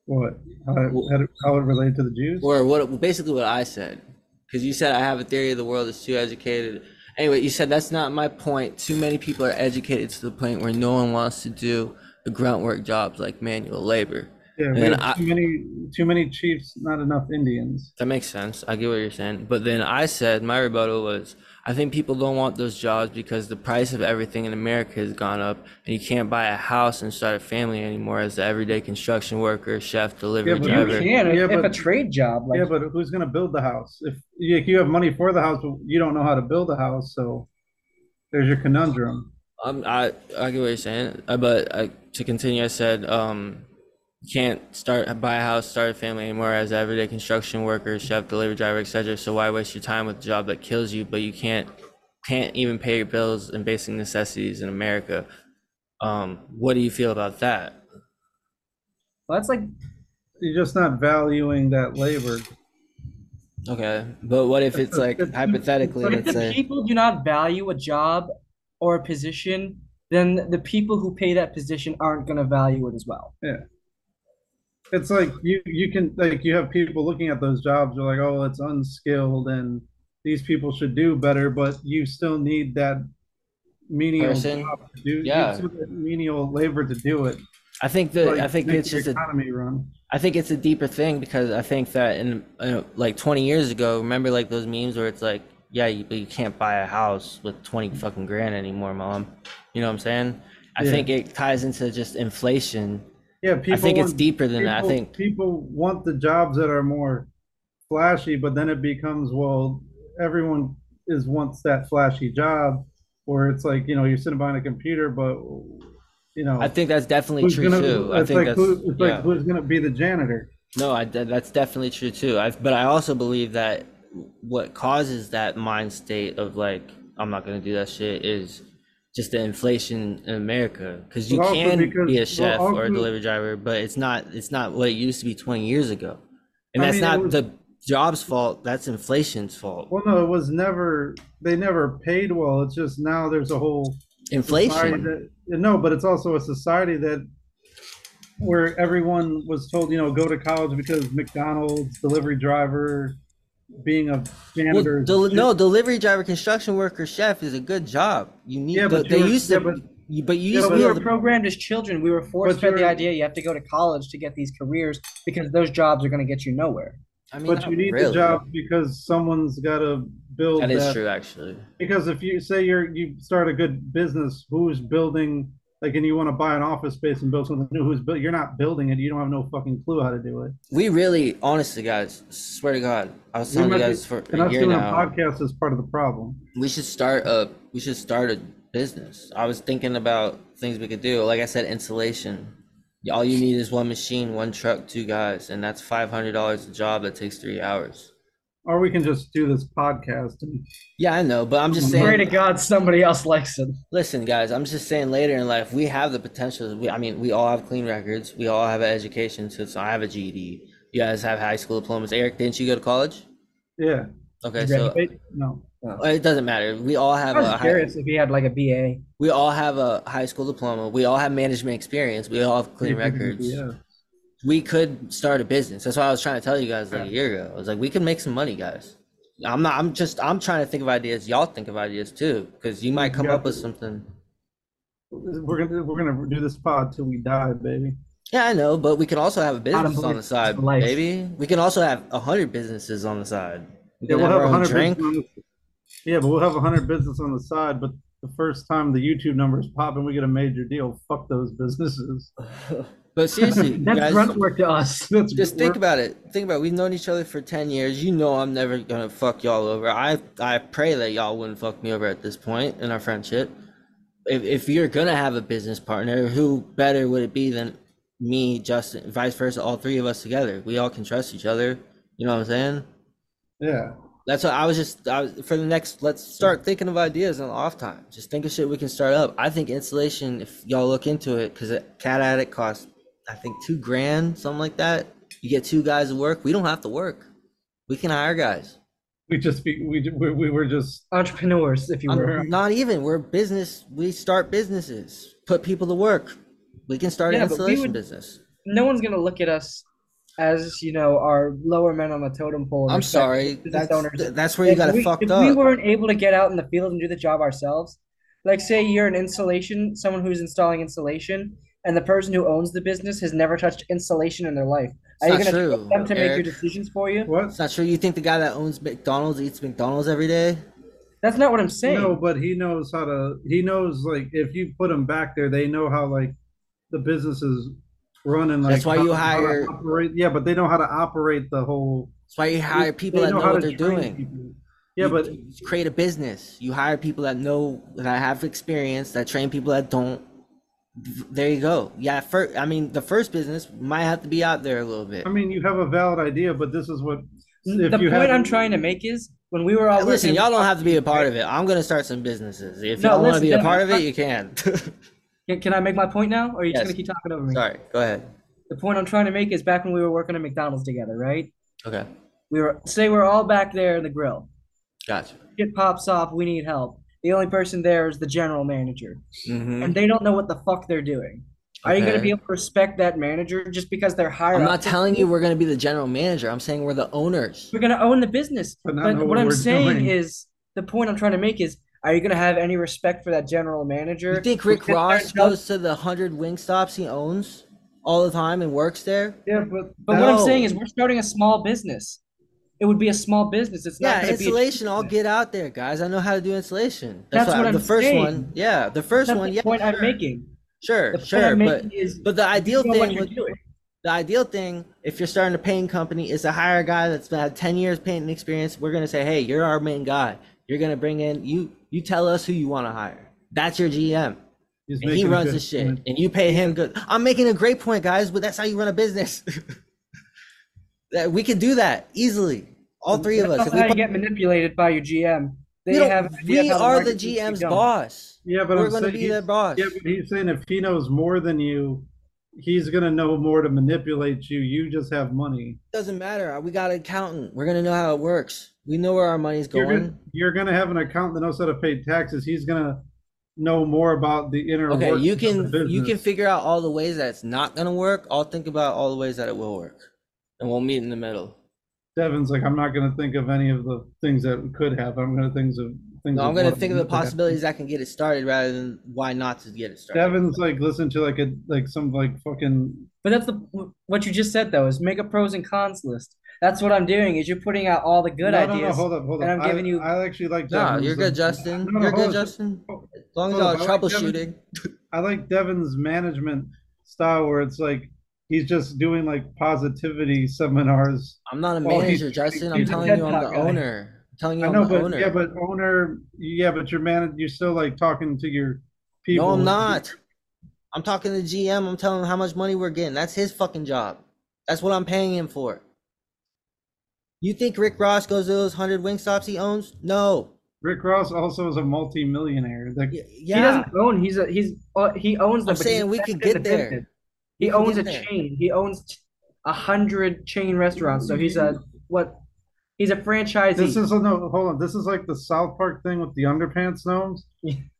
[SPEAKER 5] What? How, how, it- how it related to the Jews?
[SPEAKER 3] or what? Basically, what I said, because you said I have a theory of the world that's too educated. Anyway, you said that's not my point. Too many people are educated to the point where no one wants to do the grunt work jobs like manual labor.
[SPEAKER 5] Yeah, we
[SPEAKER 3] Man,
[SPEAKER 5] have
[SPEAKER 3] I-
[SPEAKER 5] too many too many chiefs, not enough Indians.
[SPEAKER 6] That makes sense. I get what you're saying. But then I said my rebuttal was I think people don't want those jobs because the price of everything in America has gone up and you can't buy a house and start a family anymore as the everyday construction worker, chef, delivery
[SPEAKER 5] Yeah, but you
[SPEAKER 6] driver.
[SPEAKER 5] can't-
[SPEAKER 4] Yeah,
[SPEAKER 5] Yeah,
[SPEAKER 4] if a
[SPEAKER 5] but-
[SPEAKER 4] trade job, like
[SPEAKER 5] yeah, but who's gonna build the house? If you, if you have money for the house, but you don't know how to build a house, so there's your conundrum.
[SPEAKER 6] Um, I I get what you're saying, uh, but I, to continue, I said um, you can't start buy a house, start a family anymore as an everyday construction worker, chef, delivery driver, etc. So why waste your time with a job that kills you, but you can't can't even pay your bills and basic necessities in America? Um, what do you feel about that?
[SPEAKER 4] well, that's like
[SPEAKER 5] You're just not valuing that labor.
[SPEAKER 6] Okay, but what if it's like hypothetically,
[SPEAKER 4] if
[SPEAKER 6] let's
[SPEAKER 4] the
[SPEAKER 6] say,
[SPEAKER 4] people do not value a job or a position, then the people who pay that position aren't gonna value it as well.
[SPEAKER 5] It's like you you can like you have people looking at those jobs. You're like, oh, it's unskilled, and these people should do better, but you still need that menial
[SPEAKER 6] Person?
[SPEAKER 5] job to do. you
[SPEAKER 6] Yeah.
[SPEAKER 5] still need that menial labor to do it.
[SPEAKER 6] I think that
[SPEAKER 5] Like,
[SPEAKER 6] I think
[SPEAKER 5] make
[SPEAKER 6] it's
[SPEAKER 5] the
[SPEAKER 6] just a
[SPEAKER 5] economy run.
[SPEAKER 6] I think it's a deeper thing because I think that in uh, like 20 years ago, remember like those memes where it's like, yeah, you, but you can't buy a house with 20 fucking grand anymore, mom. You know what I'm saying? I
[SPEAKER 5] Yeah.
[SPEAKER 6] think it ties into just inflation.
[SPEAKER 5] Yeah, people
[SPEAKER 6] I think it's
[SPEAKER 5] want-
[SPEAKER 6] deeper than that. I
[SPEAKER 5] people-
[SPEAKER 6] think
[SPEAKER 5] people want the jobs that are more flashy, but then it becomes, well, everyone is wants that flashy job, where it's like, you know, you're sitting behind a computer, but you know,
[SPEAKER 6] I think that's definitely
[SPEAKER 5] who's
[SPEAKER 6] true
[SPEAKER 5] gonna-
[SPEAKER 6] too. I
[SPEAKER 5] it's
[SPEAKER 6] think
[SPEAKER 5] like
[SPEAKER 6] that's
[SPEAKER 5] who, it's
[SPEAKER 6] yeah.
[SPEAKER 5] like who's gonna be the janitor?
[SPEAKER 3] No, I, that- that's definitely true too. I've, but I also believe that what causes that mind state of like, I'm not going to do that shit is just the inflation in America. Cause you
[SPEAKER 5] But also
[SPEAKER 3] can
[SPEAKER 5] because-
[SPEAKER 3] be a
[SPEAKER 5] but
[SPEAKER 3] chef or a
[SPEAKER 5] also-
[SPEAKER 3] delivery driver, but it's not, it's not what it used to be 20 years ago. And
[SPEAKER 5] I
[SPEAKER 3] that's
[SPEAKER 5] mean, it
[SPEAKER 3] not
[SPEAKER 5] was-
[SPEAKER 3] the job's fault. That's inflation's fault.
[SPEAKER 5] Well, no, it was never. They never paid well. It's just now there's a whole society
[SPEAKER 3] Inflation.
[SPEAKER 5] that no, but it's also a society that where everyone was told, you know, go to college because McDonald's delivery driver, being a
[SPEAKER 3] Well,
[SPEAKER 5] janitor. is
[SPEAKER 3] del-
[SPEAKER 5] shit.
[SPEAKER 3] no, delivery driver, construction worker, chef is a good job. You need,
[SPEAKER 5] Yeah,
[SPEAKER 3] the,
[SPEAKER 5] but you
[SPEAKER 3] they
[SPEAKER 5] were-
[SPEAKER 3] used
[SPEAKER 5] yeah,
[SPEAKER 3] to,
[SPEAKER 5] but-
[SPEAKER 3] you, but you
[SPEAKER 5] yeah,
[SPEAKER 3] used to
[SPEAKER 5] but
[SPEAKER 3] be
[SPEAKER 4] we
[SPEAKER 5] you're
[SPEAKER 3] able
[SPEAKER 4] were
[SPEAKER 3] to
[SPEAKER 4] programmed as children. We were forced fed the
[SPEAKER 5] you're-
[SPEAKER 4] idea you have to go to college to get these careers because those jobs are going to get you nowhere.
[SPEAKER 3] I mean,
[SPEAKER 5] but
[SPEAKER 3] not
[SPEAKER 5] you need
[SPEAKER 3] really.
[SPEAKER 5] the job because someone's got to build.
[SPEAKER 3] That is true, actually.
[SPEAKER 5] Because if you say you're you start a good business, who's building? Like, and you want to buy an office space and build something new. Who's built? You're not building it. You don't have no fucking clue how to do it.
[SPEAKER 3] We really, honestly, guys, swear to God, I was
[SPEAKER 5] We
[SPEAKER 3] telling you
[SPEAKER 5] might be-
[SPEAKER 3] guys for
[SPEAKER 5] And
[SPEAKER 3] a
[SPEAKER 5] us
[SPEAKER 3] year
[SPEAKER 5] doing a
[SPEAKER 3] now,
[SPEAKER 5] podcast is part of the problem.
[SPEAKER 3] we should start a, we should start a business. I was thinking about things we could do. Like I said, insulation. All you need is one machine, one truck, two guys, and that's five hundred dollars a job that takes three hours.
[SPEAKER 5] Or we can just do this podcast and
[SPEAKER 3] Yeah, I know, but I'm just saying.
[SPEAKER 4] Pray to God somebody else likes it.
[SPEAKER 3] Listen, guys, I'm just saying later in life, we have the potential. We, I mean, we all have clean records. We all have an education. So, so I have a GED. You guys have high school diplomas. Eric, didn't you go to college?
[SPEAKER 5] yeah.
[SPEAKER 3] Okay, so
[SPEAKER 5] No.
[SPEAKER 3] it doesn't matter. We all have
[SPEAKER 4] I
[SPEAKER 3] a
[SPEAKER 4] was
[SPEAKER 3] high,
[SPEAKER 4] curious if he had like a BA.
[SPEAKER 3] we all have a high school diploma. We all have management experience. We all have clean
[SPEAKER 5] Yeah,
[SPEAKER 3] records.
[SPEAKER 5] Yeah.
[SPEAKER 3] We could start a business. That's what I was trying to tell you guys like a year ago. I was like, we can make some money, guys. I'm not. I'm just. I'm trying to think of ideas. Y'all think of ideas too, because you might come
[SPEAKER 5] Yeah.
[SPEAKER 3] up with something.
[SPEAKER 5] We're gonna we're gonna do this pod till we die, baby.
[SPEAKER 3] Yeah, I know, but we can also have a business on
[SPEAKER 4] believe
[SPEAKER 3] the
[SPEAKER 4] it's
[SPEAKER 3] side,
[SPEAKER 4] life.
[SPEAKER 3] baby. We can also have a hundred businesses on the side. We
[SPEAKER 5] Yeah,
[SPEAKER 3] can
[SPEAKER 5] we'll
[SPEAKER 3] have
[SPEAKER 5] have
[SPEAKER 3] our own
[SPEAKER 5] 100
[SPEAKER 3] drink.
[SPEAKER 5] business on the- Yeah, but we'll have 100 business on the side, but the first time the YouTube numbers pop and we get a major deal, fuck those businesses.
[SPEAKER 3] But seriously, you
[SPEAKER 4] [LAUGHS] That's
[SPEAKER 3] guys,
[SPEAKER 4] grunt work to us.
[SPEAKER 5] That's
[SPEAKER 3] just think
[SPEAKER 5] we're-
[SPEAKER 3] about it. Think about it. We've known each other for ten years. You know I'm never gonna fuck y'all over. I I pray that y'all wouldn't fuck me over at this point in our friendship. If if you're gonna have a business partner, who better would it be than me, Justin, vice versa, all three of us together? We all can trust each other. You know what I'm saying?
[SPEAKER 5] Yeah.
[SPEAKER 3] That's what I was just I was, for the next. Let's start thinking of ideas on off time. Just think of shit we can start up. I think insulation. If y'all look into it, because cat addict costs, I think two grand, something like that. You get two guys to work. We don't have to work. We can hire guys.
[SPEAKER 5] We just be we we, we were just
[SPEAKER 4] Entrepreneurs, if you
[SPEAKER 3] I'm-
[SPEAKER 4] were.
[SPEAKER 3] not even. We're business. We start businesses. Put people to work. We can start
[SPEAKER 4] Yeah,
[SPEAKER 3] an
[SPEAKER 4] but we
[SPEAKER 3] insulation
[SPEAKER 4] would-
[SPEAKER 3] business.
[SPEAKER 4] No one's going to look at us as, you know, our lower men on the totem pole. and
[SPEAKER 3] I'm
[SPEAKER 4] respect
[SPEAKER 3] sorry.
[SPEAKER 4] business
[SPEAKER 3] That's
[SPEAKER 4] owners.
[SPEAKER 3] th- that's where you
[SPEAKER 4] If
[SPEAKER 3] got it
[SPEAKER 4] we-
[SPEAKER 3] fucked
[SPEAKER 4] if
[SPEAKER 3] up.
[SPEAKER 4] we weren't able to get out in the field and do the job ourselves, like say you're an insulation, someone who's installing insulation, and the person who owns the business has never touched insulation in their life. Are you
[SPEAKER 3] It's not
[SPEAKER 4] going to
[SPEAKER 3] true,
[SPEAKER 4] trust them to make
[SPEAKER 3] Eric.
[SPEAKER 4] your decisions for you?
[SPEAKER 5] what?
[SPEAKER 3] it's not true. You think the guy that owns McDonald's eats McDonald's every day?
[SPEAKER 4] That's not what I'm saying.
[SPEAKER 5] No, but he knows how to he knows like if you put him back there, they know how like the business is running like
[SPEAKER 3] That's why you
[SPEAKER 5] how- how to
[SPEAKER 3] hire-
[SPEAKER 5] operate, yeah, but they know how to operate the whole
[SPEAKER 3] That's why you hire people
[SPEAKER 5] they
[SPEAKER 3] that know,
[SPEAKER 5] how
[SPEAKER 3] what
[SPEAKER 5] to
[SPEAKER 3] they're
[SPEAKER 5] train
[SPEAKER 3] doing.
[SPEAKER 5] people. Yeah,
[SPEAKER 3] You-
[SPEAKER 5] but
[SPEAKER 3] you create a business. You hire people that know that have experience that train people that don't. There you go. Yeah, first, I mean, the first business might have to be out there a little bit.
[SPEAKER 5] I mean, you have a valid idea, but this is what
[SPEAKER 4] the
[SPEAKER 5] if
[SPEAKER 4] point
[SPEAKER 5] you have-
[SPEAKER 4] I'm trying to make is when we were all
[SPEAKER 3] Listen,
[SPEAKER 4] working-
[SPEAKER 3] y'all don't have to be a part of it. I'm gonna start some businesses. If
[SPEAKER 4] No,
[SPEAKER 3] y'all want to
[SPEAKER 4] listen,
[SPEAKER 3] be a
[SPEAKER 4] no,
[SPEAKER 3] part of
[SPEAKER 4] I-
[SPEAKER 3] it, you can. [LAUGHS]
[SPEAKER 4] Can, can I make my point now, or are you
[SPEAKER 3] Yes.
[SPEAKER 4] just gonna keep talking over me?
[SPEAKER 3] Sorry, go ahead.
[SPEAKER 4] The point I'm trying to make is back when we were working at McDonald's together, right?
[SPEAKER 3] Okay,
[SPEAKER 4] We were say we're all back there in the grill.
[SPEAKER 3] gotcha.
[SPEAKER 4] Shit pops off. We need help. The only person there is the general manager,
[SPEAKER 3] Mhm.
[SPEAKER 4] and they don't know what the fuck they're doing. Are you gonna
[SPEAKER 3] Okay.
[SPEAKER 4] be able to respect that manager just because they're higher?
[SPEAKER 3] I'm
[SPEAKER 4] up
[SPEAKER 3] not
[SPEAKER 4] than
[SPEAKER 3] telling you we're gonna be the general manager. I'm saying we're the owners.
[SPEAKER 4] We're gonna own the business. But,
[SPEAKER 5] But not know
[SPEAKER 4] what,
[SPEAKER 5] what
[SPEAKER 4] I'm
[SPEAKER 5] we're
[SPEAKER 4] saying
[SPEAKER 5] doing.
[SPEAKER 4] is the point I'm trying to make is: Are you gonna have any respect for that general manager?
[SPEAKER 3] You think
[SPEAKER 4] who
[SPEAKER 3] Rick
[SPEAKER 4] sits there and
[SPEAKER 3] Ross
[SPEAKER 4] tells-
[SPEAKER 3] goes to the hundred wing stops he owns all the time and works there?
[SPEAKER 5] Yeah, but
[SPEAKER 4] But what I'm
[SPEAKER 3] No.
[SPEAKER 4] saying is, we're starting a small business. It would be a small business. It's not
[SPEAKER 3] Yeah,
[SPEAKER 4] gonna
[SPEAKER 3] insulation.
[SPEAKER 4] Be a,
[SPEAKER 3] I'll get out there, guys. I know how to do insulation. That's,
[SPEAKER 4] That's
[SPEAKER 3] why-
[SPEAKER 4] what I'm
[SPEAKER 3] the first
[SPEAKER 4] saying.
[SPEAKER 3] one. Yeah, the first
[SPEAKER 4] that's
[SPEAKER 3] one.
[SPEAKER 4] the
[SPEAKER 3] yeah,
[SPEAKER 4] point I'm
[SPEAKER 3] sure,
[SPEAKER 4] making.
[SPEAKER 3] Sure,
[SPEAKER 4] The point
[SPEAKER 3] sure.
[SPEAKER 4] I'm
[SPEAKER 3] but
[SPEAKER 4] making is
[SPEAKER 3] but the
[SPEAKER 4] you
[SPEAKER 3] ideal
[SPEAKER 4] know what
[SPEAKER 3] thing
[SPEAKER 4] you're
[SPEAKER 3] with
[SPEAKER 4] doing.
[SPEAKER 3] the ideal thing, if you're starting a painting company, is to hire a guy that's had ten years painting experience. We're gonna say, hey, you're our main guy. You're gonna bring in you. You tell us who you want to hire. That's your GM.
[SPEAKER 5] he's
[SPEAKER 3] And he
[SPEAKER 5] making a
[SPEAKER 3] runs
[SPEAKER 5] good
[SPEAKER 3] the shit,
[SPEAKER 5] point.
[SPEAKER 3] and you pay him good. I'm making a great point, guys. But that's how you run a business. [LAUGHS] That we could do that easily. All three of us.
[SPEAKER 4] That's
[SPEAKER 3] If
[SPEAKER 4] how you
[SPEAKER 3] we,
[SPEAKER 4] get manipulated by your GM. They
[SPEAKER 3] we, don't-
[SPEAKER 4] have an idea
[SPEAKER 3] we
[SPEAKER 4] how
[SPEAKER 3] are the
[SPEAKER 4] market needs to be
[SPEAKER 3] GM's
[SPEAKER 4] done.
[SPEAKER 3] boss.
[SPEAKER 5] Yeah, but
[SPEAKER 3] We're going
[SPEAKER 5] I'm
[SPEAKER 3] to
[SPEAKER 5] saying
[SPEAKER 3] be
[SPEAKER 5] he's-
[SPEAKER 3] their boss.
[SPEAKER 5] Yeah, but he's saying if he knows more than you, he's gonna know more to manipulate you. You just have money.
[SPEAKER 3] Doesn't matter. We got an accountant. We're going to know how it works. We know where our money's
[SPEAKER 5] You're
[SPEAKER 3] going.
[SPEAKER 5] gonna, you're gonna have an accountant that knows how to pay taxes. He's gonna know more about the inner
[SPEAKER 3] Okay,
[SPEAKER 5] workings
[SPEAKER 3] you
[SPEAKER 5] of
[SPEAKER 3] can
[SPEAKER 5] the
[SPEAKER 3] you can
[SPEAKER 5] business.
[SPEAKER 3] figure out all the ways that it's not gonna work. I'll think about all the ways that it will work, and we'll meet in the middle.
[SPEAKER 5] Devin's like, I'm not gonna think of any of the things that could happen. I'm gonna think of things.
[SPEAKER 3] No, I'm
[SPEAKER 5] of
[SPEAKER 3] gonna
[SPEAKER 5] what
[SPEAKER 3] think of the
[SPEAKER 5] could happen."
[SPEAKER 3] possibilities that can get it started rather than why not to get it started.
[SPEAKER 5] Devin's like listen to like a like some like fucking
[SPEAKER 4] But that's the what you just said though is make a pros and cons list. That's what I'm doing is you're putting out all the good
[SPEAKER 5] No, no, no,
[SPEAKER 4] ideas.
[SPEAKER 5] hold up, hold
[SPEAKER 4] and
[SPEAKER 5] up.
[SPEAKER 4] I'm giving
[SPEAKER 5] I,
[SPEAKER 4] you-
[SPEAKER 5] I actually like
[SPEAKER 3] no,
[SPEAKER 5] Devin's,
[SPEAKER 3] you're good,
[SPEAKER 5] like-
[SPEAKER 3] Justin.
[SPEAKER 5] No, no,
[SPEAKER 3] you're
[SPEAKER 5] hold
[SPEAKER 3] good,
[SPEAKER 5] up.
[SPEAKER 3] Justin. As long as
[SPEAKER 5] Hold
[SPEAKER 3] y'all
[SPEAKER 5] up, oh, I like Devin.
[SPEAKER 3] troubleshooting.
[SPEAKER 5] I like Devin's management style where it's like he's just doing like positivity seminars.
[SPEAKER 3] I'm not a
[SPEAKER 5] Well, he's-
[SPEAKER 3] manager, Justin. I'm
[SPEAKER 5] he's a
[SPEAKER 3] telling
[SPEAKER 4] TED
[SPEAKER 3] you, I'm
[SPEAKER 4] Talk
[SPEAKER 3] the
[SPEAKER 4] guy.
[SPEAKER 3] owner. I'm telling you,
[SPEAKER 5] I
[SPEAKER 3] I'm
[SPEAKER 5] know,
[SPEAKER 3] the
[SPEAKER 5] but
[SPEAKER 3] owner.
[SPEAKER 5] yeah, but owner, yeah, but you're man, you're still like talking to your people.
[SPEAKER 3] no, I'm not. I'm talking to GM. I'm telling him how much money we're getting. That's his fucking job. That's what I'm paying him for. You think Rick Ross goes to those hundred wing stops he owns? No.
[SPEAKER 5] Rick Ross also is a multimillionaire. Like,
[SPEAKER 3] Y-
[SPEAKER 4] He
[SPEAKER 3] Yeah.
[SPEAKER 4] doesn't own. He's a, he's uh, he owns them.
[SPEAKER 3] I'm
[SPEAKER 4] but
[SPEAKER 3] saying
[SPEAKER 4] he's
[SPEAKER 3] we could
[SPEAKER 4] invested
[SPEAKER 3] get
[SPEAKER 4] in the
[SPEAKER 3] there.
[SPEAKER 4] business.
[SPEAKER 3] We
[SPEAKER 4] He
[SPEAKER 3] could
[SPEAKER 4] owns
[SPEAKER 3] get
[SPEAKER 4] a
[SPEAKER 3] there.
[SPEAKER 4] chain. He owns t- a hundred chain restaurants. So he's a what? He's a franchisee.
[SPEAKER 5] this is oh, no, hold on. This is like the South Park thing with the underpants gnomes.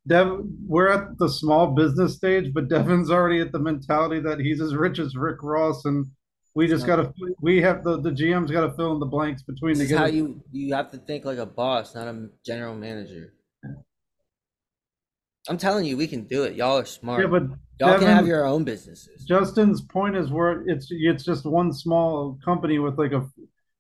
[SPEAKER 5] Dev, we're at the small business stage, but Devin's already at the mentality that he's as rich as Rick Ross, and we just gotta, we have the the GM's gotta fill in the blanks between
[SPEAKER 3] This
[SPEAKER 5] the.
[SPEAKER 3] is how you you have to think like a boss, not a general manager. I'm telling you, we can do it. Y'all are smart.
[SPEAKER 5] Yeah, but
[SPEAKER 3] Y'all can have
[SPEAKER 5] Devin-
[SPEAKER 3] your own businesses.
[SPEAKER 5] Justin's point is where it's it's just one small company with like a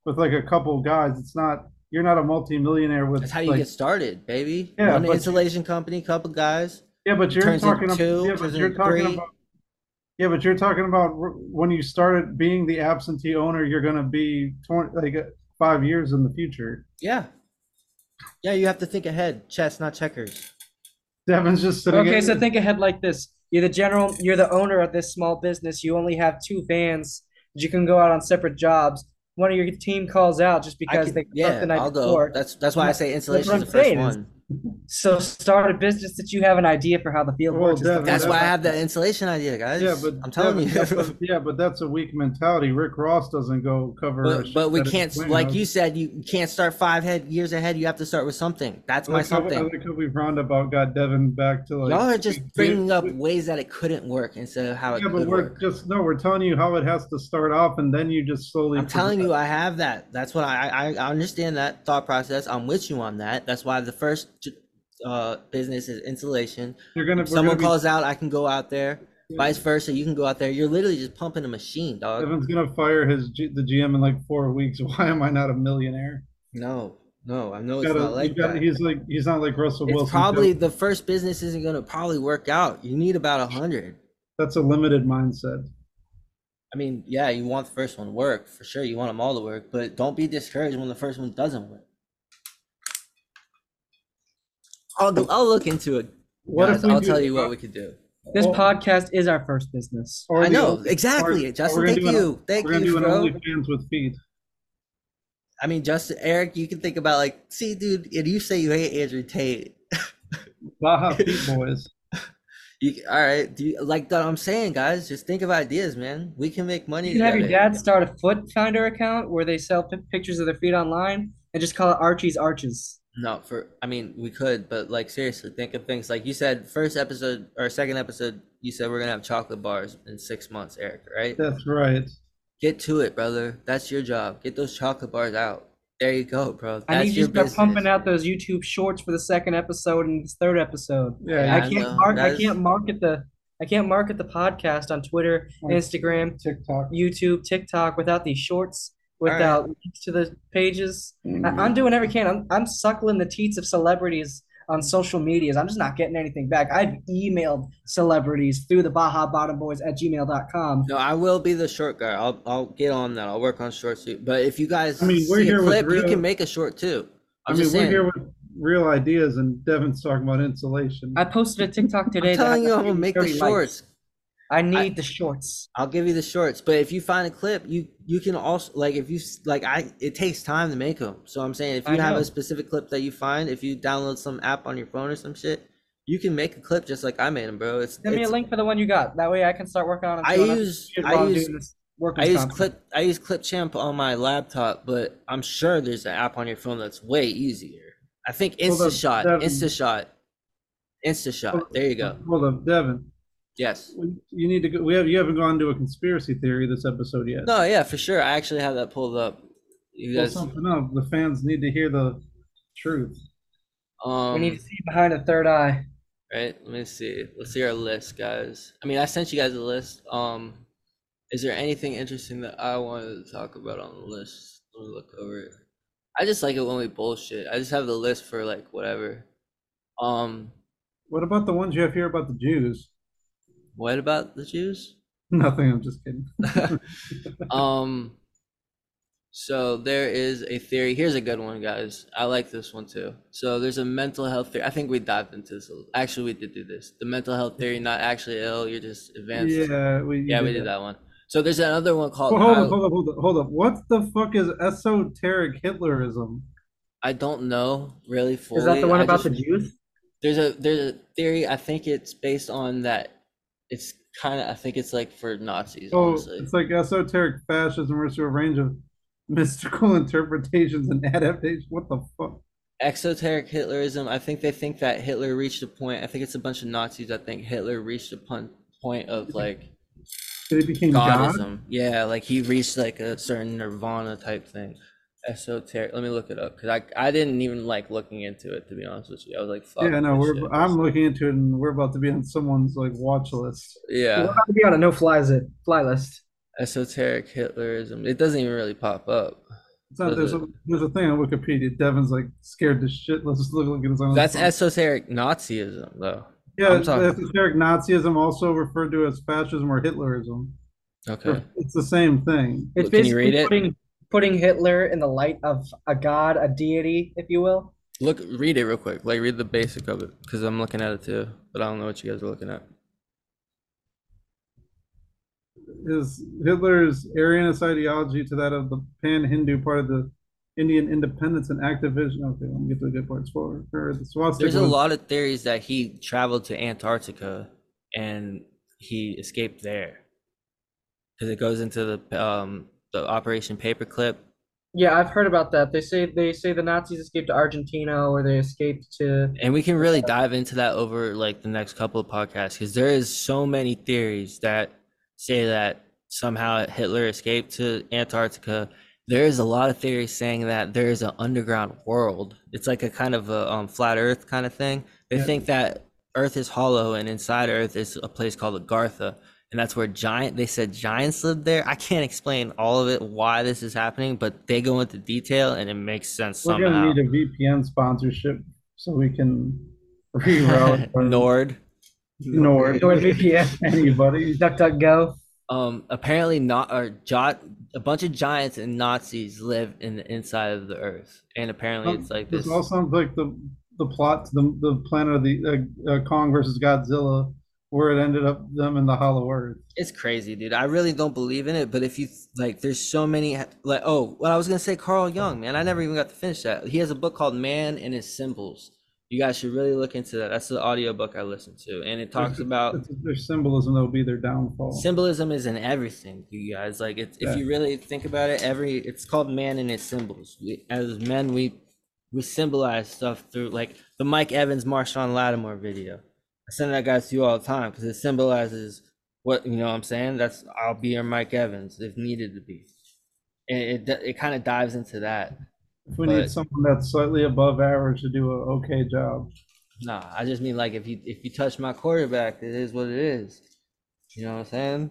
[SPEAKER 5] with like a couple guys. It's not you're not a multimillionaire with
[SPEAKER 3] That's how you
[SPEAKER 5] like
[SPEAKER 3] get started, baby.
[SPEAKER 5] Yeah,
[SPEAKER 3] One
[SPEAKER 5] but-
[SPEAKER 3] insulation company, couple guys.
[SPEAKER 5] yeah, but you're
[SPEAKER 3] turns into
[SPEAKER 5] talking about
[SPEAKER 3] two,
[SPEAKER 5] yeah, but
[SPEAKER 3] turns
[SPEAKER 5] you're
[SPEAKER 3] into
[SPEAKER 5] talking
[SPEAKER 3] three.
[SPEAKER 5] about yeah, but you're talking about r- when you started being the absentee owner, you're gonna be twenty like uh, five years in the future. [LAUGHS]
[SPEAKER 3] Yeah. Yeah, you have to think ahead. Chess, not checkers.
[SPEAKER 5] Devin's just sitting.
[SPEAKER 4] Okay,
[SPEAKER 5] at-
[SPEAKER 4] so think ahead like this. You're the general, you're the owner of this small business. You only have two vans. that You can go out on separate jobs. One of your team calls out
[SPEAKER 3] I
[SPEAKER 4] just because
[SPEAKER 3] can-
[SPEAKER 4] they got
[SPEAKER 3] yeah,
[SPEAKER 4] the night
[SPEAKER 3] I'll go.
[SPEAKER 4] before.
[SPEAKER 3] That's that's why I say insulation
[SPEAKER 4] what
[SPEAKER 3] is the
[SPEAKER 4] I'm
[SPEAKER 3] first
[SPEAKER 4] saying is-
[SPEAKER 3] one.
[SPEAKER 4] So start a business that you have an idea for how the field
[SPEAKER 5] Well,
[SPEAKER 4] works. It's the
[SPEAKER 5] Devin,
[SPEAKER 4] first
[SPEAKER 3] That's why I have that insulation idea, guys.
[SPEAKER 5] yeah, but
[SPEAKER 3] I'm telling [LAUGHS]
[SPEAKER 5] Devin-
[SPEAKER 3] you.
[SPEAKER 5] but- yeah, but that's a weak mentality. Rick Ross doesn't go cover. a
[SPEAKER 3] But,
[SPEAKER 5] shit
[SPEAKER 3] but we
[SPEAKER 5] that is
[SPEAKER 3] can't,
[SPEAKER 5] planned.
[SPEAKER 3] like you said, you can't start five head years ahead. You have to start with something. That's
[SPEAKER 5] I
[SPEAKER 3] my
[SPEAKER 5] like how- I
[SPEAKER 3] something.
[SPEAKER 5] like how we roundabout got Devin back to like
[SPEAKER 3] Y'all are just
[SPEAKER 5] we- we-
[SPEAKER 3] bringing up
[SPEAKER 5] we-
[SPEAKER 3] ways that it couldn't work instead of how it
[SPEAKER 5] Yeah, but
[SPEAKER 3] could
[SPEAKER 5] we're
[SPEAKER 3] work.
[SPEAKER 5] just no, we're telling you how it has to start off, and then you just slowly.
[SPEAKER 3] I'm telling you,
[SPEAKER 5] progress.
[SPEAKER 3] I have that. That's what I, I I understand that thought process. I'm with you on that. That's why the first uh, business is insulation.
[SPEAKER 5] you're gonna.
[SPEAKER 3] If
[SPEAKER 5] we're
[SPEAKER 3] someone
[SPEAKER 5] gonna be-
[SPEAKER 3] calls out, I can go out there. Vice versa, you can go out there. You're literally just pumping a machine, dog.
[SPEAKER 5] [LAUGHS] Devin's gonna fire his G, the GM in like four weeks. [LAUGHS] Why am I not a millionaire?
[SPEAKER 3] No, no, I know it's
[SPEAKER 5] Gotta-
[SPEAKER 3] not
[SPEAKER 5] you
[SPEAKER 3] like
[SPEAKER 5] gotta-
[SPEAKER 3] that.
[SPEAKER 5] He's like he's not like Russell Wilson.
[SPEAKER 3] It's
[SPEAKER 5] so
[SPEAKER 3] probably the first business isn't gonna probably work out. You need about a hundred.
[SPEAKER 5] that's a limited mindset.
[SPEAKER 3] I mean, yeah, you want the first one to work for sure. You want them all to work, but don't be discouraged when the first one doesn't work. I'll go, I'll look into it.
[SPEAKER 5] What if
[SPEAKER 3] guys.
[SPEAKER 5] we
[SPEAKER 3] I'll
[SPEAKER 5] do-
[SPEAKER 3] tell you what
[SPEAKER 5] [LAUGHS]
[SPEAKER 3] we could do.
[SPEAKER 4] This
[SPEAKER 5] Or-
[SPEAKER 4] podcast is our first business.
[SPEAKER 5] or
[SPEAKER 3] I
[SPEAKER 5] the-
[SPEAKER 3] know
[SPEAKER 5] or-
[SPEAKER 3] exactly,
[SPEAKER 5] or
[SPEAKER 3] Justin.
[SPEAKER 5] we're
[SPEAKER 3] Thank
[SPEAKER 5] gonna do an-
[SPEAKER 3] you, thank
[SPEAKER 5] We're gonna
[SPEAKER 3] you,
[SPEAKER 5] do an
[SPEAKER 3] bro.
[SPEAKER 5] OnlyFans with feet.
[SPEAKER 3] I mean, Justin, Eric, you can think about like, see, dude, and you say you hate Andrew Tate.
[SPEAKER 5] Baja feet boys.
[SPEAKER 3] You all right? Do you like that? I'm saying, guys, just think of ideas, man. We can make money.
[SPEAKER 4] You can have your
[SPEAKER 3] together.
[SPEAKER 4] dad start a foot finder account where they sell pi- pictures of their feet online and just call it Archie's Arches.
[SPEAKER 3] No, for I mean, we could, but like seriously, think of things like you said. First episode or second episode, you said we're gonna have chocolate bars in six months, Eric. Right?
[SPEAKER 5] That's
[SPEAKER 3] [LAUGHS]
[SPEAKER 5] right.
[SPEAKER 3] Get to it, brother. That's your job. Get those chocolate bars out. There you go, bro. That's
[SPEAKER 4] I need you
[SPEAKER 3] your
[SPEAKER 4] to start pumping
[SPEAKER 3] business.
[SPEAKER 4] out those YouTube shorts for the second episode and this third episode.
[SPEAKER 5] Yeah,
[SPEAKER 4] I
[SPEAKER 3] Yeah,
[SPEAKER 4] can't
[SPEAKER 3] know.
[SPEAKER 4] mark. I
[SPEAKER 3] That's-
[SPEAKER 4] can't market the. I can't market the podcast on Twitter,
[SPEAKER 5] On
[SPEAKER 4] Instagram,
[SPEAKER 5] TikTok.
[SPEAKER 4] YouTube, TikTok without these shorts,
[SPEAKER 3] right.
[SPEAKER 4] without links to the pages. I, I'm doing every can. I'm I'm suckling the teats of celebrities on social medias. I'm just not getting anything back. I've emailed celebrities through the Baja Bottom Boys at gmail.com.
[SPEAKER 3] No, I will be the short guy. I'll I'll get on that. I'll work on short suit. But if you guys
[SPEAKER 5] I mean, we're
[SPEAKER 3] see a
[SPEAKER 5] here with
[SPEAKER 3] clip, you
[SPEAKER 5] real-
[SPEAKER 3] can make a short too.
[SPEAKER 5] I
[SPEAKER 3] I'm
[SPEAKER 5] mean,
[SPEAKER 3] just
[SPEAKER 5] we're
[SPEAKER 3] saying.
[SPEAKER 5] here with real ideas, and Devin's talking about insulation.
[SPEAKER 4] I posted a TikTok today.
[SPEAKER 3] I'm
[SPEAKER 4] that
[SPEAKER 3] telling
[SPEAKER 4] had
[SPEAKER 3] you, I'm gonna make the
[SPEAKER 4] 130 likes.
[SPEAKER 3] shorts.
[SPEAKER 4] I need the shorts.
[SPEAKER 3] I'll give you the shorts, but if you find a clip, you you can also like if you s- like I it takes time to make them. So I'm saying if
[SPEAKER 4] I
[SPEAKER 3] you have
[SPEAKER 4] know.
[SPEAKER 3] a specific clip that you find, if you download some app on your phone or some shit, you can make a clip just like I made them, bro. It's,
[SPEAKER 4] Send me a
[SPEAKER 3] it's-
[SPEAKER 4] link for the one you got. That way I can start working on it.
[SPEAKER 3] I
[SPEAKER 4] too, and I'm
[SPEAKER 3] use
[SPEAKER 4] shit while
[SPEAKER 3] I
[SPEAKER 4] I'm
[SPEAKER 3] use
[SPEAKER 4] doing this work
[SPEAKER 3] I use
[SPEAKER 4] content.
[SPEAKER 3] clip I use Clipchamp on my laptop, but I'm sure there's an app on your phone that's way easier. I think
[SPEAKER 5] Hold up,
[SPEAKER 3] InstaShot,
[SPEAKER 5] Devin.
[SPEAKER 3] InstaShot, InstaShot. There you go.
[SPEAKER 5] Hold up, Devin.
[SPEAKER 3] Yes.
[SPEAKER 5] we- You need to go. We have you haven't gone to a conspiracy theory this episode yet.
[SPEAKER 3] No, yeah, for sure. I actually have that pulled up. You
[SPEAKER 5] Pull
[SPEAKER 3] guys,
[SPEAKER 5] something up. The fans need to hear the truth.
[SPEAKER 4] We
[SPEAKER 3] um,
[SPEAKER 4] need to see behind the third eye.
[SPEAKER 3] right? Let me see. Let's see our list, guys. I mean, I sent you guys a list. Um, is there anything interesting that I wanted to talk about on the list? Let me look over it. I just like it when we bullshit. I just have the list for like whatever. Um,
[SPEAKER 5] What about the ones you have here about the Jews? [LAUGHS]
[SPEAKER 3] what about the Jews?
[SPEAKER 5] Nothing. I'm just kidding.
[SPEAKER 3] um, so there is a theory. Here's a good one, guys. I like this one too. So there's a mental health theory. I think we dived into this. a little- Actually, we did do this. The mental health theory, not actually ill. You're just advanced.
[SPEAKER 5] Yeah, we you
[SPEAKER 3] Yeah, we did that one. So there's another one called
[SPEAKER 5] Well, hold up,
[SPEAKER 3] I,
[SPEAKER 5] hold up, hold up, hold up. What the fuck is esoteric Hitlerism?
[SPEAKER 3] I don't know really fully.
[SPEAKER 4] Is that the one
[SPEAKER 3] I
[SPEAKER 4] about the
[SPEAKER 3] just-
[SPEAKER 4] Jews?
[SPEAKER 3] There's a there's a theory. I think it's based on that. It's kind of I think it's like for Nazis,
[SPEAKER 5] Oh,
[SPEAKER 3] honestly.
[SPEAKER 5] it's like esoteric fascism refers to a range of [LAUGHS] mystical interpretations and adaptations. What the fuck?
[SPEAKER 3] Exoteric Hitlerism. I think they think that Hitler reached a point. I think it's a bunch of Nazis. I think Hitler reached a pun, point of like
[SPEAKER 5] Did he became God?
[SPEAKER 3] godism. Yeah, like he reached like a certain nirvana type thing. Esoteric. Let me look it up because I I didn't even like looking into it to be honest with you. I was like, fuck.
[SPEAKER 5] Yeah, no,
[SPEAKER 3] this
[SPEAKER 5] we're
[SPEAKER 3] shit.
[SPEAKER 5] I'm looking into it and we're about to be on someone's like watch list.
[SPEAKER 3] Yeah.
[SPEAKER 4] We're about to be on a no fly list. Fly list.
[SPEAKER 3] esoteric Hitlerism. It doesn't even really pop up.
[SPEAKER 5] It's not, there's a there's a thing on Wikipedia. Devin's like scared to shit. Let's just look, look at his own.
[SPEAKER 3] That's esoteric Nazism, though.
[SPEAKER 5] yeah,
[SPEAKER 3] I'm sorry.
[SPEAKER 5] esoteric Nazism also referred to as fascism or Hitlerism.
[SPEAKER 3] Okay.
[SPEAKER 5] It's the same thing.
[SPEAKER 4] It's
[SPEAKER 3] Can you
[SPEAKER 4] basically
[SPEAKER 3] read it?
[SPEAKER 4] putting putting Hitler in the light of a god, a deity, if you will.
[SPEAKER 3] Look, read it real quick. Like, read the basic of it, because I'm looking at it too, but I don't know what you guys are looking at.
[SPEAKER 5] is Hitler's Aryanist ideology to that of the pan-Hindu part of the Indian independence and activism. Okay, let me get to the good parts for for the swastika.
[SPEAKER 3] There's a
[SPEAKER 5] was-
[SPEAKER 3] lot of theories that he traveled to Antarctica and he escaped there, because it goes into the um the Operation Paperclip.
[SPEAKER 4] Yeah, I've heard about that. They say they say the Nazis escaped to Argentina or they escaped to
[SPEAKER 3] and we can really dive into that over like the next couple of podcasts because there is so many theories that say that somehow hitler escaped to antarctica there is a lot of theories saying that there is an underground world it's like a kind of a um, flat earth kind of thing they think that earth is hollow and inside earth is a place called the gartha and that's where giant they said giants lived there i can't explain all of it why this is happening but they go into detail and it makes sense
[SPEAKER 5] We're
[SPEAKER 3] somehow
[SPEAKER 5] gonna need a VPN sponsorship so we can [LAUGHS]
[SPEAKER 3] [LAUGHS]
[SPEAKER 5] reroute our
[SPEAKER 3] nord
[SPEAKER 5] Nord [LAUGHS]
[SPEAKER 4] NordVPN,
[SPEAKER 5] anybody.
[SPEAKER 4] DuckDuckGo.
[SPEAKER 3] Um, apparently not or jot a bunch of giants and Nazis live in the inside of the earth, and apparently
[SPEAKER 5] Um,
[SPEAKER 3] it's like this.
[SPEAKER 5] This all sounds like the the plot to the the Planet of the uh, uh, Kong versus Godzilla, where it ended up them in the Hollow Earth.
[SPEAKER 3] It's crazy, dude. I really don't believe in it, but if you like, there's so many. Like, oh, well, I was gonna say Carl Jung, man. I never even got to finish that. He has a book called Man and His Symbols. You guys should really look into that. That's the audiobook I listened to, and it
[SPEAKER 5] [LAUGHS]
[SPEAKER 3] talks about
[SPEAKER 5] It's- their symbolism that will be their downfall.
[SPEAKER 3] symbolism is in everything you guys like it's
[SPEAKER 5] Yeah.
[SPEAKER 3] if you really think about it every it's called man and its symbols we, as men we we symbolize stuff through like the mike evans marshawn lattimore video i send that guy to you all the time because it symbolizes what you know what i'm saying that's i'll be your mike evans if needed to be and it, it, kind of dives into that
[SPEAKER 5] If we
[SPEAKER 3] but-
[SPEAKER 5] need someone that's slightly above average to do a okay job.
[SPEAKER 3] nah i just mean like if you if you touch my quarterback it is what it is you know what i'm saying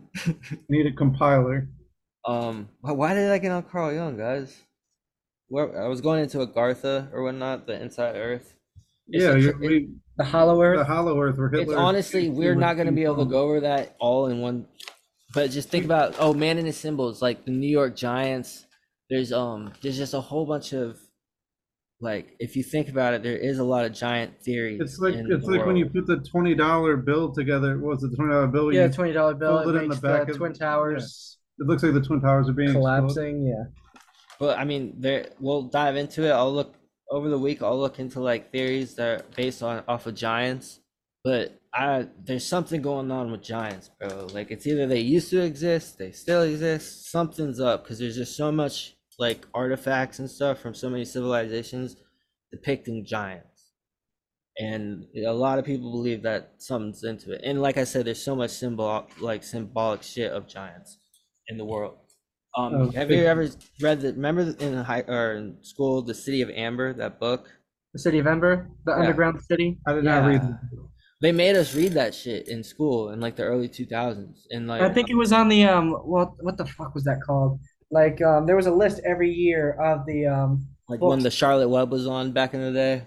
[SPEAKER 5] Need a compiler.
[SPEAKER 3] Um, why, why did I get on Carl Young, guys? Where I was going into a Gartha or whatnot, the Inside Earth. It's
[SPEAKER 5] yeah,
[SPEAKER 3] a
[SPEAKER 5] you're,
[SPEAKER 3] cr-
[SPEAKER 5] we,
[SPEAKER 4] The Hollow Earth.
[SPEAKER 5] the Hollow Earth where
[SPEAKER 3] It's
[SPEAKER 5] Hitler.
[SPEAKER 3] honestly, we're not gonna be able to go over that all in one. But just think about oh man and his symbols, like the New York Giants. There's um, there's just a whole bunch of Like if you think about it, there is a lot of giant theories.
[SPEAKER 5] It's like
[SPEAKER 3] in
[SPEAKER 5] it's
[SPEAKER 3] the
[SPEAKER 5] like when you
[SPEAKER 3] world.
[SPEAKER 5] put the twenty dollar bill together. What's the twenty dollar bill?
[SPEAKER 4] yeah,
[SPEAKER 5] You-
[SPEAKER 4] twenty dollar bill.
[SPEAKER 5] Fold
[SPEAKER 4] It
[SPEAKER 5] it in the
[SPEAKER 4] makes the,
[SPEAKER 5] back of-
[SPEAKER 4] twin
[SPEAKER 5] yeah.
[SPEAKER 4] towers
[SPEAKER 5] it looks like the twin towers are being exploded.
[SPEAKER 4] collapsing. Yeah.
[SPEAKER 3] But I mean, there we'll dive into it. I'll look over the week. I'll look into like theories that are based on off of giants. But I there's something going on with giants, bro. Like it's either they used to exist, they still exist. Something's up because there's just so much like artifacts and stuff from so many civilizations depicting giants. And a lot of people believe that something's into it. And like I said, there's so much symbol like symbolic shit of giants in the world. Um,
[SPEAKER 5] Oh,
[SPEAKER 3] have
[SPEAKER 5] big-
[SPEAKER 3] you ever read the remember the- in high or in school the City of Amber that book?
[SPEAKER 4] The city of Ember, the
[SPEAKER 3] Yeah.
[SPEAKER 4] underground city.
[SPEAKER 5] I did not read.
[SPEAKER 3] Yeah. They made us read that shit in school in like the early 2000s. And like
[SPEAKER 4] I think it was on the um what what the fuck was that called? Like um there was a list every year of the um
[SPEAKER 3] like when
[SPEAKER 4] books.
[SPEAKER 3] the Charlotte Web was on back in the day.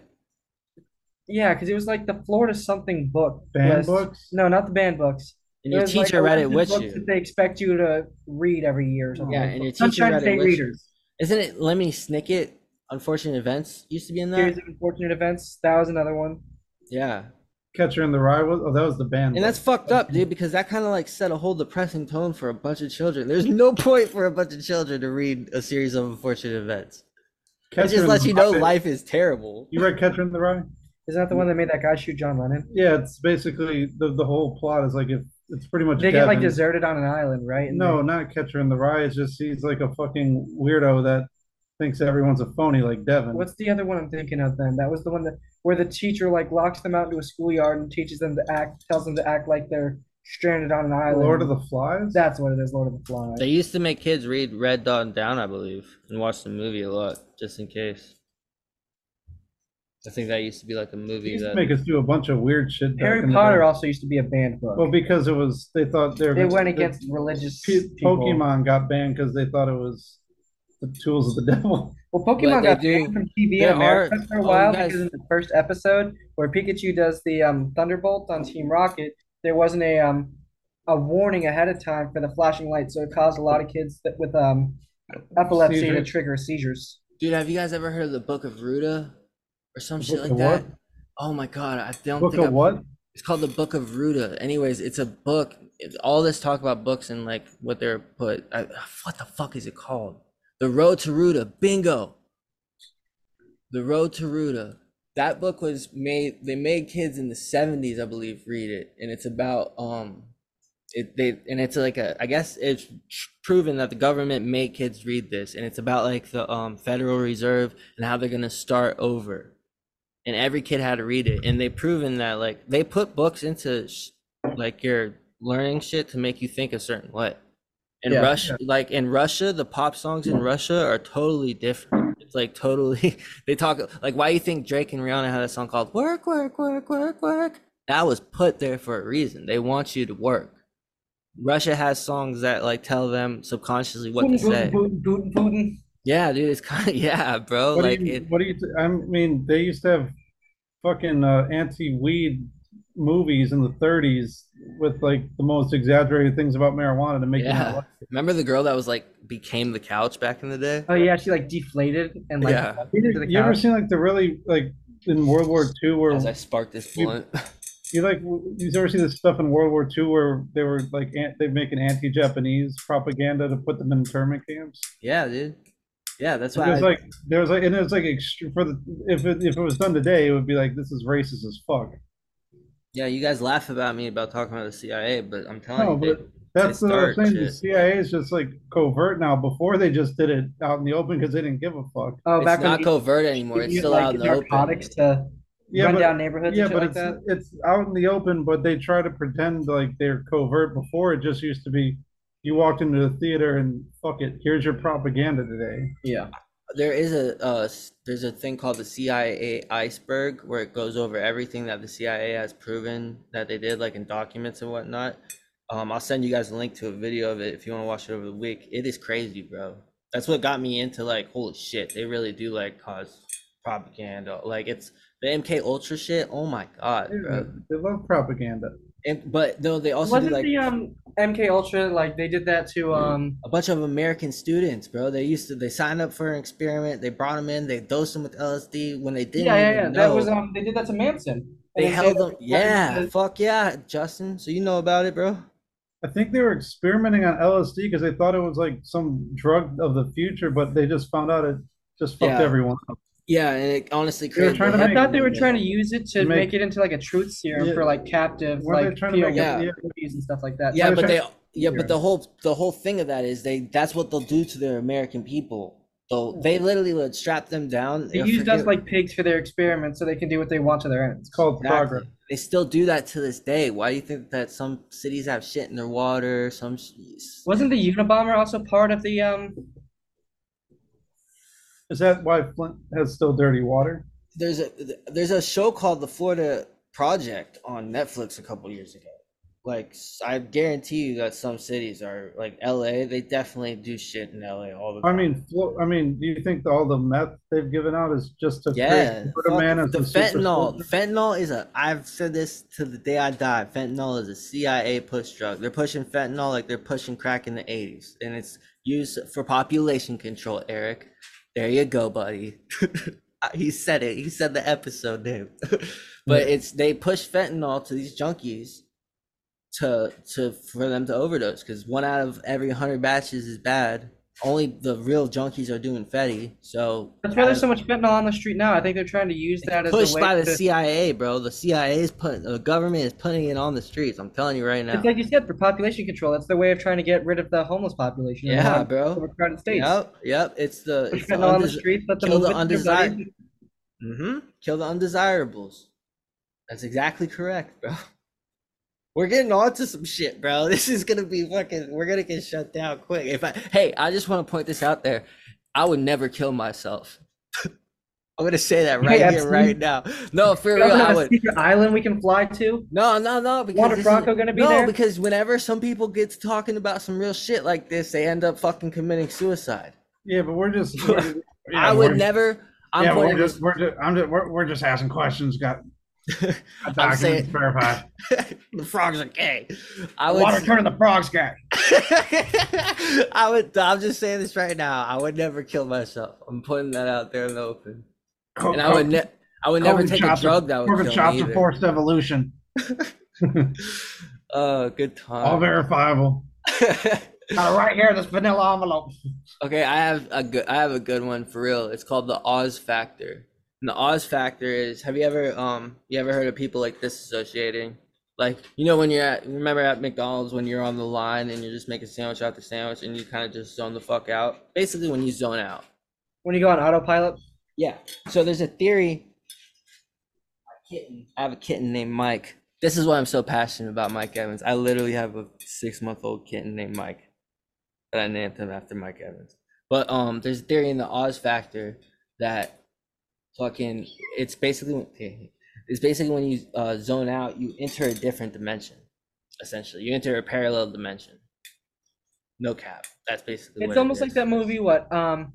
[SPEAKER 4] yeah, because it was like the Florida something book
[SPEAKER 5] Banned
[SPEAKER 4] list.
[SPEAKER 5] books?
[SPEAKER 4] No, not the banned books.
[SPEAKER 3] And
[SPEAKER 4] It
[SPEAKER 3] your
[SPEAKER 4] was, like,
[SPEAKER 3] teacher read it
[SPEAKER 4] elected
[SPEAKER 3] with
[SPEAKER 4] books
[SPEAKER 3] you.
[SPEAKER 4] That they expect you to read every year or something.
[SPEAKER 3] Yeah,
[SPEAKER 4] like
[SPEAKER 3] and
[SPEAKER 4] that.
[SPEAKER 3] your teacher
[SPEAKER 4] Sunshine
[SPEAKER 3] read it
[SPEAKER 4] State
[SPEAKER 3] with you.
[SPEAKER 4] Readers.
[SPEAKER 3] Isn't it Lemmy Snicket? Unfortunate events used to be in that.
[SPEAKER 4] Series of Unfortunate Events. That was another one.
[SPEAKER 3] Yeah.
[SPEAKER 5] Catcher in the Rye was. Oh, that was the band.
[SPEAKER 3] And that's fucked up, dude, because that kind of like set a whole depressing tone for a bunch of children. There's no [LAUGHS] point for a bunch of children to read a series of unfortunate events. It just lets you know life is terrible.
[SPEAKER 5] You read Catcher in the Rye?
[SPEAKER 4] Isn't that the one that made that guy shoot John Lennon?
[SPEAKER 5] Yeah, it's basically the the whole plot is like if it's pretty much.
[SPEAKER 4] They get like
[SPEAKER 5] Gavin.
[SPEAKER 4] deserted on an island, right? And
[SPEAKER 5] No, not Catcher in the Rye. It's just he's like a fucking weirdo that thinks everyone's a phony, like Devin.
[SPEAKER 4] What's the other one I'm thinking of then? That was the one that where the teacher like locks them out into a schoolyard and teaches them to act, tells them to act like they're stranded on an island.
[SPEAKER 5] Lord of the Flies?
[SPEAKER 4] That's what it is, Lord of the Flies.
[SPEAKER 3] They used to make kids read Red Dawn Down, I believe, and watch the movie a lot just in case. I think that used to be like a
[SPEAKER 5] They
[SPEAKER 3] movie
[SPEAKER 5] used to
[SPEAKER 3] that
[SPEAKER 5] make us do a bunch of weird shit. back in
[SPEAKER 4] Harry
[SPEAKER 5] the
[SPEAKER 4] Potter
[SPEAKER 5] day.
[SPEAKER 4] also used to be a banned book.
[SPEAKER 5] Well, because it was they thought they were
[SPEAKER 4] they
[SPEAKER 5] gonna-
[SPEAKER 4] went
[SPEAKER 5] the-
[SPEAKER 4] against religious
[SPEAKER 5] P-
[SPEAKER 4] people.
[SPEAKER 5] Pokemon got banned because they thought it was the tools of the [LAUGHS] devil.
[SPEAKER 4] Well,
[SPEAKER 3] But
[SPEAKER 4] Pokemon
[SPEAKER 3] they
[SPEAKER 4] got
[SPEAKER 3] do-
[SPEAKER 4] banned from TV
[SPEAKER 3] there
[SPEAKER 4] in America
[SPEAKER 3] are-
[SPEAKER 4] for a
[SPEAKER 3] oh,
[SPEAKER 4] while
[SPEAKER 3] guys.
[SPEAKER 4] because in the first episode where Pikachu does the um, Thunderbolt on Team Rocket, there wasn't a um, a warning ahead of time for the flashing lights, so it caused a lot of kids that, with um, epilepsy to
[SPEAKER 5] Seizures.
[SPEAKER 4] trigger seizures.
[SPEAKER 3] Dude, have you guys ever heard of the Book of Ruda or some shit
[SPEAKER 5] Book
[SPEAKER 3] like
[SPEAKER 5] of
[SPEAKER 3] that?
[SPEAKER 5] what?
[SPEAKER 3] Oh my god, I don't
[SPEAKER 5] Book
[SPEAKER 3] think
[SPEAKER 5] of
[SPEAKER 3] I've-
[SPEAKER 5] what?
[SPEAKER 3] It's called the Book of Ruda. Anyways, it's a book. It's all this talk about books and like what they're put. I, what the fuck is it called? The Road to Ruda. Bingo. The Road to Ruda. That book was made. They made kids in the seventies, I believe, read it, and it's about um, it they and it's like a. I guess it's tr- proven that the government made kids read this, and it's about like the um Federal Reserve and how they're gonna start over and every kid had to read it and they proven that like they put books into sh- like your learning shit to make you think a certain way in
[SPEAKER 4] Yeah.
[SPEAKER 3] russia like in russia the pop songs in russia are totally different it's like totally [LAUGHS] they talk like why you think drake and rihanna had a song called work work work work work that was put there for a reason they want you to work russia has songs that like tell them subconsciously what to say
[SPEAKER 4] Putin, Putin, Putin.
[SPEAKER 3] yeah dude it's kind of [LAUGHS] yeah bro
[SPEAKER 5] What
[SPEAKER 3] like
[SPEAKER 5] do you,
[SPEAKER 3] it,
[SPEAKER 5] what do you? Th- I mean, they used to have fucking uh, anti-weed movies in the '30s with like the most exaggerated things about marijuana to make you not
[SPEAKER 3] Yeah. [LAUGHS]
[SPEAKER 5] like it.
[SPEAKER 3] Remember the girl that was like became the couch back in the day?
[SPEAKER 4] Oh yeah, she like deflated and like
[SPEAKER 3] Yeah.
[SPEAKER 4] fell
[SPEAKER 5] You,
[SPEAKER 4] into the
[SPEAKER 5] you ever
[SPEAKER 4] couch.
[SPEAKER 5] seen like the really like in World War II where
[SPEAKER 4] Oh.
[SPEAKER 3] As I sparked this
[SPEAKER 5] You-
[SPEAKER 3] blunt.
[SPEAKER 5] you like w- you ever see this stuff in World War II where they were like an, they make an anti-Japanese propaganda to put them in internment camps?
[SPEAKER 3] Yeah, dude. Yeah, that's why.
[SPEAKER 5] There's
[SPEAKER 3] I-
[SPEAKER 5] like there was like and it was like extre- for the if it, if it was done today it would be like this is racist as fuck.
[SPEAKER 3] yeah, you guys laugh about me about talking about the CIA, but I'm telling
[SPEAKER 5] No,
[SPEAKER 3] you,
[SPEAKER 5] but
[SPEAKER 3] dude,
[SPEAKER 5] That's
[SPEAKER 3] They
[SPEAKER 5] what I'm
[SPEAKER 3] start
[SPEAKER 5] saying. The
[SPEAKER 3] shit.
[SPEAKER 5] CIA is just like covert now. Before they just did it out in the open because they didn't give a fuck.
[SPEAKER 4] Oh, back
[SPEAKER 3] it's
[SPEAKER 4] when
[SPEAKER 3] not
[SPEAKER 4] you-
[SPEAKER 3] covert anymore.
[SPEAKER 4] you
[SPEAKER 3] It's
[SPEAKER 4] used,
[SPEAKER 3] still
[SPEAKER 4] like,
[SPEAKER 3] out in the open.
[SPEAKER 4] narcotics to
[SPEAKER 5] Yeah,
[SPEAKER 4] run
[SPEAKER 5] but
[SPEAKER 4] down neighborhoods
[SPEAKER 5] yeah,
[SPEAKER 4] and shit
[SPEAKER 5] but
[SPEAKER 4] like
[SPEAKER 5] it's
[SPEAKER 4] that.
[SPEAKER 5] it's out in the open. But they try to pretend like they're covert. Before it just used to be, you walked into the theater and fuck it. Here's your propaganda today.
[SPEAKER 4] Yeah.
[SPEAKER 3] There is a uh, s- there's a thing called the CIA iceberg where it goes over everything that the CIA has proven that they did, like in documents and whatnot. Um, I'll send you guys a link to a video of it if you want to watch it over the week. It is crazy, bro. That's what got me into like, holy shit, they really do like cause propaganda. Like it's the MK Ultra shit. Oh my god, bro.
[SPEAKER 5] They love propaganda.
[SPEAKER 3] And but though they also do
[SPEAKER 4] Mm-hmm. Wasn't
[SPEAKER 3] like
[SPEAKER 4] the um MK Ultra like they did that to um
[SPEAKER 3] a bunch of American students, bro. They used to they signed up for an experiment. They brought them in. They dosed them with LSD when they
[SPEAKER 4] yeah
[SPEAKER 3] didn't.
[SPEAKER 4] yeah yeah
[SPEAKER 3] even
[SPEAKER 4] that was
[SPEAKER 3] know.
[SPEAKER 4] um they did that to Manson.
[SPEAKER 3] They
[SPEAKER 4] And
[SPEAKER 3] held
[SPEAKER 4] said-
[SPEAKER 3] them. Yeah, fuck yeah, Justin. So you know about it, bro.
[SPEAKER 5] I think they were experimenting on LSD because they thought it was like some drug of the future, but they just found out it just fucked
[SPEAKER 3] Yeah.
[SPEAKER 5] everyone up.
[SPEAKER 3] Yeah, and it honestly
[SPEAKER 5] They were
[SPEAKER 3] created.
[SPEAKER 5] trying to
[SPEAKER 4] I
[SPEAKER 5] make-
[SPEAKER 4] thought they were trying to use it to
[SPEAKER 5] Make-
[SPEAKER 4] make, it into like a truth serum
[SPEAKER 5] Yeah.
[SPEAKER 4] for like captive
[SPEAKER 5] Weren't they
[SPEAKER 4] like
[SPEAKER 5] trying to make
[SPEAKER 4] POWs
[SPEAKER 5] it- yeah.
[SPEAKER 4] and stuff like that.
[SPEAKER 3] yeah,
[SPEAKER 5] were
[SPEAKER 3] but they
[SPEAKER 5] trying
[SPEAKER 3] yeah, but
[SPEAKER 5] figure.
[SPEAKER 3] the whole the whole thing of that is they that's what they'll do to their American people. They'll they literally would strap them down.
[SPEAKER 4] They
[SPEAKER 3] they'll
[SPEAKER 4] used us
[SPEAKER 3] forget-
[SPEAKER 4] like pigs for their experiments so they can do what they want to their ends.
[SPEAKER 5] It's called
[SPEAKER 3] Exactly.
[SPEAKER 5] progress.
[SPEAKER 3] They still do that to this day. Why do you think that some cities have shit in their water? Some sh-
[SPEAKER 4] Wasn't the Unabomber also part of the um
[SPEAKER 5] Is that why Flint has still dirty water?
[SPEAKER 3] there's a there's a show called The Florida Project on Netflix a couple years ago. Like s- I guarantee you that some cities are like LA. They definitely do shit in LA all the time.
[SPEAKER 5] I mean, Flo- I mean, do you think all the meth they've given out is just to create
[SPEAKER 3] yeah,
[SPEAKER 5] Florida
[SPEAKER 3] fuck
[SPEAKER 5] man as
[SPEAKER 3] the
[SPEAKER 5] a super
[SPEAKER 3] fentanyl.
[SPEAKER 5] soldier?
[SPEAKER 3] Fentanyl is a. I've said this to the day I die. Fentanyl is a CIA push drug. They're pushing fentanyl like they're pushing crack in the '80s, and it's used for population control. Eric, there you go, buddy. [LAUGHS] he said it. He said the episode name. [LAUGHS] but it's they push fentanyl to these junkies to to for them to overdose because one out of every hundred batches is bad. Only the real junkies are doing fetty. So
[SPEAKER 4] that's why
[SPEAKER 3] out
[SPEAKER 4] there's
[SPEAKER 3] of-
[SPEAKER 4] so much fentanyl on the street now. I think they're trying to use that
[SPEAKER 3] it's
[SPEAKER 4] as
[SPEAKER 3] pushed
[SPEAKER 4] a way
[SPEAKER 3] by the
[SPEAKER 4] to,
[SPEAKER 3] CIA, bro. The CIA is putting the government is putting it on the streets. I'm telling you right now.
[SPEAKER 4] It's like you said for population control. That's their way of trying to get rid of the homeless population. in a
[SPEAKER 3] Yeah,
[SPEAKER 4] lot of
[SPEAKER 3] bro.
[SPEAKER 4] Overcrowded states.
[SPEAKER 3] yep, yep. It's the,
[SPEAKER 4] Push
[SPEAKER 3] it's the
[SPEAKER 4] fentanyl on the
[SPEAKER 3] undesi-
[SPEAKER 4] streets. Let them
[SPEAKER 3] kill
[SPEAKER 4] move
[SPEAKER 3] the
[SPEAKER 4] it to their bodies.
[SPEAKER 3] undesired- Mhm. Kill the undesirables. That's exactly correct, bro. [LAUGHS] We're getting on to some shit, bro. [LAUGHS] This is gonna be fucking. We're gonna get shut down quick. If I hey, I just want to point this out there. I would never kill myself. [LAUGHS] I'm gonna say that
[SPEAKER 4] Hey,
[SPEAKER 3] right here,
[SPEAKER 4] Epstein.
[SPEAKER 3] right now. No, for
[SPEAKER 4] We
[SPEAKER 3] real,
[SPEAKER 4] also
[SPEAKER 3] I
[SPEAKER 4] have a
[SPEAKER 3] would.
[SPEAKER 4] secret island we can fly to.
[SPEAKER 3] No, no, no. Because
[SPEAKER 4] Water
[SPEAKER 3] this is-
[SPEAKER 4] Bronco gonna be
[SPEAKER 3] no,
[SPEAKER 4] there?
[SPEAKER 3] because whenever some people get to talking about some real shit like this, they end up fucking committing suicide.
[SPEAKER 5] Yeah, but we're just.
[SPEAKER 3] [LAUGHS] I would never. I'm
[SPEAKER 5] yeah, we're
[SPEAKER 3] pointing
[SPEAKER 5] just, we're just, I'm just, we're, we're just asking
[SPEAKER 3] [LAUGHS]
[SPEAKER 5] questions. Got, got documents
[SPEAKER 3] saying-
[SPEAKER 5] verified.
[SPEAKER 3] this- [LAUGHS] the frogs are gay. I would.
[SPEAKER 5] Water turn the frogs guy.
[SPEAKER 3] [LAUGHS] I would. I'm just saying this right now. I would never kill myself. I'm putting that out there in the open. And I
[SPEAKER 5] Oh,
[SPEAKER 3] would ne- I would never take a drug that would
[SPEAKER 5] Corbin
[SPEAKER 3] kill
[SPEAKER 5] chops
[SPEAKER 3] me
[SPEAKER 5] a
[SPEAKER 3] either.
[SPEAKER 5] forced evolution.
[SPEAKER 3] Oh, good
[SPEAKER 5] All
[SPEAKER 3] time.
[SPEAKER 5] verifiable.
[SPEAKER 3] [LAUGHS]
[SPEAKER 4] Uh,
[SPEAKER 5] Got it right here. This vanilla envelope.
[SPEAKER 3] Okay, I have a good I have a good one for real. It's called the Oz factor. And the Oz factor is have you ever um you ever heard of people like disassociating? Like you know when you're at remember at McDonald's when you're on the line and you're just making sandwich after sandwich and you kind of just zone the fuck out. Basically when you zone out.
[SPEAKER 4] When you go on autopilot.
[SPEAKER 3] Yeah. So there's a theory. My kitten. I have a kitten named Mike. This is why I'm so passionate about Mike Evans. I literally have a six month old kitten named Mike. That I named him after Mike Evans. But um there's a theory in the Oz factor that fucking it's basically when it's basically when you uh, zone out, you enter a different dimension. Essentially. You enter a parallel dimension. No cap. That's basically what
[SPEAKER 4] It's
[SPEAKER 3] it
[SPEAKER 4] almost like
[SPEAKER 3] is.
[SPEAKER 4] that movie, what? Um,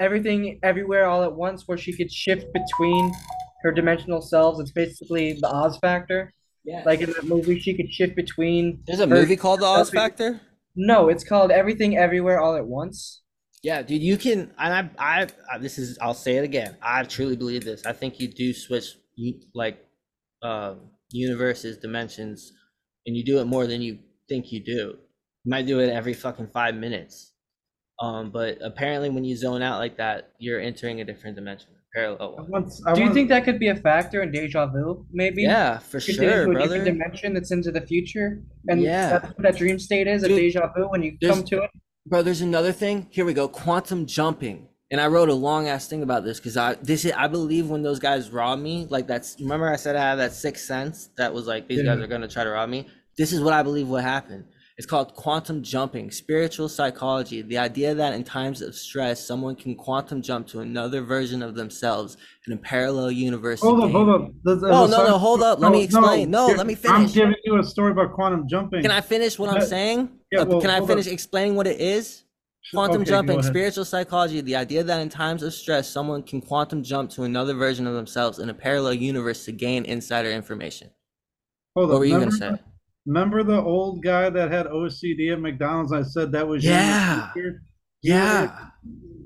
[SPEAKER 4] everything, everywhere, all at once, where she could shift between her dimensional selves. It's basically the Oz factor.
[SPEAKER 3] yeah.
[SPEAKER 4] Like in that movie, she could shift between.
[SPEAKER 3] there's a
[SPEAKER 4] her-
[SPEAKER 3] movie called The Oz
[SPEAKER 4] Okay.
[SPEAKER 3] Factor?
[SPEAKER 4] No, it's called Everything, Everywhere, All at Once.
[SPEAKER 3] Yeah, dude, you can. And I, I, I, this is. I'll say it again. I truly believe this. I think you do switch, you, like, um, universes, dimensions, and you do it more than you think you do. You might do it every fucking five minutes. Um, but apparently, when you zone out like that, you're entering a different dimension, a parallel one.
[SPEAKER 5] Once, I
[SPEAKER 4] Do you
[SPEAKER 5] want-
[SPEAKER 4] think that could be a factor in deja vu? Maybe.
[SPEAKER 3] Yeah, for
[SPEAKER 4] Could get
[SPEAKER 3] sure,
[SPEAKER 4] into a different
[SPEAKER 3] brother.
[SPEAKER 4] dimension that's into the future, and
[SPEAKER 3] Yeah.
[SPEAKER 4] that's what that dream state is—a
[SPEAKER 3] Dude,
[SPEAKER 4] deja vu. When you
[SPEAKER 3] there's-
[SPEAKER 4] come to it,
[SPEAKER 3] Bro, there's another thing. Here we go. Quantum jumping. And I wrote a long ass thing about this because I this is I believe when those guys rob me, like that's remember I said I had that sixth sense that was like these guys are gonna try to rob me. This is what I believe what happened. It's called quantum jumping, spiritual psychology. The idea that in times of stress, someone can quantum jump to another version of themselves in a parallel universe.
[SPEAKER 5] Hold
[SPEAKER 3] and
[SPEAKER 5] up,
[SPEAKER 3] gain-
[SPEAKER 5] hold up. There's- there's
[SPEAKER 3] No,
[SPEAKER 5] a
[SPEAKER 3] no,
[SPEAKER 5] side-
[SPEAKER 3] no, hold up. Let me explain. No,
[SPEAKER 5] here-
[SPEAKER 3] let me
[SPEAKER 5] I'm
[SPEAKER 3] finish.
[SPEAKER 5] giving you a story about quantum jumping.
[SPEAKER 3] Can I finish what I'm
[SPEAKER 5] But-
[SPEAKER 3] saying?
[SPEAKER 5] yeah,
[SPEAKER 3] Uh,
[SPEAKER 5] well,
[SPEAKER 3] can I
[SPEAKER 5] hold on.
[SPEAKER 3] finish explaining what it is? Quantum
[SPEAKER 5] okay, go
[SPEAKER 3] jumping,
[SPEAKER 5] ahead.
[SPEAKER 3] spiritual psychology, the idea that in times of stress, someone can quantum jump to another version of themselves in a parallel universe to gain insider information.
[SPEAKER 5] Hold
[SPEAKER 3] What
[SPEAKER 5] up.
[SPEAKER 3] were you going to
[SPEAKER 5] remember-
[SPEAKER 3] say?
[SPEAKER 5] Remember the old guy that had OCD at McDonald's? I said that was your
[SPEAKER 3] Yeah.
[SPEAKER 5] teacher?
[SPEAKER 3] Yeah.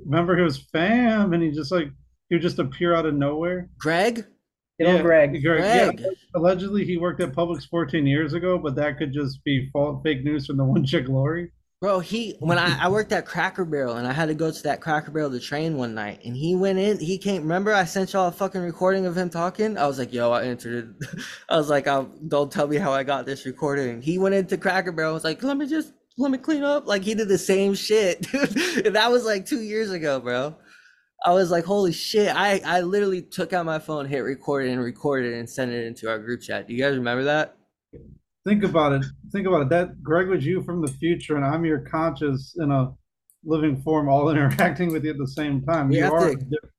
[SPEAKER 5] Remember he was fam, and he just like he would just appear out of nowhere.
[SPEAKER 3] Greg?
[SPEAKER 4] Good old Greg.
[SPEAKER 5] yeah.
[SPEAKER 3] Greg.
[SPEAKER 5] Allegedly, he worked at Publix 14 years ago, but that could just be false, fake news from the [LAUGHS] one chick Lori.
[SPEAKER 3] Bro, he when I, I worked at Cracker Barrel and I had to go to that Cracker Barrel to train one night and he went in he came remember I sent y'all a fucking recording of him talking I was like yo I entered it [LAUGHS] I was like I don't tell me how I got this recording he went into Cracker Barrel and was like let me just let me clean up like he did the same shit [LAUGHS] dude and that was like two years ago bro I was like holy shit I I literally took out my phone hit record it and recorded it and sent it into our group chat do you guys remember that
[SPEAKER 5] Think about it. Think about it. That Greg was you from the future, and I'm your conscious in a living form, all [LAUGHS] interacting with you at the same time.
[SPEAKER 3] We
[SPEAKER 5] you
[SPEAKER 3] have
[SPEAKER 5] are.
[SPEAKER 3] to-
[SPEAKER 5] different.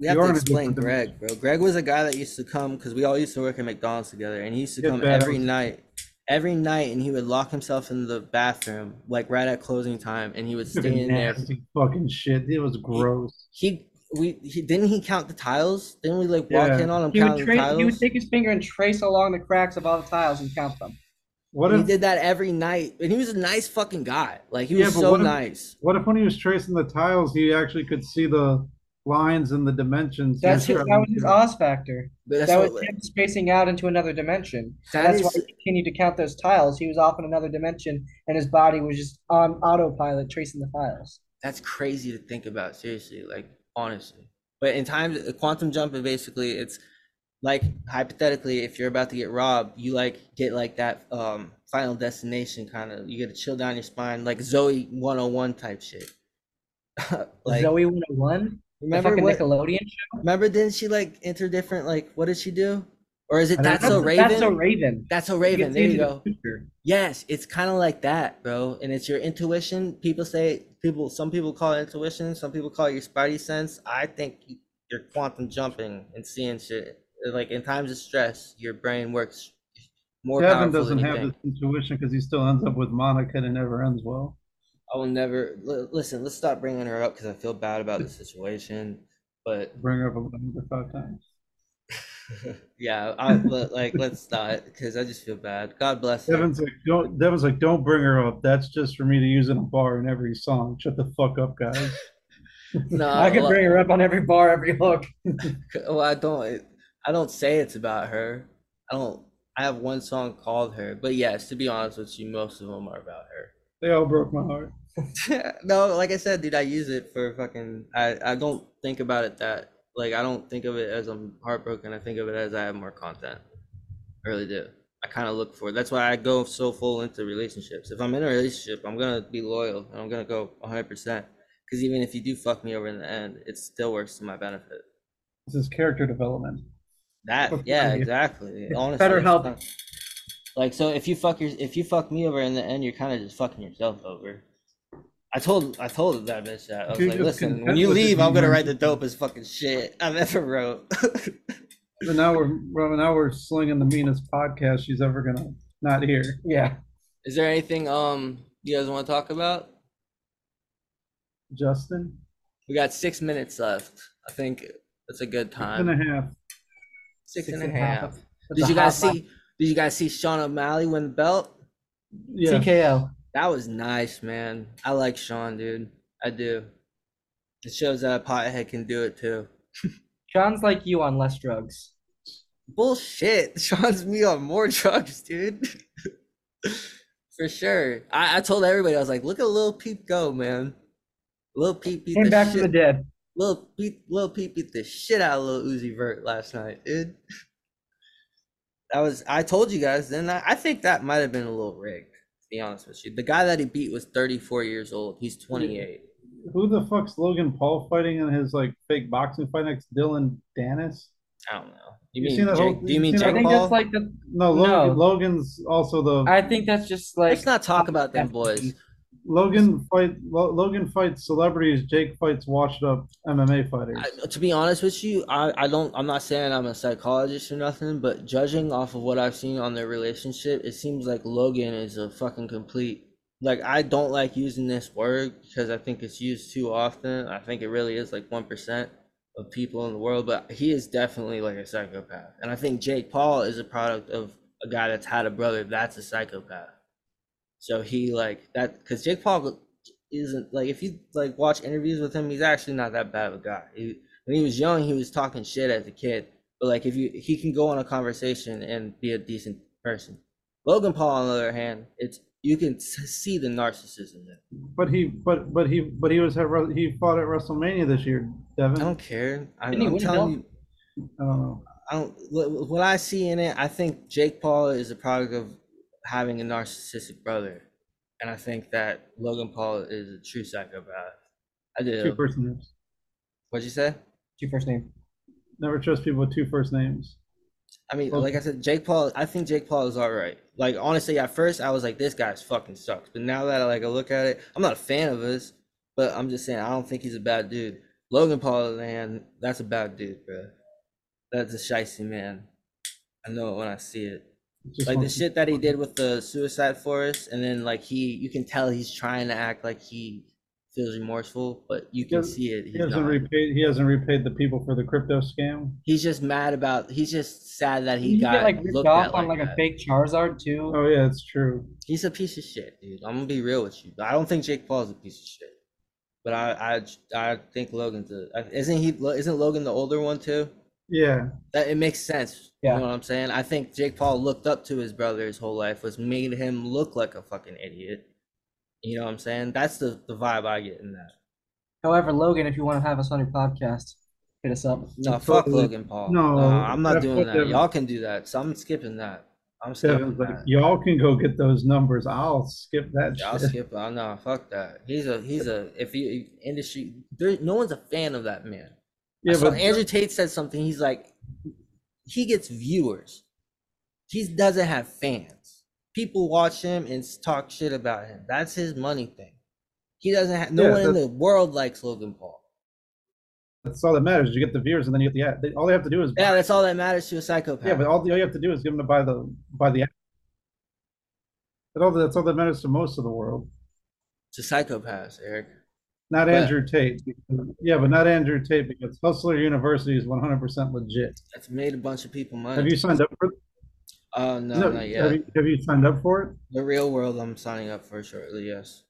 [SPEAKER 3] We have
[SPEAKER 5] You're
[SPEAKER 3] to
[SPEAKER 5] in a
[SPEAKER 3] explain Greg, bro.
[SPEAKER 5] different
[SPEAKER 3] Greg was a guy that used to come because we all used to work at McDonald's together, and he used to
[SPEAKER 5] Get
[SPEAKER 3] come
[SPEAKER 5] better.
[SPEAKER 3] every night, every night, and he would lock himself in the bathroom like right at closing time, and he would stay in there.
[SPEAKER 5] Nasty fucking shit. It was gross.
[SPEAKER 3] He we he didn't he count the tiles? Didn't we like walk
[SPEAKER 5] Yeah.
[SPEAKER 3] in on him
[SPEAKER 4] He would,
[SPEAKER 3] counting the
[SPEAKER 4] tra- he would
[SPEAKER 3] tiles?
[SPEAKER 4] take his finger and trace along the cracks of all the tiles and count them.
[SPEAKER 5] What
[SPEAKER 3] He
[SPEAKER 5] if
[SPEAKER 3] did that every night, and he was a nice fucking guy. Like he
[SPEAKER 5] Yeah,
[SPEAKER 3] was
[SPEAKER 5] but
[SPEAKER 3] so
[SPEAKER 5] what if-
[SPEAKER 3] nice.
[SPEAKER 5] What if when he was tracing the tiles, he actually could see the lines and the dimensions?
[SPEAKER 4] That's
[SPEAKER 5] He
[SPEAKER 4] his, that was his Oz factor.
[SPEAKER 3] But that's
[SPEAKER 4] that
[SPEAKER 3] what,
[SPEAKER 4] was him spacing out into another dimension.
[SPEAKER 3] That
[SPEAKER 4] That's why
[SPEAKER 3] is-
[SPEAKER 4] he continued to count those tiles. He was off in another dimension, and his body was just on autopilot tracing the tiles.
[SPEAKER 3] that's crazy to think about seriously like honestly but in time the quantum jump is basically it's like hypothetically if you're about to get robbed you like get like that um final destination kind of you get a chill down your spine like zoe 101 type shit [LAUGHS] like
[SPEAKER 4] Zoe 101, the
[SPEAKER 3] remember
[SPEAKER 4] fucking
[SPEAKER 3] what,
[SPEAKER 4] Nickelodeon.
[SPEAKER 3] remember didn't she like enter different like what did she do or is it
[SPEAKER 5] I don't
[SPEAKER 3] that's so
[SPEAKER 5] know.
[SPEAKER 3] raven
[SPEAKER 4] That's so Raven.
[SPEAKER 3] that's so
[SPEAKER 4] You
[SPEAKER 3] raven
[SPEAKER 4] can
[SPEAKER 3] there
[SPEAKER 4] see
[SPEAKER 3] you
[SPEAKER 4] into the
[SPEAKER 3] go
[SPEAKER 4] future.
[SPEAKER 3] Yes, it's kind of like that, bro. And it's your intuition. People say people. Some people call it intuition. Some people call it your spidey sense. I think y- you're quantum jumping and seeing shit. Like in times of stress, your brain works more
[SPEAKER 5] Kevin
[SPEAKER 3] powerful
[SPEAKER 5] doesn't
[SPEAKER 3] than you
[SPEAKER 5] have this
[SPEAKER 3] think.
[SPEAKER 5] intuition because he still ends up with Monica and it never ends well.
[SPEAKER 3] I will never li- listen. Let's stop bringing her up because I feel bad about the situation. But
[SPEAKER 5] Bring her up about the five times.
[SPEAKER 3] yeah, I but, like let's not because I just feel bad. God bless her.
[SPEAKER 5] Devin's like, don't. Devin's like, don't bring her up. That's just for me to use in a bar in every song. Shut the fuck up, guys.
[SPEAKER 3] No,
[SPEAKER 4] I could
[SPEAKER 3] Uh, well-
[SPEAKER 4] bring her up on every bar, every hook.
[SPEAKER 3] Well, I don't. I don't say it's about her. I don't. I have one song called her, but yes, to be honest with you, most of them are about
[SPEAKER 5] They all broke my heart.
[SPEAKER 3] her. [LAUGHS] no, like I said, dude, I use it for fucking. I I don't think about it that like I don't think of it as I'm heartbroken. I think of it as I have more content. I really do. I kind of look for. That's why I go so full into relationships. If I'm in a relationship, I'm gonna be loyal and I'm gonna go 100. percent Because even if you do fuck me over in the end, it still works to my benefit.
[SPEAKER 5] This is character development.
[SPEAKER 3] That
[SPEAKER 5] Fuck
[SPEAKER 3] yeah,
[SPEAKER 5] you.
[SPEAKER 3] exactly.
[SPEAKER 4] It's
[SPEAKER 3] Honestly,
[SPEAKER 4] better
[SPEAKER 3] it's
[SPEAKER 4] help.
[SPEAKER 3] not- Like so, if you fuck your, if you fuck me over in the end, you're kind of just fucking yourself over. I told I told that bitch that I was
[SPEAKER 5] You're
[SPEAKER 3] like,
[SPEAKER 5] just
[SPEAKER 3] listen, when
[SPEAKER 5] content
[SPEAKER 3] you
[SPEAKER 5] with it
[SPEAKER 3] leave, I'm
[SPEAKER 5] being
[SPEAKER 3] gonna
[SPEAKER 5] your-
[SPEAKER 3] write the dopest fucking shit I've ever wrote. [LAUGHS]
[SPEAKER 5] But now we're well, now we're slinging the meanest podcast she's ever gonna not hear.
[SPEAKER 4] Yeah.
[SPEAKER 3] Is there anything um you guys want to talk about?
[SPEAKER 5] Justin,
[SPEAKER 3] We got six minutes left. I think that's a good
[SPEAKER 5] six
[SPEAKER 3] time.
[SPEAKER 5] and a half.
[SPEAKER 3] Six
[SPEAKER 4] Six
[SPEAKER 3] and a
[SPEAKER 4] and a half.
[SPEAKER 3] half.
[SPEAKER 4] That's
[SPEAKER 3] Did
[SPEAKER 4] a
[SPEAKER 3] you guys
[SPEAKER 4] hot
[SPEAKER 3] see? Did you guys see Sean O'Malley win the belt?
[SPEAKER 5] Yeah.
[SPEAKER 4] TKO.
[SPEAKER 3] That was nice, man. I like Sean, dude. I do. It shows that a pothead can do it too.
[SPEAKER 4] John's like you on less drugs.
[SPEAKER 3] Bullshit. [LAUGHS] Sean's me on more drugs, dude. [LAUGHS] For sure. I, I told everybody, I was like, look at Lil Peep go, man. Lil Peep beat
[SPEAKER 4] Came
[SPEAKER 3] the
[SPEAKER 4] back
[SPEAKER 3] shit.
[SPEAKER 4] from the dead.
[SPEAKER 3] Lil, Peep, Lil Peep beat the shit out of Lil Uzi Vert last night, dude. [LAUGHS] That was I told you guys then I, I think that might have been a little rigged, to be honest with you. The guy that he beat was 34 years old. He's 28.
[SPEAKER 5] Who the fuck's Logan Paul fighting in his like fake boxing fight next Dylan Dennis?
[SPEAKER 3] I don't know. You,
[SPEAKER 5] You
[SPEAKER 3] mean
[SPEAKER 5] seen that whole-
[SPEAKER 3] Jake, do
[SPEAKER 5] you
[SPEAKER 3] you mean
[SPEAKER 5] seen that
[SPEAKER 4] I
[SPEAKER 3] Jake
[SPEAKER 4] think
[SPEAKER 3] Paul?
[SPEAKER 4] that's like the.
[SPEAKER 5] No, Logan,
[SPEAKER 4] No.
[SPEAKER 5] Logan's also the
[SPEAKER 4] I think that's just like.
[SPEAKER 3] Let's not talk about them boys.
[SPEAKER 5] Logan fight Lo- Logan fights celebrities, Jake fights washed up MMA fighters.
[SPEAKER 3] I, to be honest with you, I, I don't. I'm not saying I'm a psychologist or nothing, but judging off of what I've seen on their relationship, it seems like Logan is a fucking complete. Like I don't like using this word because I think it's used too often. I think it really is like one percent of people in the world, but he is definitely like a psychopath, and I think Jake Paul is a product of a guy that's had a brother that's a psychopath. So he like that because Jake Paul isn't like if you like watch interviews with him, he's actually not that bad of a guy. He, when he was young, he was talking shit as a kid, but like if you he can go on a conversation and be a decent person. Logan Paul, on the other hand, it's you can s- see the narcissism there.
[SPEAKER 5] But he, but but he, but he was at Wre- he fought at WrestleMania this year, Devin.
[SPEAKER 3] I don't care. I,
[SPEAKER 4] Didn't he
[SPEAKER 3] I'm
[SPEAKER 4] win a
[SPEAKER 3] telling
[SPEAKER 4] belt?
[SPEAKER 3] you,
[SPEAKER 5] I don't know.
[SPEAKER 3] I don't. wh- wh- What I see in it, I think Jake Paul is a product of having a narcissistic brother, and I think that Logan Paul is a true psychopath. I
[SPEAKER 5] Two
[SPEAKER 3] do.
[SPEAKER 5] first names.
[SPEAKER 3] What'd you say?
[SPEAKER 4] Your first name.
[SPEAKER 5] Never trust people with two first names.
[SPEAKER 3] I mean,
[SPEAKER 5] Well-
[SPEAKER 3] like I said, Jake Paul. I think Jake Paul is all right. Like honestly, at first I was like, this guy's fucking sucks. But now that I like I look at it, I'm not a fan of his. But I'm just saying, I don't think he's a bad dude. Logan Paul, man, that's a bad dude, bro. That's a shicey man. I know it when I see it.
[SPEAKER 5] Just
[SPEAKER 3] like the
[SPEAKER 5] one-
[SPEAKER 3] shit that he did with the suicide forest and then like he you can tell he's trying to act like he feels remorseful but you can
[SPEAKER 5] doesn't-
[SPEAKER 3] see it
[SPEAKER 5] He
[SPEAKER 3] he's,
[SPEAKER 5] hasn't
[SPEAKER 3] not.
[SPEAKER 5] repaid. He hasn't repaid the people for the crypto scam.
[SPEAKER 3] he's just mad about he's just sad that he
[SPEAKER 4] Didn't
[SPEAKER 3] got
[SPEAKER 4] get like ripped
[SPEAKER 3] looked
[SPEAKER 4] off
[SPEAKER 3] at
[SPEAKER 4] on
[SPEAKER 3] like
[SPEAKER 4] like a
[SPEAKER 3] that.
[SPEAKER 4] fake Charizard too.
[SPEAKER 5] Oh yeah, it's true.
[SPEAKER 3] he's a piece of shit dude i'm gonna be real with you i don't think jake paul's a piece of shit but i i, I think logan's a isn't he isn't logan the older one too
[SPEAKER 5] Yeah,
[SPEAKER 3] that it makes sense.
[SPEAKER 4] Yeah.
[SPEAKER 3] You know what I'm saying? I think Jake Paul looked up to his brother his whole life, was made him look like a fucking idiot. You know what I'm saying? That's the, the vibe I get in that.
[SPEAKER 4] However, Logan, if you want to have us on your podcast, hit us up.
[SPEAKER 3] No, fuck
[SPEAKER 5] Totally.
[SPEAKER 3] Logan Paul.
[SPEAKER 5] No,
[SPEAKER 3] I'm not
[SPEAKER 5] that's
[SPEAKER 3] doing
[SPEAKER 5] what
[SPEAKER 3] that.
[SPEAKER 5] they're-
[SPEAKER 3] Y'all can do that. So I'm skipping that. I'm skipping
[SPEAKER 5] Devin's like,
[SPEAKER 3] that.
[SPEAKER 5] y'all can go get those numbers. I'll skip that.
[SPEAKER 3] I'll
[SPEAKER 5] shit."
[SPEAKER 3] skip. Oh no, fuck that. He's a he's a if you industry there no one's a fan of that man.
[SPEAKER 5] Yeah,
[SPEAKER 3] so
[SPEAKER 5] but
[SPEAKER 3] Andrew Tate said something. He's like, he gets viewers. He doesn't have fans. People watch him and s- talk shit about him. That's his money thing. He doesn't have. No
[SPEAKER 5] Yeah,
[SPEAKER 3] one in
[SPEAKER 5] that's-
[SPEAKER 3] the world likes Logan Paul.
[SPEAKER 5] that's all that matters. You get the viewers, and then you get the ad. They, all they have to do is
[SPEAKER 3] Yeah, that's all that matters to a psychopath.
[SPEAKER 5] Yeah, but all, all you have to do is give them to buy the buy the. app. That all that's all that matters to most of the world.
[SPEAKER 3] to psychopaths, Eric.
[SPEAKER 5] Not
[SPEAKER 3] But-
[SPEAKER 5] Andrew Tate. Yeah, but not Andrew Tate because Hustler University is one hundred percent legit.
[SPEAKER 3] That's made a bunch of people money.
[SPEAKER 5] Have you signed up for?
[SPEAKER 3] Oh no,
[SPEAKER 5] no,
[SPEAKER 3] not
[SPEAKER 5] Have
[SPEAKER 3] yet.
[SPEAKER 5] you, have you signed up for it?
[SPEAKER 3] The real world, I'm signing up for shortly. Yes.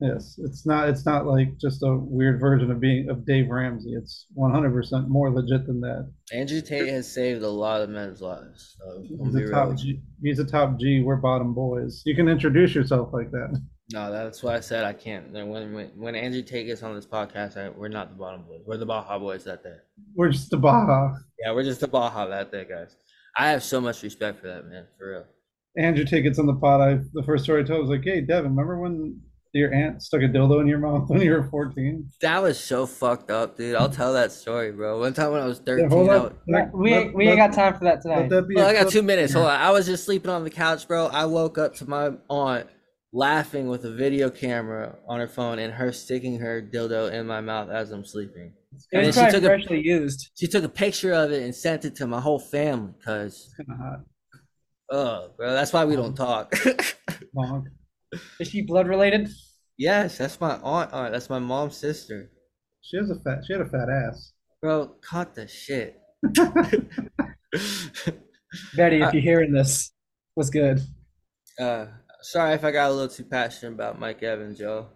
[SPEAKER 5] Yes, it's not. It's not like just a weird version of being of Dave Ramsey. It's one hundred percent more legit than that.
[SPEAKER 3] Andrew Tate has saved a lot of men's lives. So I'm
[SPEAKER 5] He's
[SPEAKER 3] gonna be
[SPEAKER 5] a
[SPEAKER 3] real
[SPEAKER 5] top
[SPEAKER 3] with you.
[SPEAKER 5] G. He's a top G. We're bottom boys. You can introduce yourself like that.
[SPEAKER 3] No, that's why I said I can't. Then When when, when Andrew Tate gets on this podcast, I, we're not the bottom boys. We're the Baja boys that day.
[SPEAKER 5] We're just the Baja.
[SPEAKER 3] Yeah, we're just the Baja that day, guys. I have so much respect for that man, for real.
[SPEAKER 5] Andrew tickets on the pod. I the first story I told was like, "Hey, Devin, remember when your aunt stuck a dildo in your mouth when you were 14?"
[SPEAKER 3] That was so fucked up, dude. I'll tell that story, bro. One time when I was
[SPEAKER 5] Yeah,
[SPEAKER 3] thirteen,
[SPEAKER 5] hold
[SPEAKER 3] I,
[SPEAKER 5] on.
[SPEAKER 3] was-
[SPEAKER 4] No,
[SPEAKER 5] Let-
[SPEAKER 4] we ain't,
[SPEAKER 5] let-
[SPEAKER 4] we ain't
[SPEAKER 5] let-
[SPEAKER 4] got time for that
[SPEAKER 5] let
[SPEAKER 4] tonight.
[SPEAKER 5] that be
[SPEAKER 3] well,
[SPEAKER 5] a
[SPEAKER 3] I got
[SPEAKER 5] clip.
[SPEAKER 3] two minutes. Hold on. I was just sleeping on the couch, bro. I woke up to my aunt laughing with a video camera on her phone and her sticking her dildo in my mouth as I'm sleeping.
[SPEAKER 4] it was
[SPEAKER 3] And she
[SPEAKER 4] probably
[SPEAKER 3] took a-
[SPEAKER 4] freshly used.
[SPEAKER 3] She took a picture of it and sent it to my whole family, cause.
[SPEAKER 5] Kinda hot. Um,
[SPEAKER 3] Oh, bro, that's why we don't talk. [LAUGHS]
[SPEAKER 5] Bonk.
[SPEAKER 4] Is she blood related?
[SPEAKER 3] yes, that's my aunt, aunt. That's my mom's sister.
[SPEAKER 5] She has a fat. She had a fat ass.
[SPEAKER 3] Bro, caught the
[SPEAKER 5] [LAUGHS]
[SPEAKER 3] shit.
[SPEAKER 4] Betty, if you're hearing this, what's good?
[SPEAKER 3] uh, sorry if I got a little too passionate about Mike Evans, yo.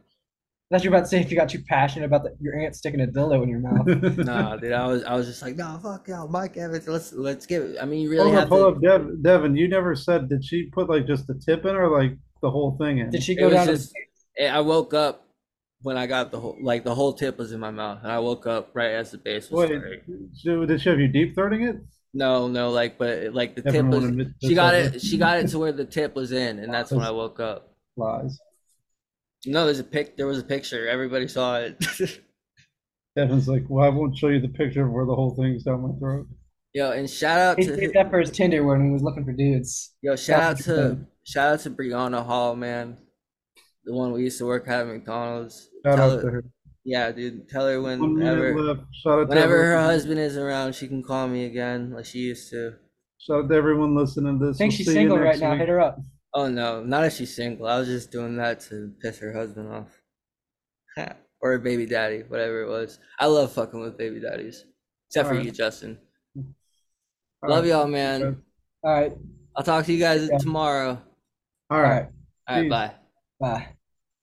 [SPEAKER 4] That's you're about to say if you got too passionate about the, your aunt sticking a dildo in your
[SPEAKER 5] [LAUGHS]
[SPEAKER 4] mouth.
[SPEAKER 3] Nah, dude, I was I was just like, no, fuck y'all, Mike Evans. Let's let's give. it. I mean, you really
[SPEAKER 5] Hold
[SPEAKER 3] have
[SPEAKER 5] up, hold
[SPEAKER 3] to.
[SPEAKER 5] up, Dev, Devin. You never said did she put like just the tip in or like the whole thing in?
[SPEAKER 4] Did she
[SPEAKER 3] It
[SPEAKER 4] go
[SPEAKER 3] was
[SPEAKER 4] down?
[SPEAKER 3] just, eh, I woke up when I got the whole like the whole tip was in my mouth, and I woke up right as the bass was
[SPEAKER 5] Wait,
[SPEAKER 3] starting.
[SPEAKER 5] so did she have you deep throating it?
[SPEAKER 3] No, no, like but like the tip
[SPEAKER 5] Everyone
[SPEAKER 3] was.
[SPEAKER 5] admits
[SPEAKER 3] She
[SPEAKER 5] this
[SPEAKER 3] got
[SPEAKER 5] already.
[SPEAKER 3] it. She got it to where the tip was in, and that's when I woke up.
[SPEAKER 5] Lies.
[SPEAKER 3] No, there's a pic. There was a picture. Everybody saw it. [LAUGHS]
[SPEAKER 5] Devin's like, well, I won't show you the picture of where the whole thing's down my throat.
[SPEAKER 3] yo, and shout out
[SPEAKER 4] He
[SPEAKER 3] to
[SPEAKER 4] did that for his Tinder when he was looking for dudes.
[SPEAKER 3] yo, shout out to
[SPEAKER 5] Definitely.
[SPEAKER 3] shout out to Brianna Hall, man, the one we used to work at McDonald's.
[SPEAKER 5] Shout
[SPEAKER 3] Tell
[SPEAKER 5] out to
[SPEAKER 3] her,
[SPEAKER 5] her.
[SPEAKER 3] yeah, dude. Tell her
[SPEAKER 5] One minute
[SPEAKER 3] whenever
[SPEAKER 5] left. uh, Shout out to
[SPEAKER 3] whenever her
[SPEAKER 5] everyone.
[SPEAKER 3] husband is around, she can call me again like she used to.
[SPEAKER 5] Shout out to everyone listening to this.
[SPEAKER 4] I think
[SPEAKER 5] We'll
[SPEAKER 4] she's
[SPEAKER 5] see you
[SPEAKER 4] single
[SPEAKER 5] next
[SPEAKER 4] right now.
[SPEAKER 5] week.
[SPEAKER 4] Hit her up.
[SPEAKER 3] Oh no, not if she's single. I was just doing that to piss her husband off, [LAUGHS] or her baby daddy, whatever it was. I love fucking with baby daddies, except for
[SPEAKER 5] Alright. Mm.
[SPEAKER 3] you, Justin.
[SPEAKER 5] All
[SPEAKER 3] love
[SPEAKER 5] right.
[SPEAKER 3] y'all, man.
[SPEAKER 4] All right.
[SPEAKER 3] I'll talk to you guys
[SPEAKER 4] Yeah.
[SPEAKER 3] tomorrow.
[SPEAKER 5] All right.
[SPEAKER 3] All right,
[SPEAKER 5] Peace.
[SPEAKER 3] bye.
[SPEAKER 4] Bye.